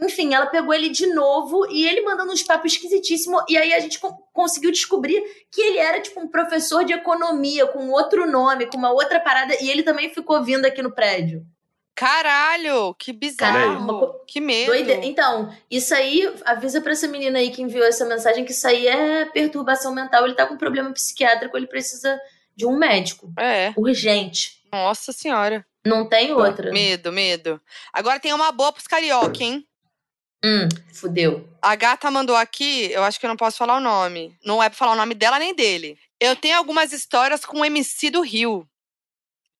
C: Enfim, ela pegou ele de novo e ele mandando uns papos esquisitíssimos. E aí a gente co- conseguiu descobrir que ele era tipo um professor de economia, com outro nome, com uma outra parada. E ele também ficou vindo aqui no prédio.
B: caralho, que
C: uma
B: bizarro.
C: co-
B: Que medo.
C: Doide... Então, isso aí, avisa pra essa menina aí que enviou essa mensagem que isso aí é perturbação mental. Ele tá com problema psiquiátrico, ele precisa de um médico.
B: É,
C: Urgente.
B: nossa senhora.
C: Não tem outra.
B: Medo, medo. Agora tem uma boa pros carioca, hein?
C: Hum, fudeu.
B: A gata mandou aqui, eu acho que eu não posso falar o nome. Não é pra falar o nome dela nem dele. Eu tenho algumas histórias com o MC do Rio.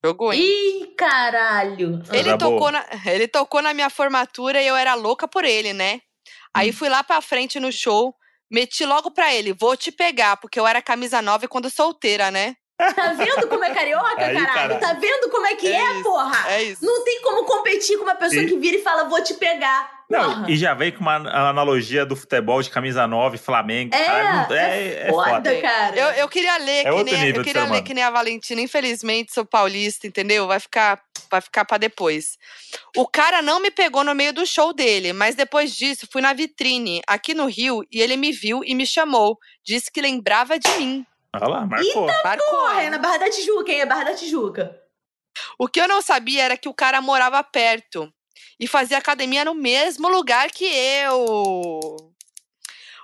B: Jogou, hein?
C: Ih, caralho.
B: Ele
A: Coisa
B: tocou,
A: boa.
B: na, [LAUGHS] ele tocou na minha formatura e eu era louca por ele, né? Aí fui lá pra frente no show, meti logo pra ele, vou te pegar, porque eu era camisa nova e quando solteira, né?
C: Tá vendo como é carioca,
A: Aí,
C: caralho?
A: caralho.
C: Tá vendo como é que é,
B: É isso,
C: porra?
B: É isso.
C: Não tem como competir com uma pessoa
A: E-
C: que vira e fala, vou te pegar.
A: Não,
C: Porra.
A: e já vem com uma analogia do futebol de camisa 9, Flamengo.
C: É,
A: sabe? é, é
C: foda,
A: foda.
C: cara.
B: Eu, eu queria ler, que,
A: É outro
B: nem,
A: nível
B: eu
A: de
B: queria
A: ser
B: ler
A: humano.
B: que nem a Valentina. Infelizmente, sou paulista, entendeu? Vai ficar, vai ficar pra depois. O cara não me pegou no meio do show dele, mas depois disso fui na vitrine aqui no Rio e ele me viu e me chamou. Disse que lembrava de mim.
A: Olha lá, marcou.
B: Marcou.
C: Porra, é na Barra da Tijuca, hein? É Barra da Tijuca.
B: O que eu não sabia era que o cara morava perto e fazia academia no mesmo lugar que eu.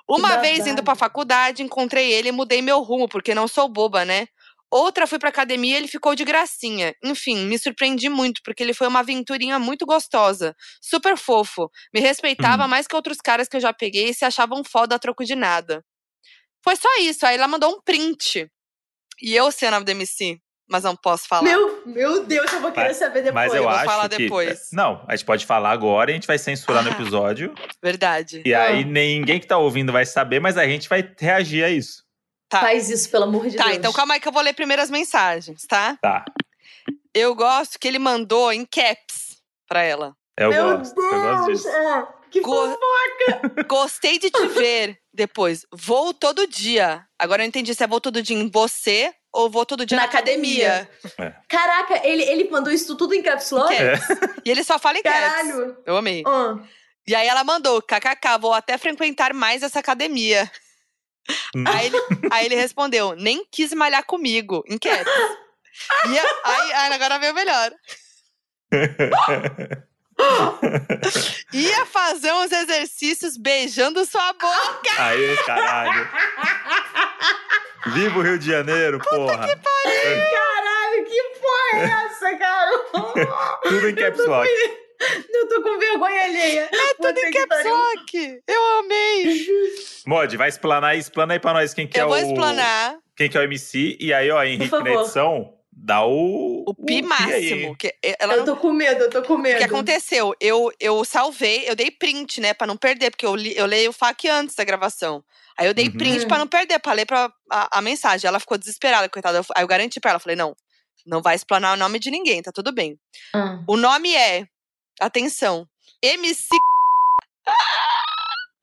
B: Uma
C: Que
B: vez
C: babado.
B: indo pra faculdade, encontrei ele e mudei meu rumo, porque não sou boba, né? Outra fui pra academia e ele ficou de gracinha. Enfim, me surpreendi muito, porque ele foi uma aventurinha muito gostosa. Super fofo. Me
C: Hum.
B: respeitava mais que outros caras que eu já peguei e se achavam foda a troco de nada. Foi só isso. Aí ela mandou um print. E eu sei o nome do MC, mas não posso falar.
C: Meu, meu Deus, eu vou querer
A: Mas-
C: saber depois.
A: Mas eu,
B: vou
A: acho
B: falar
A: que... É,
B: depois.
A: Não, a gente pode falar agora e a gente vai censurar no
B: Ah.
A: episódio.
B: Verdade.
A: E
C: Ah.
A: aí ninguém que tá ouvindo vai saber, mas a gente vai reagir a isso.
C: Faz isso, pelo amor de
B: Tá,
C: Deus.
B: então calma aí que eu vou ler primeiro as mensagens, tá?
A: Tá,
B: Eu gosto que ele mandou em caps pra ela.
A: eu
C: Meu
A: gosto. Eu gosto
C: Deus!
A: disso.
C: é. Que
B: Go-
C: fofo. [LAUGHS]
B: Gostei de te ver. Depois, vou todo dia. Agora eu entendi se é vou todo dia em você ou vou todo dia na,
C: Na
B: academia.
C: Caraca, ele, ele mandou isso tudo em caps lock?
B: Caps. E ele só fala em caps.
C: É. Caralho.
B: Eu amei.
C: Ah.
B: E aí ela mandou, kkk, vou até frequentar mais essa academia.
A: Hum.
B: Aí ele, aí ele respondeu, nem quis malhar comigo, em caps. E a- aí, aí agora veio
A: [LAUGHS]
B: o melhor. Ia fazer uns exercícios beijando sua boca.
A: Aí, caralho. Viva o Rio de Janeiro, porra.
C: Caralho, que porra é essa, cara?
A: Tudo em caps lock.
C: Eu tô com vergonha alheia. É
B: Tudo em caps lock. Eu amei.
A: Mod, vai explanar aí, explana aí pra nós quem que é
B: eu vou
A: o...
B: explanar.
A: Quem que é o MC. E aí, ó, Henrique,
C: favor.
A: na edição, dá o.
B: O pi
A: aí.
B: máximo. Que é, ela
C: Eu
B: não
C: tô com medo, eu tô com medo.
B: O que aconteceu? Eu, eu salvei, eu dei print, né, pra não perder, porque eu, li, eu leio o FAQ antes da gravação. Aí eu dei
A: Uhum.
B: print
C: Hum.
B: pra não perder, pra ler pra, a, a mensagem. Ela ficou desesperada, coitada. Eu- Aí eu garanti pra ela, falei, não, não vai explanar o nome de ninguém, tá tudo bem.
C: Ah.
B: O nome é, atenção, MC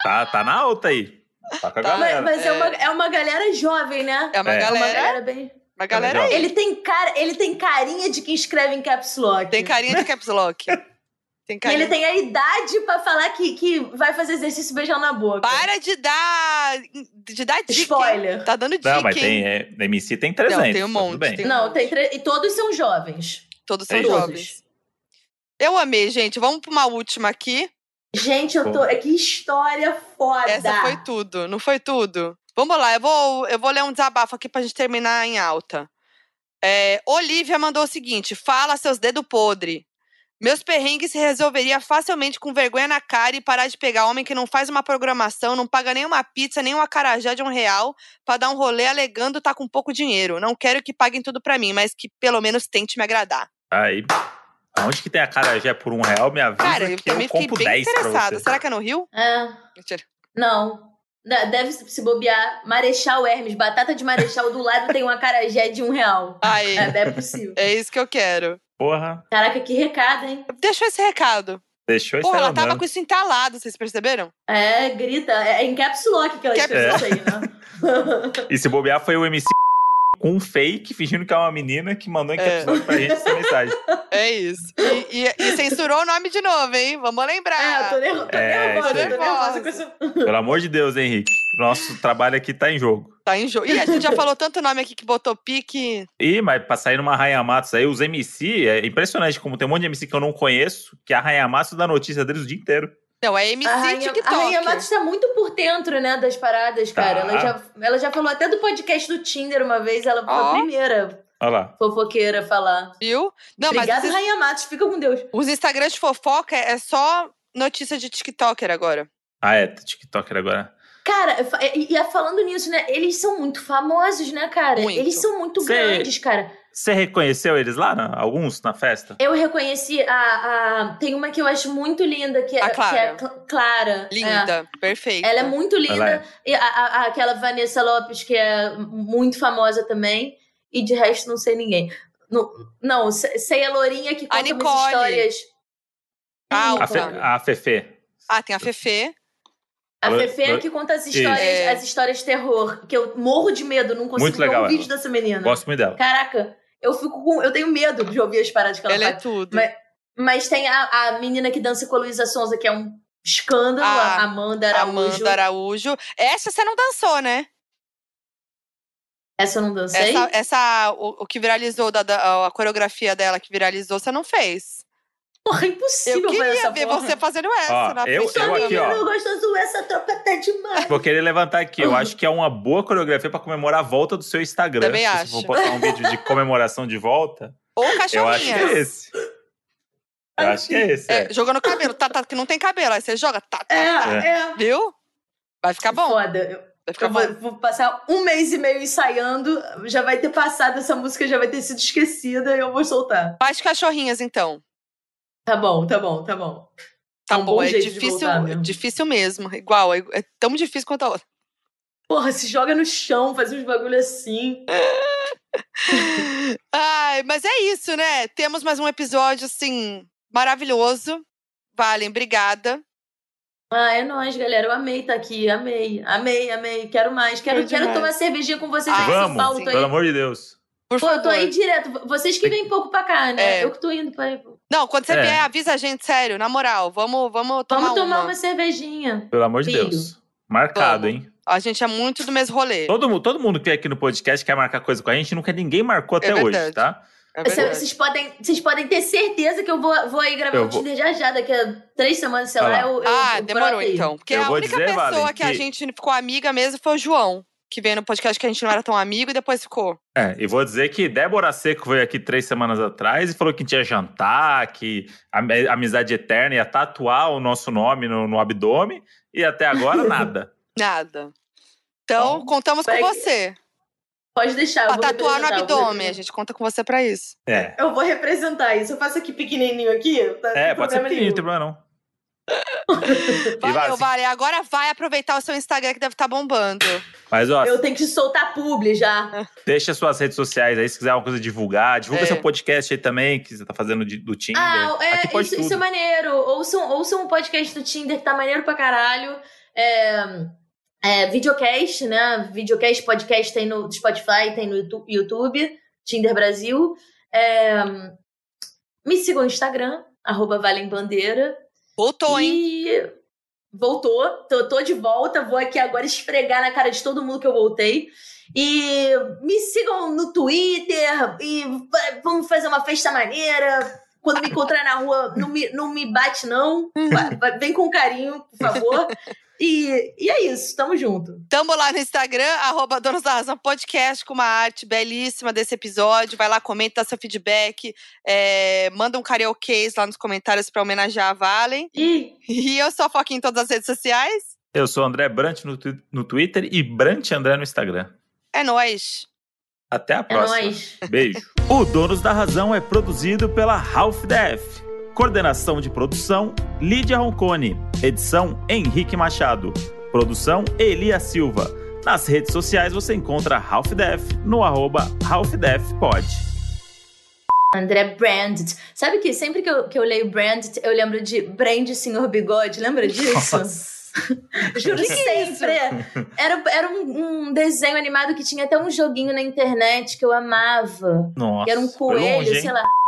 A: Tá, tá na alta aí. Tá com a
B: Tá.
C: Mas,
A: galera.
C: mas é.
B: É.
C: uma, é uma galera jovem, né?
B: é uma
A: É.
C: É uma
B: galera,
C: galera bem.
B: uma galera aí.
C: Ele tem, cara, ele tem carinha de quem escreve em caps lock.
B: Tem carinha de caps lock. Tem
C: E ele
B: carinha.
C: tem a idade pra falar que, que vai fazer exercício beijando na boca.
B: Para de dar, de dar dica. hein?
C: Spoiler.
B: Tá dando dica,
A: Não, mas
B: hein?
A: tem. É, na MC tem 300.
B: Não, tem um
A: tá tudo
B: monte,
A: bem.
B: tem-
C: Não, tem tre... e todos são jovens.
B: Todos são
A: É isso.
B: jovens. Eu amei, gente. Vamos pra uma última aqui.
C: Gente, eu tô.
A: Bom.
C: Que história foda.
B: Essa foi tudo, não foi tudo? Vamos lá, eu vou, eu vou ler um desabafo aqui pra gente terminar em alta. É, Olivia mandou o seguinte: fala seus dedos podre. Meus perrengues se resolveria facilmente com vergonha na cara e parar de pegar homem que não faz uma programação, não paga nem uma pizza, nem um acarajé de um real pra dar um rolê alegando tá com pouco dinheiro. Não quero que paguem tudo pra mim, mas que pelo menos tente me agradar.
A: Aí. Aonde que tem a cara já por um real, me avisa
B: Cara, eu
A: que eu,
B: também fiquei
A: compro
B: bem
A: 10 pra
B: interessada.
A: você.
B: Será que é no Rio?
C: É,
B: Mentira.
C: não. Da- Deve se bobear. Marechal Hermes, batata de Marechal do lado tem um acarajé de um real.
B: Aí,
C: É, é possível.
B: é isso que eu quero.
A: Porra,
C: Caraca, que recado, hein?
B: Deixa esse recado.
A: deixou isso
B: Pô, ela
A: andando.
B: tava com isso entalado, vocês perceberam?
C: É, grita. É em caps lock que ela
B: Caps
C: escreveu
A: lock.
C: isso aí, né?
B: [LAUGHS]
A: E se bobear foi o MC com um fake, fingindo que é uma menina que mandou em
B: É.
A: caps lock pra gente essa mensagem.
B: É isso. E, e- e censurou o nome de novo, hein? Vamos
C: É, eu
B: lembrar.
C: tô, nervo- tô
A: É,
C: nervosa,
A: isso aí.
C: tô nervosa com isso.
A: Pelo amor de Deus, Henrique. Nosso trabalho aqui tá em jogo.
B: Tá em jogo. Ih, a gente já falou tanto nome aqui que botou pique.
A: Ih, mas pra sair numa Rainha Matos aí, os MC, é impressionante como tem um monte de MC que eu não conheço, que a Rainha Matos dá notícia deles o dia inteiro.
B: Não, é MC
C: A Rainha,
B: TikTok.
C: a Rainha Matos tá muito por dentro, né, das paradas,
A: Tá.
C: cara. Ela, já, ela já falou até do podcast do Tinder uma vez, ela foi
B: Ó.
C: a primeira
A: Olha lá.
C: fofoqueira a falar.
B: Viu? Não,
C: Obrigada,
B: mas os,
C: Rainha Matos, fica com Deus.
B: os Instagrams de fofoca é só notícia de TikToker agora.
A: Ah, é, TikToker agora.
C: Cara, fa- e, e é falando nisso, né, eles são muito famosos, né, cara?
B: Muito.
C: Eles são muito
A: Cê-
C: grandes, cara.
A: Você reconheceu eles lá, na- alguns, na festa?
C: Eu reconheci a, a- Tem uma que eu acho muito linda, que, é-
B: A
C: que é
B: Clara.
C: a Cl- Clara. É.
B: Linda, perfeita.
C: Ela é muito linda.
A: Ela é.
C: E a- a- aquela Vanessa Lopes, que é muito famosa também. E de resto, não sei ninguém. Não, não se- sei a Lourinha que conta umas
B: Nicole.
C: histórias.
B: Ah,
A: A,
B: outra.
A: Fe, a Fefe.
B: Ah, tem a Fefe.
C: A
A: Lo-
C: Fefe é
A: Lo-
C: que conta as histórias,
B: Isso. É.
C: as histórias de terror. Que eu morro de medo, não consigo
A: Muito legal
C: ver um
A: ela.
C: vídeo dessa menina.
A: Gosto muito dela.
C: Caraca, eu fico com. Eu tenho medo de ouvir as paradas que ela,
B: Ela é
C: faz.
B: tudo.
C: Então Mas- Mas tem a, a menina que dança com a Luísa Sonza, que é um escândalo,
B: Ah,
C: a Amanda Araújo.
B: Amanda Araújo. Essa você não dançou, né?
C: Essa eu não dancei.
B: Essa, essa o, o que viralizou, da, da- a coreografia dela que viralizou, você não fez.
C: Porra, é
B: Eu
C: impossível fazer
B: queria
C: essa
B: ver
C: porra.
B: você fazendo essa.
A: Ó,
B: na
A: eu-
B: frente
A: eu
B: da
A: aqui,
B: câmera.
A: ó.
C: Menino gostoso, essa tropa tá demais.
A: Vou querer levantar aqui. Eu
C: Uhum.
A: acho que é uma boa coreografia pra comemorar a volta do seu Instagram.
B: Também
A: Se
B: acho.
A: você for postar um vídeo de comemoração de volta,
B: Ou
A: eu acho que
B: cachorrinha.
A: é esse. Eu acho que é esse. é.
B: É, jogando cabelo, tá, tá, que não tem cabelo. Aí você joga, tá, tá,
C: É,
B: tá.
C: é.
B: Viu? Vai ficar Tá bom.
C: Foda. Eu,
B: Vai ficar
C: eu vou,
B: bom.
C: vou passar um mês e meio ensaiando, já vai ter passado essa música, já vai ter sido esquecida e eu vou soltar.
B: Faz cachorrinhas, então.
C: Tá bom, tá bom, tá bom.
B: Tá
C: É um
B: bom,
C: bom
B: é
C: jeito de
B: difícil,
C: voltar né? mesmo.
B: difícil mesmo. Igual, é, é tão difícil quanto a outra.
C: Porra, se joga no chão, faz uns bagulho assim.
B: É. Ai, mas é isso, né? Temos mais um episódio, assim, maravilhoso. Valen, obrigada.
C: Ah, é nóis, galera. Eu amei estar aqui. Amei, amei, amei. Quero mais. Quero,
B: Foi
C: quero
B: É demais.
C: tomar cervejinha com vocês
B: Ah,
C: em São
A: Vamos,
C: Paulo.
B: sim.
C: Tô
A: pelo
C: aí.
A: amor de Deus.
B: Por
C: Pô, eu tô
B: favor.
C: aí direto. Vocês que vêm pouco pra cá, né?
B: É.
C: Eu que tô indo pra.
B: Não, quando você
A: É.
B: vier, avisa a gente, sério, na moral. Vamos, vamos tomar,
C: Vamos tomar
B: uma.
C: uma cervejinha.
A: Pelo amor de
C: Filho.
A: Deus. Marcado,
B: Vamos.
A: hein?
B: A gente é muito do mesmo rolê.
A: Todo, mu- todo mundo que vem aqui no podcast quer marcar coisa com a gente, nunca ninguém marcou
B: É
A: até hoje,
B: verdade.
A: tá?
B: É
C: Cê-
B: verdade.
C: Vocês podem, vocês podem ter certeza que eu vou, vou aí gravar
A: Eu
C: o
A: vou.
C: Tinder já já, daqui a três semanas, sei
A: Ah
C: lá.
A: lá.
C: Eu, eu,
B: Ah,
C: eu
B: demorou
C: broto aí.
B: então. Porque
A: Eu
B: a
A: vou
B: única
A: dizer,
B: pessoa
A: Valen,
B: que, a
A: que-
B: gente ficou amiga mesmo foi o João, que veio no podcast que a gente não era tão amigo e depois ficou.
A: É, e vou dizer que Débora Seco veio aqui três semanas atrás e falou que tinha jantar, que am- amizade eterna ia tatuar o nosso nome no, no abdômen,
B: [LAUGHS]
A: e até agora nada.
B: Nada. Então, contamos com
C: vai que-
B: você.
C: Pode deixar. eu
B: Pra
C: vou
B: tatuar no
C: representar, eu vou
B: abdômen, a
C: representar.
B: gente conta com você pra isso.
A: É.
C: Eu vou representar isso. Eu faço aqui pequenininho aqui. tá-
A: É,
C: sem
A: pode ser pequenininho,
C: problema
A: não tem
C: nenhum.
A: problema não. E
C: [LAUGHS]
A: vai,
B: Valeu,
A: assim,
B: Vale. Agora vai aproveitar o seu Instagram que deve estar bombando.
A: Mas ó,
C: Eu tenho que soltar publi já.
A: deixa suas redes sociais aí, se quiser alguma coisa divulgar. Divulga
B: É.
A: seu podcast aí também, que você tá fazendo de- do Tinder.
C: Ah,
A: Aqui
C: é,
A: pode
C: isso,
A: tudo.
C: isso é maneiro. Ouçam, ouçam um podcast do Tinder que tá maneiro pra caralho. É, é, videocast, né? Videocast, podcast tem no Spotify, tem no Yutu- YouTube, Tinder Brasil. É, me sigam no Instagram, arroba Valem Bandeira.
B: Voltou, hein?
C: E voltou, tô, tô de volta, vou aqui agora esfregar na cara de todo mundo que eu voltei. E me sigam no Twitter e va- vamos fazer uma festa maneira. Quando me encontrar na rua, não me, não me bate, não.
B: [LAUGHS]
C: Va- va- Vem com carinho, por favor. E, e é isso, tamo junto.
B: Tamo lá no Instagram, arroba Donos da Razão Podcast, com uma arte belíssima desse episódio. Vai lá, comenta, dá seu feedback. é, manda um karaokês lá nos comentários pra homenagear a Valen. [LAUGHS]
C: E
B: E eu sou a Foquinha em todas as redes sociais.
A: Eu sou André Brant no, twi- no Twitter e Brant André no Instagram.
B: É nóis.
A: Até a
C: é
A: próxima.
C: nóis.
A: Beijo. o Donos da Razão é produzido pela Ralph Def. Coordenação de produção, Lídia Roncone. Edição, Henrique Machado. Produção, Elia Silva. Nas redes sociais você encontra Ralph Def no arroba Ralph Def Pod.
C: André Branded. Sabe que sempre que eu, que eu leio Branded, eu lembro de Brand Senhor Bigode. Lembra disso? [LAUGHS] Juro
B: Que que é isso?
C: sempre. Era, era um, um desenho animado que tinha até um joguinho na internet que eu amava.
A: Nossa.
C: que era um
A: foi longe,
C: coelho, assim,
A: hein?
C: sei lá.